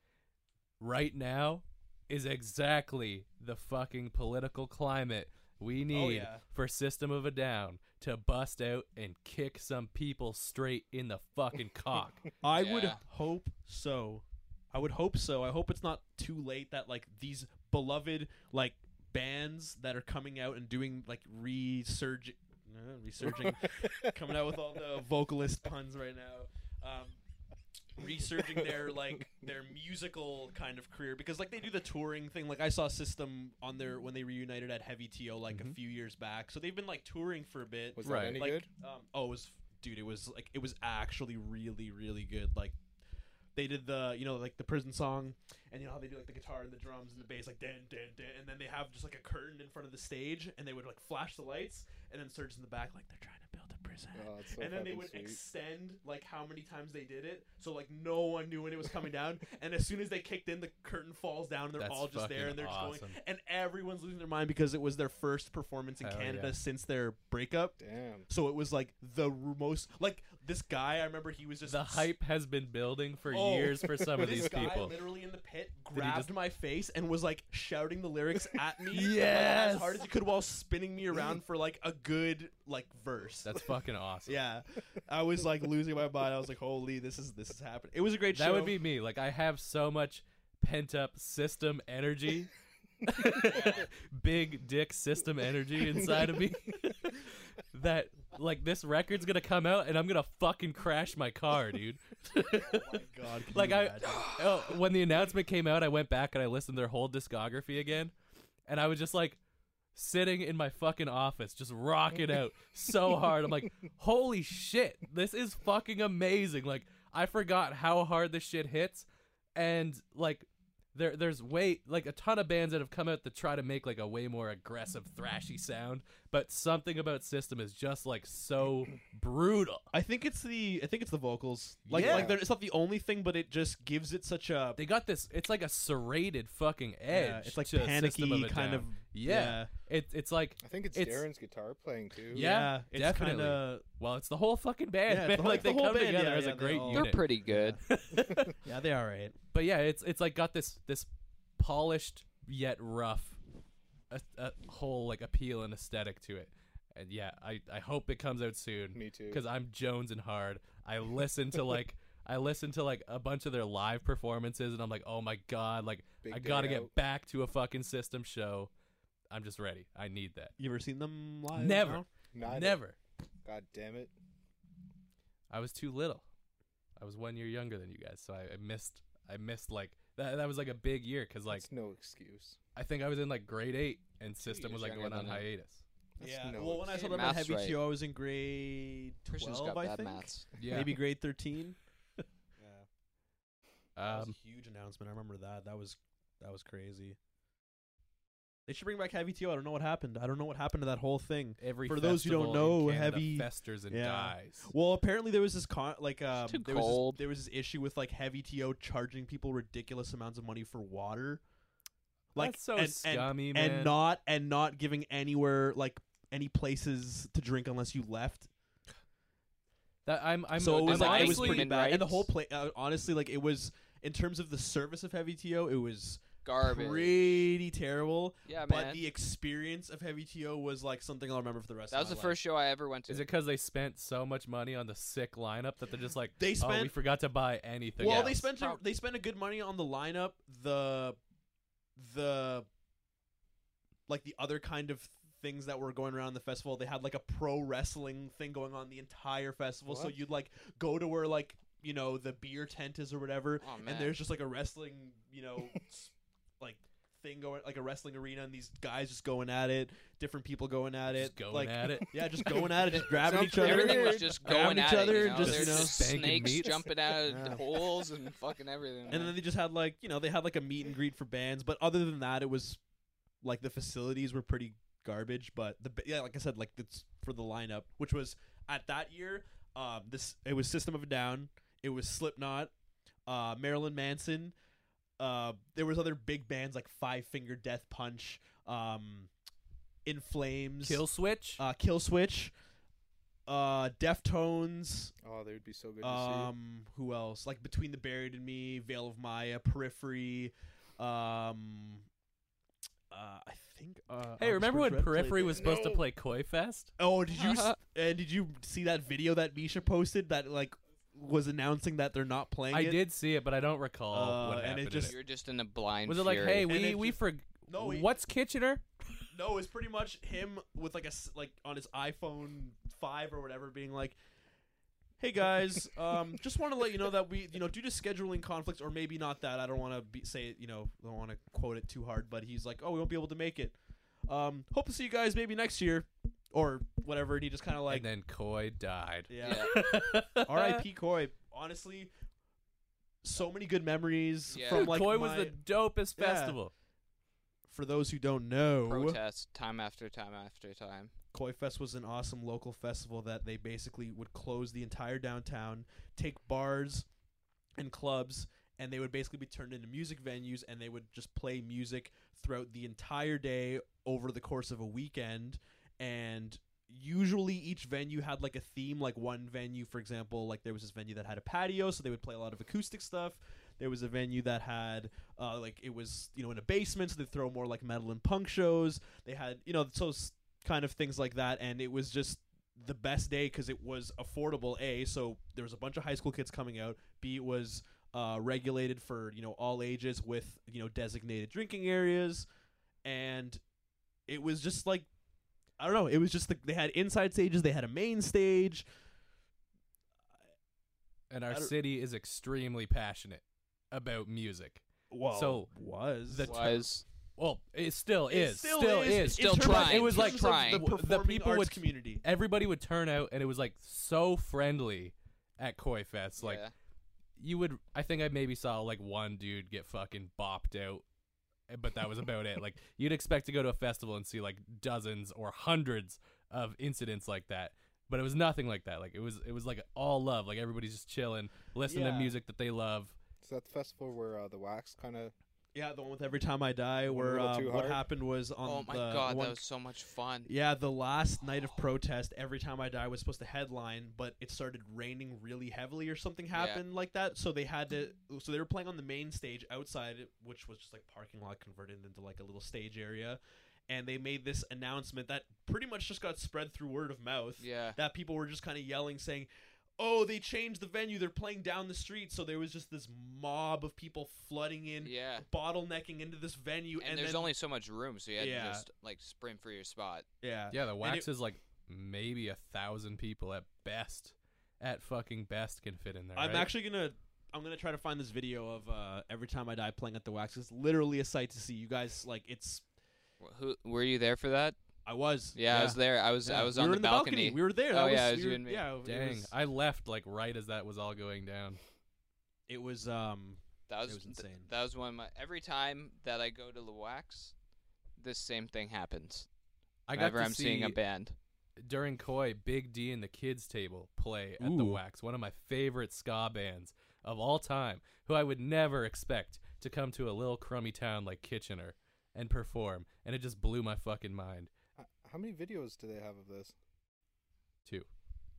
D: right now is exactly the fucking political climate we need
C: Oh, yeah.
D: for System of a Down to bust out and kick some people straight in the fucking cock.
C: I would
B: Yeah.
C: hope so. I would hope so. I hope it's not too late that like these beloved like bands that are coming out and doing like resurging, uh, resurging, coming out with all the vocalist puns right now. Um, resurging their like their musical kind of career because like they do the touring thing like i saw system on their when they reunited at heavy to like
D: Mhm.
C: a few years back so they've been like touring for a bit
A: Was
D: Right.
A: that any
C: like
A: good?
C: um oh it was dude it was like it was actually really really good like they did the you know like the prison song and you know how they do like the guitar and the drums and the bass like dan dan dan and then they have just like a curtain in front of the stage and they would like flash the lights and then surge in the back like they're trying to build a prison
A: Oh, it's so
C: and then they
A: fucking
C: would
A: sweet.
C: extend like how many times they did it so like no one knew when it was coming down and as soon as they kicked in the curtain falls down and they're
D: That's
C: all just
D: fucking
C: there and they're just
D: awesome.
C: going and everyone's losing their mind because it was their first performance in
D: Hell
C: canada
D: yeah.
C: since their breakup
A: Damn.
C: so it was like the r- most like this guy. I remember he was just
D: the hype has been building for
C: Oh,
D: years for some of
C: this
D: these
C: guy
D: people.
C: literally in the pit
D: he
C: grabbed
D: just-
C: my face and was like shouting the lyrics at me like,
D: Yes!
C: as hard as he could while spinning me around for like a good like verse.
D: That's fucking awesome.
C: yeah, I was like losing my mind. I was like, "Holy, this is this is happening." It was a great show.
D: That would be me. Like I have so much pent up system energy. Big dick system energy inside of me. that like this record's gonna come out and I'm gonna fucking crash my car, dude.
C: Oh my God, can
D: like
C: you
D: I
C: imagine?
D: oh, when the announcement came out, I went back and I listened to their whole discography again, and I was just like sitting in my fucking office, just rocking out so hard. I'm like, holy shit, this is fucking amazing. Like I forgot how hard this shit hits, and like. There, there's way like a ton of bands that have come out to try to make like a way more aggressive thrashy sound, but something about System is just like so brutal.
C: I think it's the I think it's the vocals. Like
D: Yeah.
C: like they're- it's not the only thing, but it just gives it such a
D: they got this it's like a serrated fucking edge
C: Yeah, it's like
D: to
C: panicky
D: System of a
C: kind
D: Down.
C: of
D: yeah, It, it's like
A: I think it's,
D: It's-
A: Darren's guitar playing too.
D: Yeah,
C: it's
D: definitely.
C: kinda,
D: well it's the whole fucking band
C: Yeah, it's
D: man.
C: the whole-
D: like
C: the
D: they
C: whole
D: come
C: band,
D: together
C: yeah,
D: as
C: yeah,
D: a
C: they
D: great
C: all-
B: They're
D: unit
B: pretty good.
C: yeah, they are right.
D: but yeah it's it's like got this this polished yet rough a, a whole like appeal and aesthetic to it and yeah i i hope it comes out soon
A: Me too.
D: because I'm Jones and hard. I listen to like I listen to like a bunch of their live performances, and I'm like, oh my god, like
A: Big
D: I gotta
A: day
D: get
A: out.
D: back to a fucking system show. I'm just ready. I need that.
C: You ever seen them live?
D: Never,
C: No?
A: Neither.
D: never.
A: God damn it.
D: I was too little. I was one year younger than you guys, so I, I missed. I missed like that. That was like a big year because like
A: That's no excuse.
D: I think I was in like grade eight, and system
B: years
D: was like
B: younger
D: going on
B: than him.
D: hiatus.
A: That's
C: yeah.
A: no
C: well, when I
B: excuse.
C: told her about
E: Math's
C: heavy
E: right.
C: TO, I was in grade
B: Christian's
C: 12, I
E: got bad
C: think.
E: maths.
D: Yeah.
C: Maybe grade 13. yeah. that was
D: Um,
C: a huge announcement. I remember that. That was that was crazy. They should bring back heavy TO. I don't know what happened. I don't know what happened to that whole thing.
D: every
C: For those who don't
D: festival in
C: know,
D: Canada
C: heavy-
D: festers and
C: Yeah.
D: dies.
C: Well, apparently there was this con like um,
E: too
C: there, was this-
E: cold.
C: there was this issue with like heavy to charging people ridiculous amounts of money for water, like
D: That's so
C: and, and,
D: scummy, man.
C: and not and not giving anywhere like any places to drink unless you left.
D: That- I'm, I'm,
C: so it was
D: I'm
C: like it was
D: honestly-
C: pretty bad, and the whole
E: rights.
C: play uh, honestly like it was in terms of the service of heavy to it was
B: Garbage.
C: pretty terrible.
B: yeah,
C: But
B: man.
C: the experience of heavy to was like something I'll remember for the rest.
B: That
C: of
B: was
C: my
B: the
C: life.
B: first show I ever went to.
D: Is it because they spent so much money on the sick lineup that they're just like,
C: They
D: oh, we
C: spent
D: forgot to buy anything?
C: Well,
D: else.
C: they spent a,
B: Prob-
C: they spent a good money on the lineup, the the like the other kind of things that were going around the festival. They had like a pro wrestling thing going on the entire festival, so
A: What?
C: you'd like go to where like you know the beer tent is or whatever,
B: Oh, man.
C: and there's just like a wrestling you know s- like thing going like a wrestling arena, and these guys just going at it, different people going at
D: Just
C: it,
D: going
C: like
D: at it.
C: yeah, just going at it, just grabbing each
A: Sounds
C: other.
B: Everything was
A: Weird.
B: just
C: Grabbing
B: going at
C: each other
B: it, you
C: and
B: know?
C: just,
B: There's
C: you know,
D: spanking
B: snakes
D: meats.
B: jumping out of
A: Yeah.
B: holes and fucking everything.
C: And then they just had like you know they had like a meet and greet for bands, but other than that, it was like the facilities were pretty garbage. But the ba- yeah, like I said, like it's for the lineup, which was at that year, um, this it was System of a Down, it was Slipknot, uh, Marilyn Manson, uh, there was other big bands like Five Finger Death Punch, um, In Flames,
D: Kill Switch.
C: uh, Kill Switch, uh, Deftones,
A: Oh, they would be so good to see.
C: um, who else? Like Between the Buried and Me, Veil of Maya, Periphery. Um, uh, I think. Uh,
D: hey,
C: Amish
D: remember when
C: Regret played
D: Periphery
C: there.
D: was supposed to
A: No.
D: play Koi Fest?
C: Oh, did you s- and did you see that video that Misha posted that like was announcing that they're not playing?
D: I
C: it?
D: did see it, but I don't recall
C: Uh,
D: what
C: and it
D: happened. in
C: just-
B: You're just in a blind
D: was it like,
B: fury.
D: hey,
C: And
D: we
C: it
D: we
C: just-
D: for
C: No, he-
D: what's Kitchener?
C: No, it's pretty much him with like a s- like on his iPhone five or whatever, being like, "Hey guys, um, just want to let you know that we, you know, due to scheduling conflicts or maybe not that. I don't want to be say, it, you know, I don't want to quote it too hard, but he's like, "Oh, we won't be able to make it. Um, hope to see you guys maybe next year or whatever." And he just kind of like,
D: and then Koi died.
C: yeah. R.I.P. Koi. Honestly, so many good memories
B: Yeah.
C: from
D: Dude,
C: like
D: Koi
C: my-
D: was the dopest
C: Yeah.
D: festival.
C: for those who don't know.
B: Protest time after time after time.
C: Koi Fest was an awesome local festival that they basically would close the entire downtown, take bars and clubs, and they would basically be turned into music venues and they would just play music throughout the entire day over the course of a weekend. And usually each venue had like a theme, like one venue, for example, like there was this venue that had a patio, so they would play a lot of acoustic stuff. There was a venue that had uh, like it was you know in a basement, so they throw more like metal and punk shows. They had you know so s- kind of things like that, and it was just the best day because it was affordable. A so there was a bunch of high school kids coming out. B it was uh, regulated for you know all ages with you know designated drinking areas, and it was just like I don't know. It was just the, they had inside stages, they had a main stage.
D: And
C: I
D: our
C: don't-
D: city is extremely passionate about music.
C: Well,
D: So,
C: was
D: the
B: Was
D: Well, it still
C: It
D: is. Still is.
C: in
B: Still
C: terms of-
B: trying.
D: It was
C: in
D: like
C: terms of
B: trying.
C: the,
D: W- the
C: performing
D: people
C: arts
D: would-
C: community.
D: everybody would turn out, and it was like so friendly at Koi Fest. Like
B: yeah.
D: you would, I think I maybe saw like one dude get fucking bopped out, but that was about it. Like you'd expect to go to a festival and see like dozens or hundreds of incidents like that. But it was nothing like that. Like it was, it was like all love. Like everybody's just chilling, listening
C: Yeah.
D: to music that they love.
A: Is that the festival where uh, the wax kind of?
C: Yeah, the one with every time I die,
A: One
C: where
A: Little
C: um,
A: Too
C: what
A: Hard?
C: happened was on
B: Oh my
C: the
B: god,
C: one
B: that was so much fun.
C: Yeah, the last night of protest, every time I die was supposed to headline, but it started raining really heavily or something
B: Yeah.
C: happened like that. So they had to so they were playing on the main stage outside which was just like parking lot converted into like a little stage area. And they made this announcement that pretty much just got spread through word of mouth
B: Yeah.
C: that people were just kind of yelling saying oh they changed the venue they're playing down the street so there was just this mob of people flooding in
B: Yeah.
C: bottlenecking into this venue
B: And,
C: and,
B: there's
C: then,
B: only so much room, so you had
C: Yeah.
B: to just like sprint for your spot.
C: yeah
D: Yeah, the wax
C: Uh, it-
D: is like maybe a thousand people at best. At fucking best can fit in there.
C: i'm
D: right?
C: actually gonna i'm gonna try to find this video of uh every time i die playing at the wax it's literally a sight to see you guys like it's
B: Wh- Who were you there for that?
C: i I was.
B: Yeah, I was there. I was I
C: Yeah.
B: was
C: we
B: on
C: were
B: the
C: in the balcony.
B: balcony.
C: We were there.
B: Oh,
C: That was,
B: yeah, it was
C: we
B: you
C: were-
B: and me.
C: Yeah, it
D: Dang,
C: was-
D: I left like right as that was all going down.
C: it was um
B: That was,
C: was
B: th-
C: insane.
B: that was one of my every time that I go to the wax, this same thing happens.
D: I got
B: Whenever
D: to
B: I'm
D: see
B: seeing a band.
D: during Koi, Big D and the Kids Table play at the
C: Ooh.
D: Wax, one of my favorite ska bands of all time, who I would never expect to come to a little crummy town like Kitchener and perform, and it just blew my fucking mind.
A: H- Uh, How many videos do they have of this?
D: Two.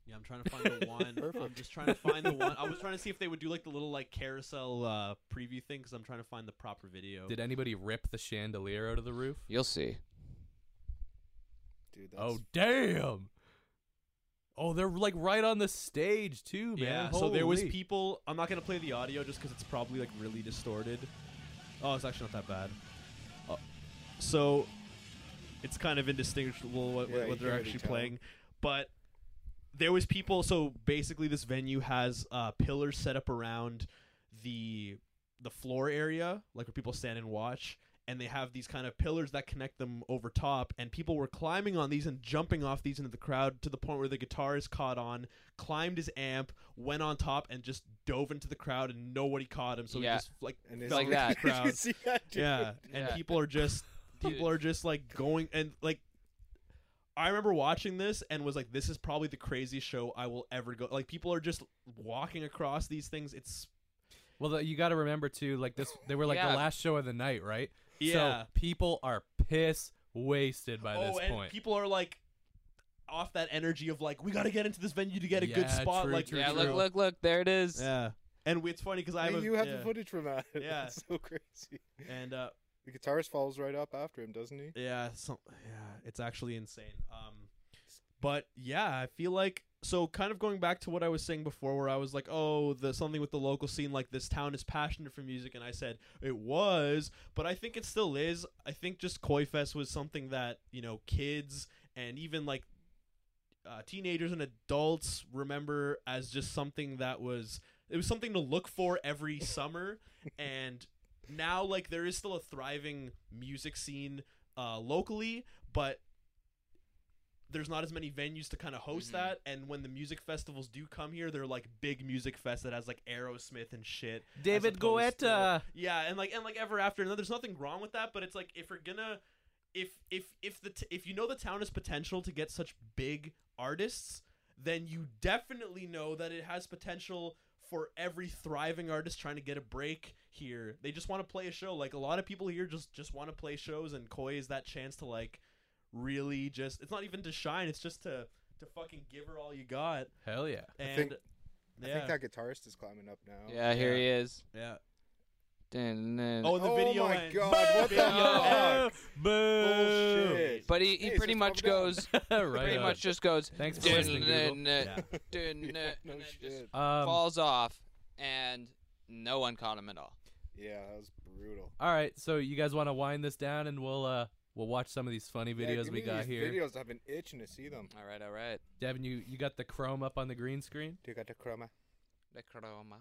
C: Yeah, I'm trying to find the one. I'm
A: Perfect.
C: just trying to find the one. I was trying to see if they would do like the little like carousel uh, preview thing because I'm trying to find the proper video.
D: Did anybody rip the chandelier out of the roof?
B: You'll see.
A: Dude, that's
D: Oh damn! Oh, they're like right on the stage too, man.
C: yeah, so there was
D: Holy.
C: people. I'm not gonna play the audio just because it's probably like really distorted. Oh, it's actually not that bad. Uh, so it's kind of indistinguishable what,
A: Yeah,
C: what,
A: you
C: what
A: can
C: they're
A: really
C: actually
A: tell.
C: playing, but there was people. So basically, this venue has uh, pillars set up around the the floor area, like where people stand and watch. And they have these kind of pillars that connect them over top, and people were climbing on these and jumping off these into the crowd to the point where the guitar is caught on, climbed his amp, went on top, and just dove into the crowd, and nobody caught him. So
B: Yeah.
C: he just like
A: and
C: fell
A: it's
B: Like
C: into
B: that.
C: the
A: Did you
C: crowd.
A: see that, dude?
C: yeah, and
B: Yeah.
C: people are just people are just like going and like. I remember watching this and was like, "This is probably the craziest show I will ever go." Like people are just walking across these things. It's
D: Well, the, you got to remember too, like this, they were like
B: Yeah.
D: the last show of the night, right?
C: Yeah.
D: So people are piss wasted by
C: oh,
D: this
C: and
D: point.
C: people are like off that energy of like, "We got to get into this venue to get a good
D: Yeah,
C: spot."
D: true,
C: like,
D: true,
B: yeah,
D: true.
B: look, look, look. There it is.
C: yeah. And it's funny because I have
A: Hey,
C: a,
A: you have
C: yeah.
A: the footage from that.
C: Yeah.
A: That's so crazy.
C: and uh,
A: The guitarist follows right up after him, doesn't he?
C: Yeah, some, yeah, it's actually insane. Um, but yeah, I feel like so kind of going back to what I was saying before, where I was like, oh, the something with the local scene, like this town is passionate for music, and I said it was, but I think it still is. I think just Koi Fest was something that you know kids and even like uh, teenagers and adults remember as just something that was it was something to look for every summer and now like there is still a thriving music scene uh, locally, but there's not as many venues to kind of host
B: Mhm.
C: that. And when the music festivals do come here, they're like big music fest that has like Aerosmith and shit. as opposed to-
A: uh,
C: yeah, and like and like Ever After. And there's nothing wrong with that, but it's like if you're gonna, if if if the t- if you know the town has potential to get such big artists, then you definitely know that it has potential for every thriving artist trying to get a break here. They just want to play a show. Like a lot of people here just just want to play shows, and Koi is that chance to like really just. It's not even to shine. It's just to to fucking give her all you got.
D: Hell yeah.
C: And
A: think-
C: yeah,
A: I think that guitarist is climbing up now.
D: Oh,
B: Yeah, here
C: Yeah.
B: he is.
C: yeah.
B: Dun, dun.
C: Oh, and the
A: Oh
C: video.
A: my
C: ends.
A: God, what the
C: Video
A: fuck?
C: ends.
A: Bullshit.
B: but he,
A: Hey,
B: he
A: so
B: pretty
A: it's calmed
B: much
A: down.
B: goes.
D: right.
B: pretty
D: on.
B: much just goes.
D: Thanks for
B: dun,
D: listening, Google.
B: dun, dun,
C: Yeah.
B: dun,
A: Yeah,
B: dun,
A: no
B: and then just
A: shit.
D: Um,
B: falls off, and no one caught him at all.
A: Yeah, that was brutal.
D: all right. So you guys want to wind this down, and we'll uh we'll watch some of these funny
A: Yeah,
D: videos
A: give me
D: we got
A: these
D: here.
A: Videos, I've been itching to see them.
B: All right, all right.
D: Devin, you you got the Chrome up on the green screen.
A: Do you got the chroma?
B: The chroma.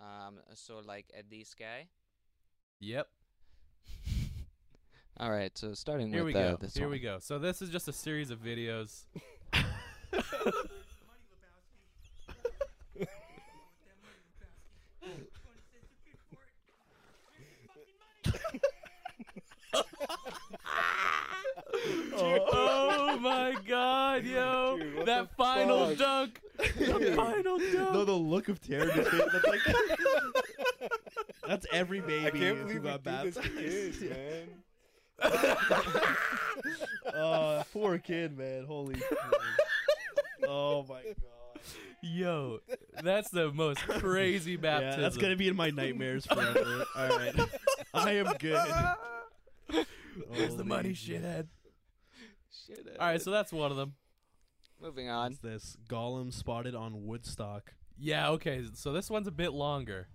B: Um, so like uh, this guy.
D: Yep.
B: All right, so starting
D: Here we
B: with
D: go.
B: Uh, this
D: Here
B: one.
D: we go. So this is just a series of videos. oh my god, yo!
A: Dude, what
D: that
A: the
D: final
A: fuck?
D: dunk. The
A: Dude.
D: final dunk.
C: No, the look of terror. Just hit- that's, like, that's every baby
A: I can't
C: who
A: believe we
C: got
A: do this to
C: baptized.
A: kids,
C: Yeah.
A: man.
C: Oh, poor kid, man. Holy. shit. oh my god.
D: Yo, that's the most crazy baptism.
C: Yeah, that's gonna be in my nightmares forever. All right, I am good.
D: Where's the money,
C: Holy-
D: shithead?
B: Shit.
D: All right, so that's one of them.
B: moving
C: What's
B: on.
C: this Gollum spotted on Woodstock?
D: Yeah, okay. So this one's a bit longer.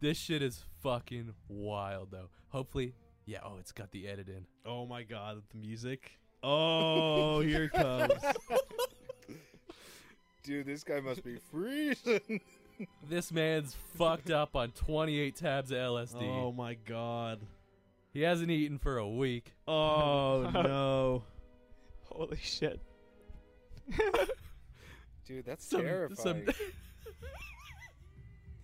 D: This shit is fucking wild though. Hopefully, yeah, oh, it's got the edit in.
C: Oh my god, the music. Oh, here it comes.
A: Dude, this guy must be freezing.
D: This man's fucked up on 28 tabs of LSD.
C: Oh my god.
D: He hasn't eaten for a week.
C: Oh no.
E: Holy shit.
A: Dude, that's
D: Some- some-
A: terrifying.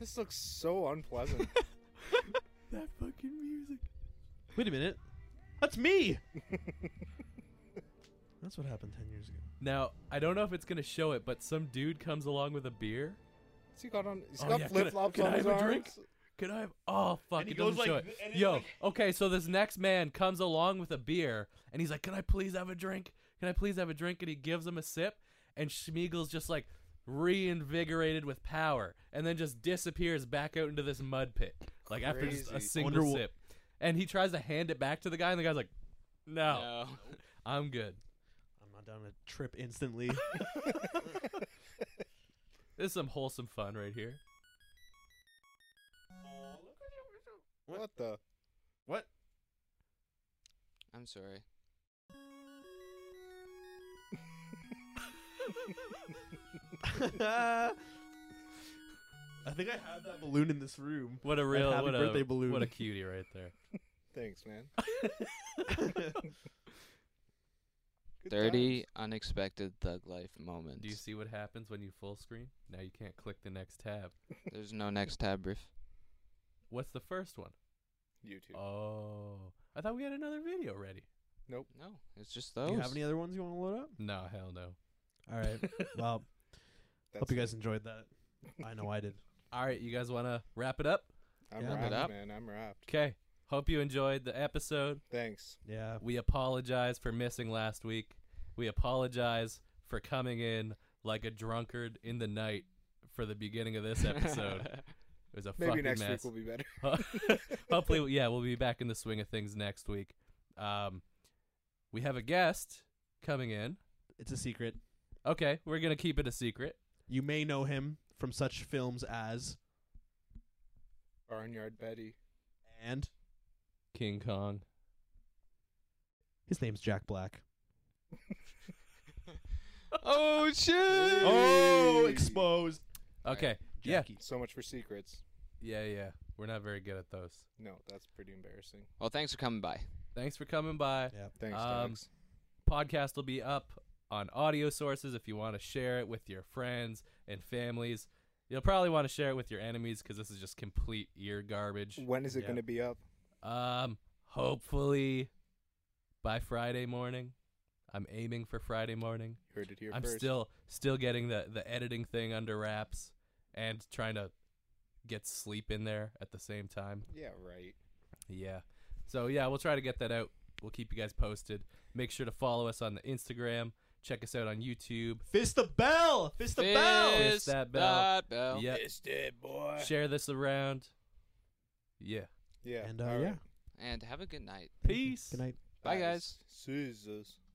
A: This looks so unpleasant.
D: that fucking music.
C: Wait a minute. That's me. That's what happened 10 years ago.
D: Now I don't know if it's gonna show it, but some dude comes along with a beer.
A: Has he got on? He's
D: Oh,
A: got
D: yeah, can I-
A: flip flops
D: can
A: on
D: I
A: his
D: have a
A: arms.
D: drink? Could I have? Oh fuck!
C: And he
D: it doesn't
C: goes
D: show
C: like
D: it.
C: th- and it's
D: Yo,
C: like-
D: okay, so this next man comes along with a beer, and he's like, "Can I please have a drink? Can I please have a drink?" And he gives him a sip, and Schmiegel's just like reinvigorated with power, and then just disappears back out into this mud pit, like after just a
A: Crazy.
D: single
C: Wonder wh-
D: sip. And he tries to hand it back to the guy, and the guy's like, "No, I'm good.
C: I'm not down a trip instantly.
D: This is some wholesome fun right here."
A: What, the?
C: what?
B: I'm sorry.
C: I think I had that balloon in this room.
D: What a real
C: happy
D: what a,
C: birthday balloon.
D: What a cutie right there.
A: Thanks, man. Good
B: Thirty
A: times.
B: unexpected thug life moments.
D: Do you see what happens when you full screen? Now you can't click the next tab.
B: There's no next tab, brief.
D: What's the first one?
A: YouTube.
D: Oh, I thought we had another video ready.
B: No, it's just
C: Do
B: those.
C: you have any other ones you want to load up?
D: No, hell no.
C: All right. Well,
A: That's
C: hope you
A: it.
C: guys enjoyed that. I know I did.
D: All right, you guys want to wrap it up?
A: I'm
C: Yeah. Wrap it
A: wrapped,
B: up.
A: man. I'm wrapped.
D: Okay. Hope you enjoyed the episode.
A: Thanks.
C: Yeah.
D: We apologize for missing last week. We apologize for coming in like a drunkard in the night for the beginning of this episode. it was a
A: Maybe
D: fucking
A: next week
D: mess.
A: will be better.
D: Hopefully, yeah, we'll be back in the swing of things next week. Um, we have a guest coming in.
C: It's a secret.
D: Okay, we're gonna keep it a secret.
C: You may know him from such films as
A: Barnyard Betty.
C: and
D: King Kong.
C: his name's Jack Black.
B: oh shit!
A: Oh,
C: exposed.
D: Okay, yeah,
C: Jackie.
A: So much for secrets.
D: yeah, yeah. We're not very good at those.
A: No, that's pretty embarrassing.
B: Well, thanks for coming by.
D: Thanks for coming by.
C: Yeah.
A: Thanks,
D: Um,
A: Dogs.
D: Podcast will be up on audio sources if you want to share it with your friends and families. You'll probably want to share it with your enemies because this is just complete ear garbage.
A: When is it
D: yeah.
A: going to be up?
D: Um, hopefully by Friday morning. I'm aiming for Friday morning.
A: You heard it here
D: I'm
A: first.
D: still still getting the the editing thing under wraps and trying to get sleep in there at the same time.
A: Yeah, right.
D: Yeah. So yeah, we'll try to get that out. We'll keep you guys posted. Make sure to follow us on the Instagram. Check us out on YouTube.
C: Fist the bell. Fist the bell.
D: Fist that bell.
B: that bell.
D: Yeah.
A: dead, boy.
D: Share this around. Yeah.
A: Yeah.
C: And uh,
A: all right.
C: yeah.
B: And have a good night.
D: Peace.
C: Good night.
B: Bye,
A: That
B: guys.
A: is- Jesus.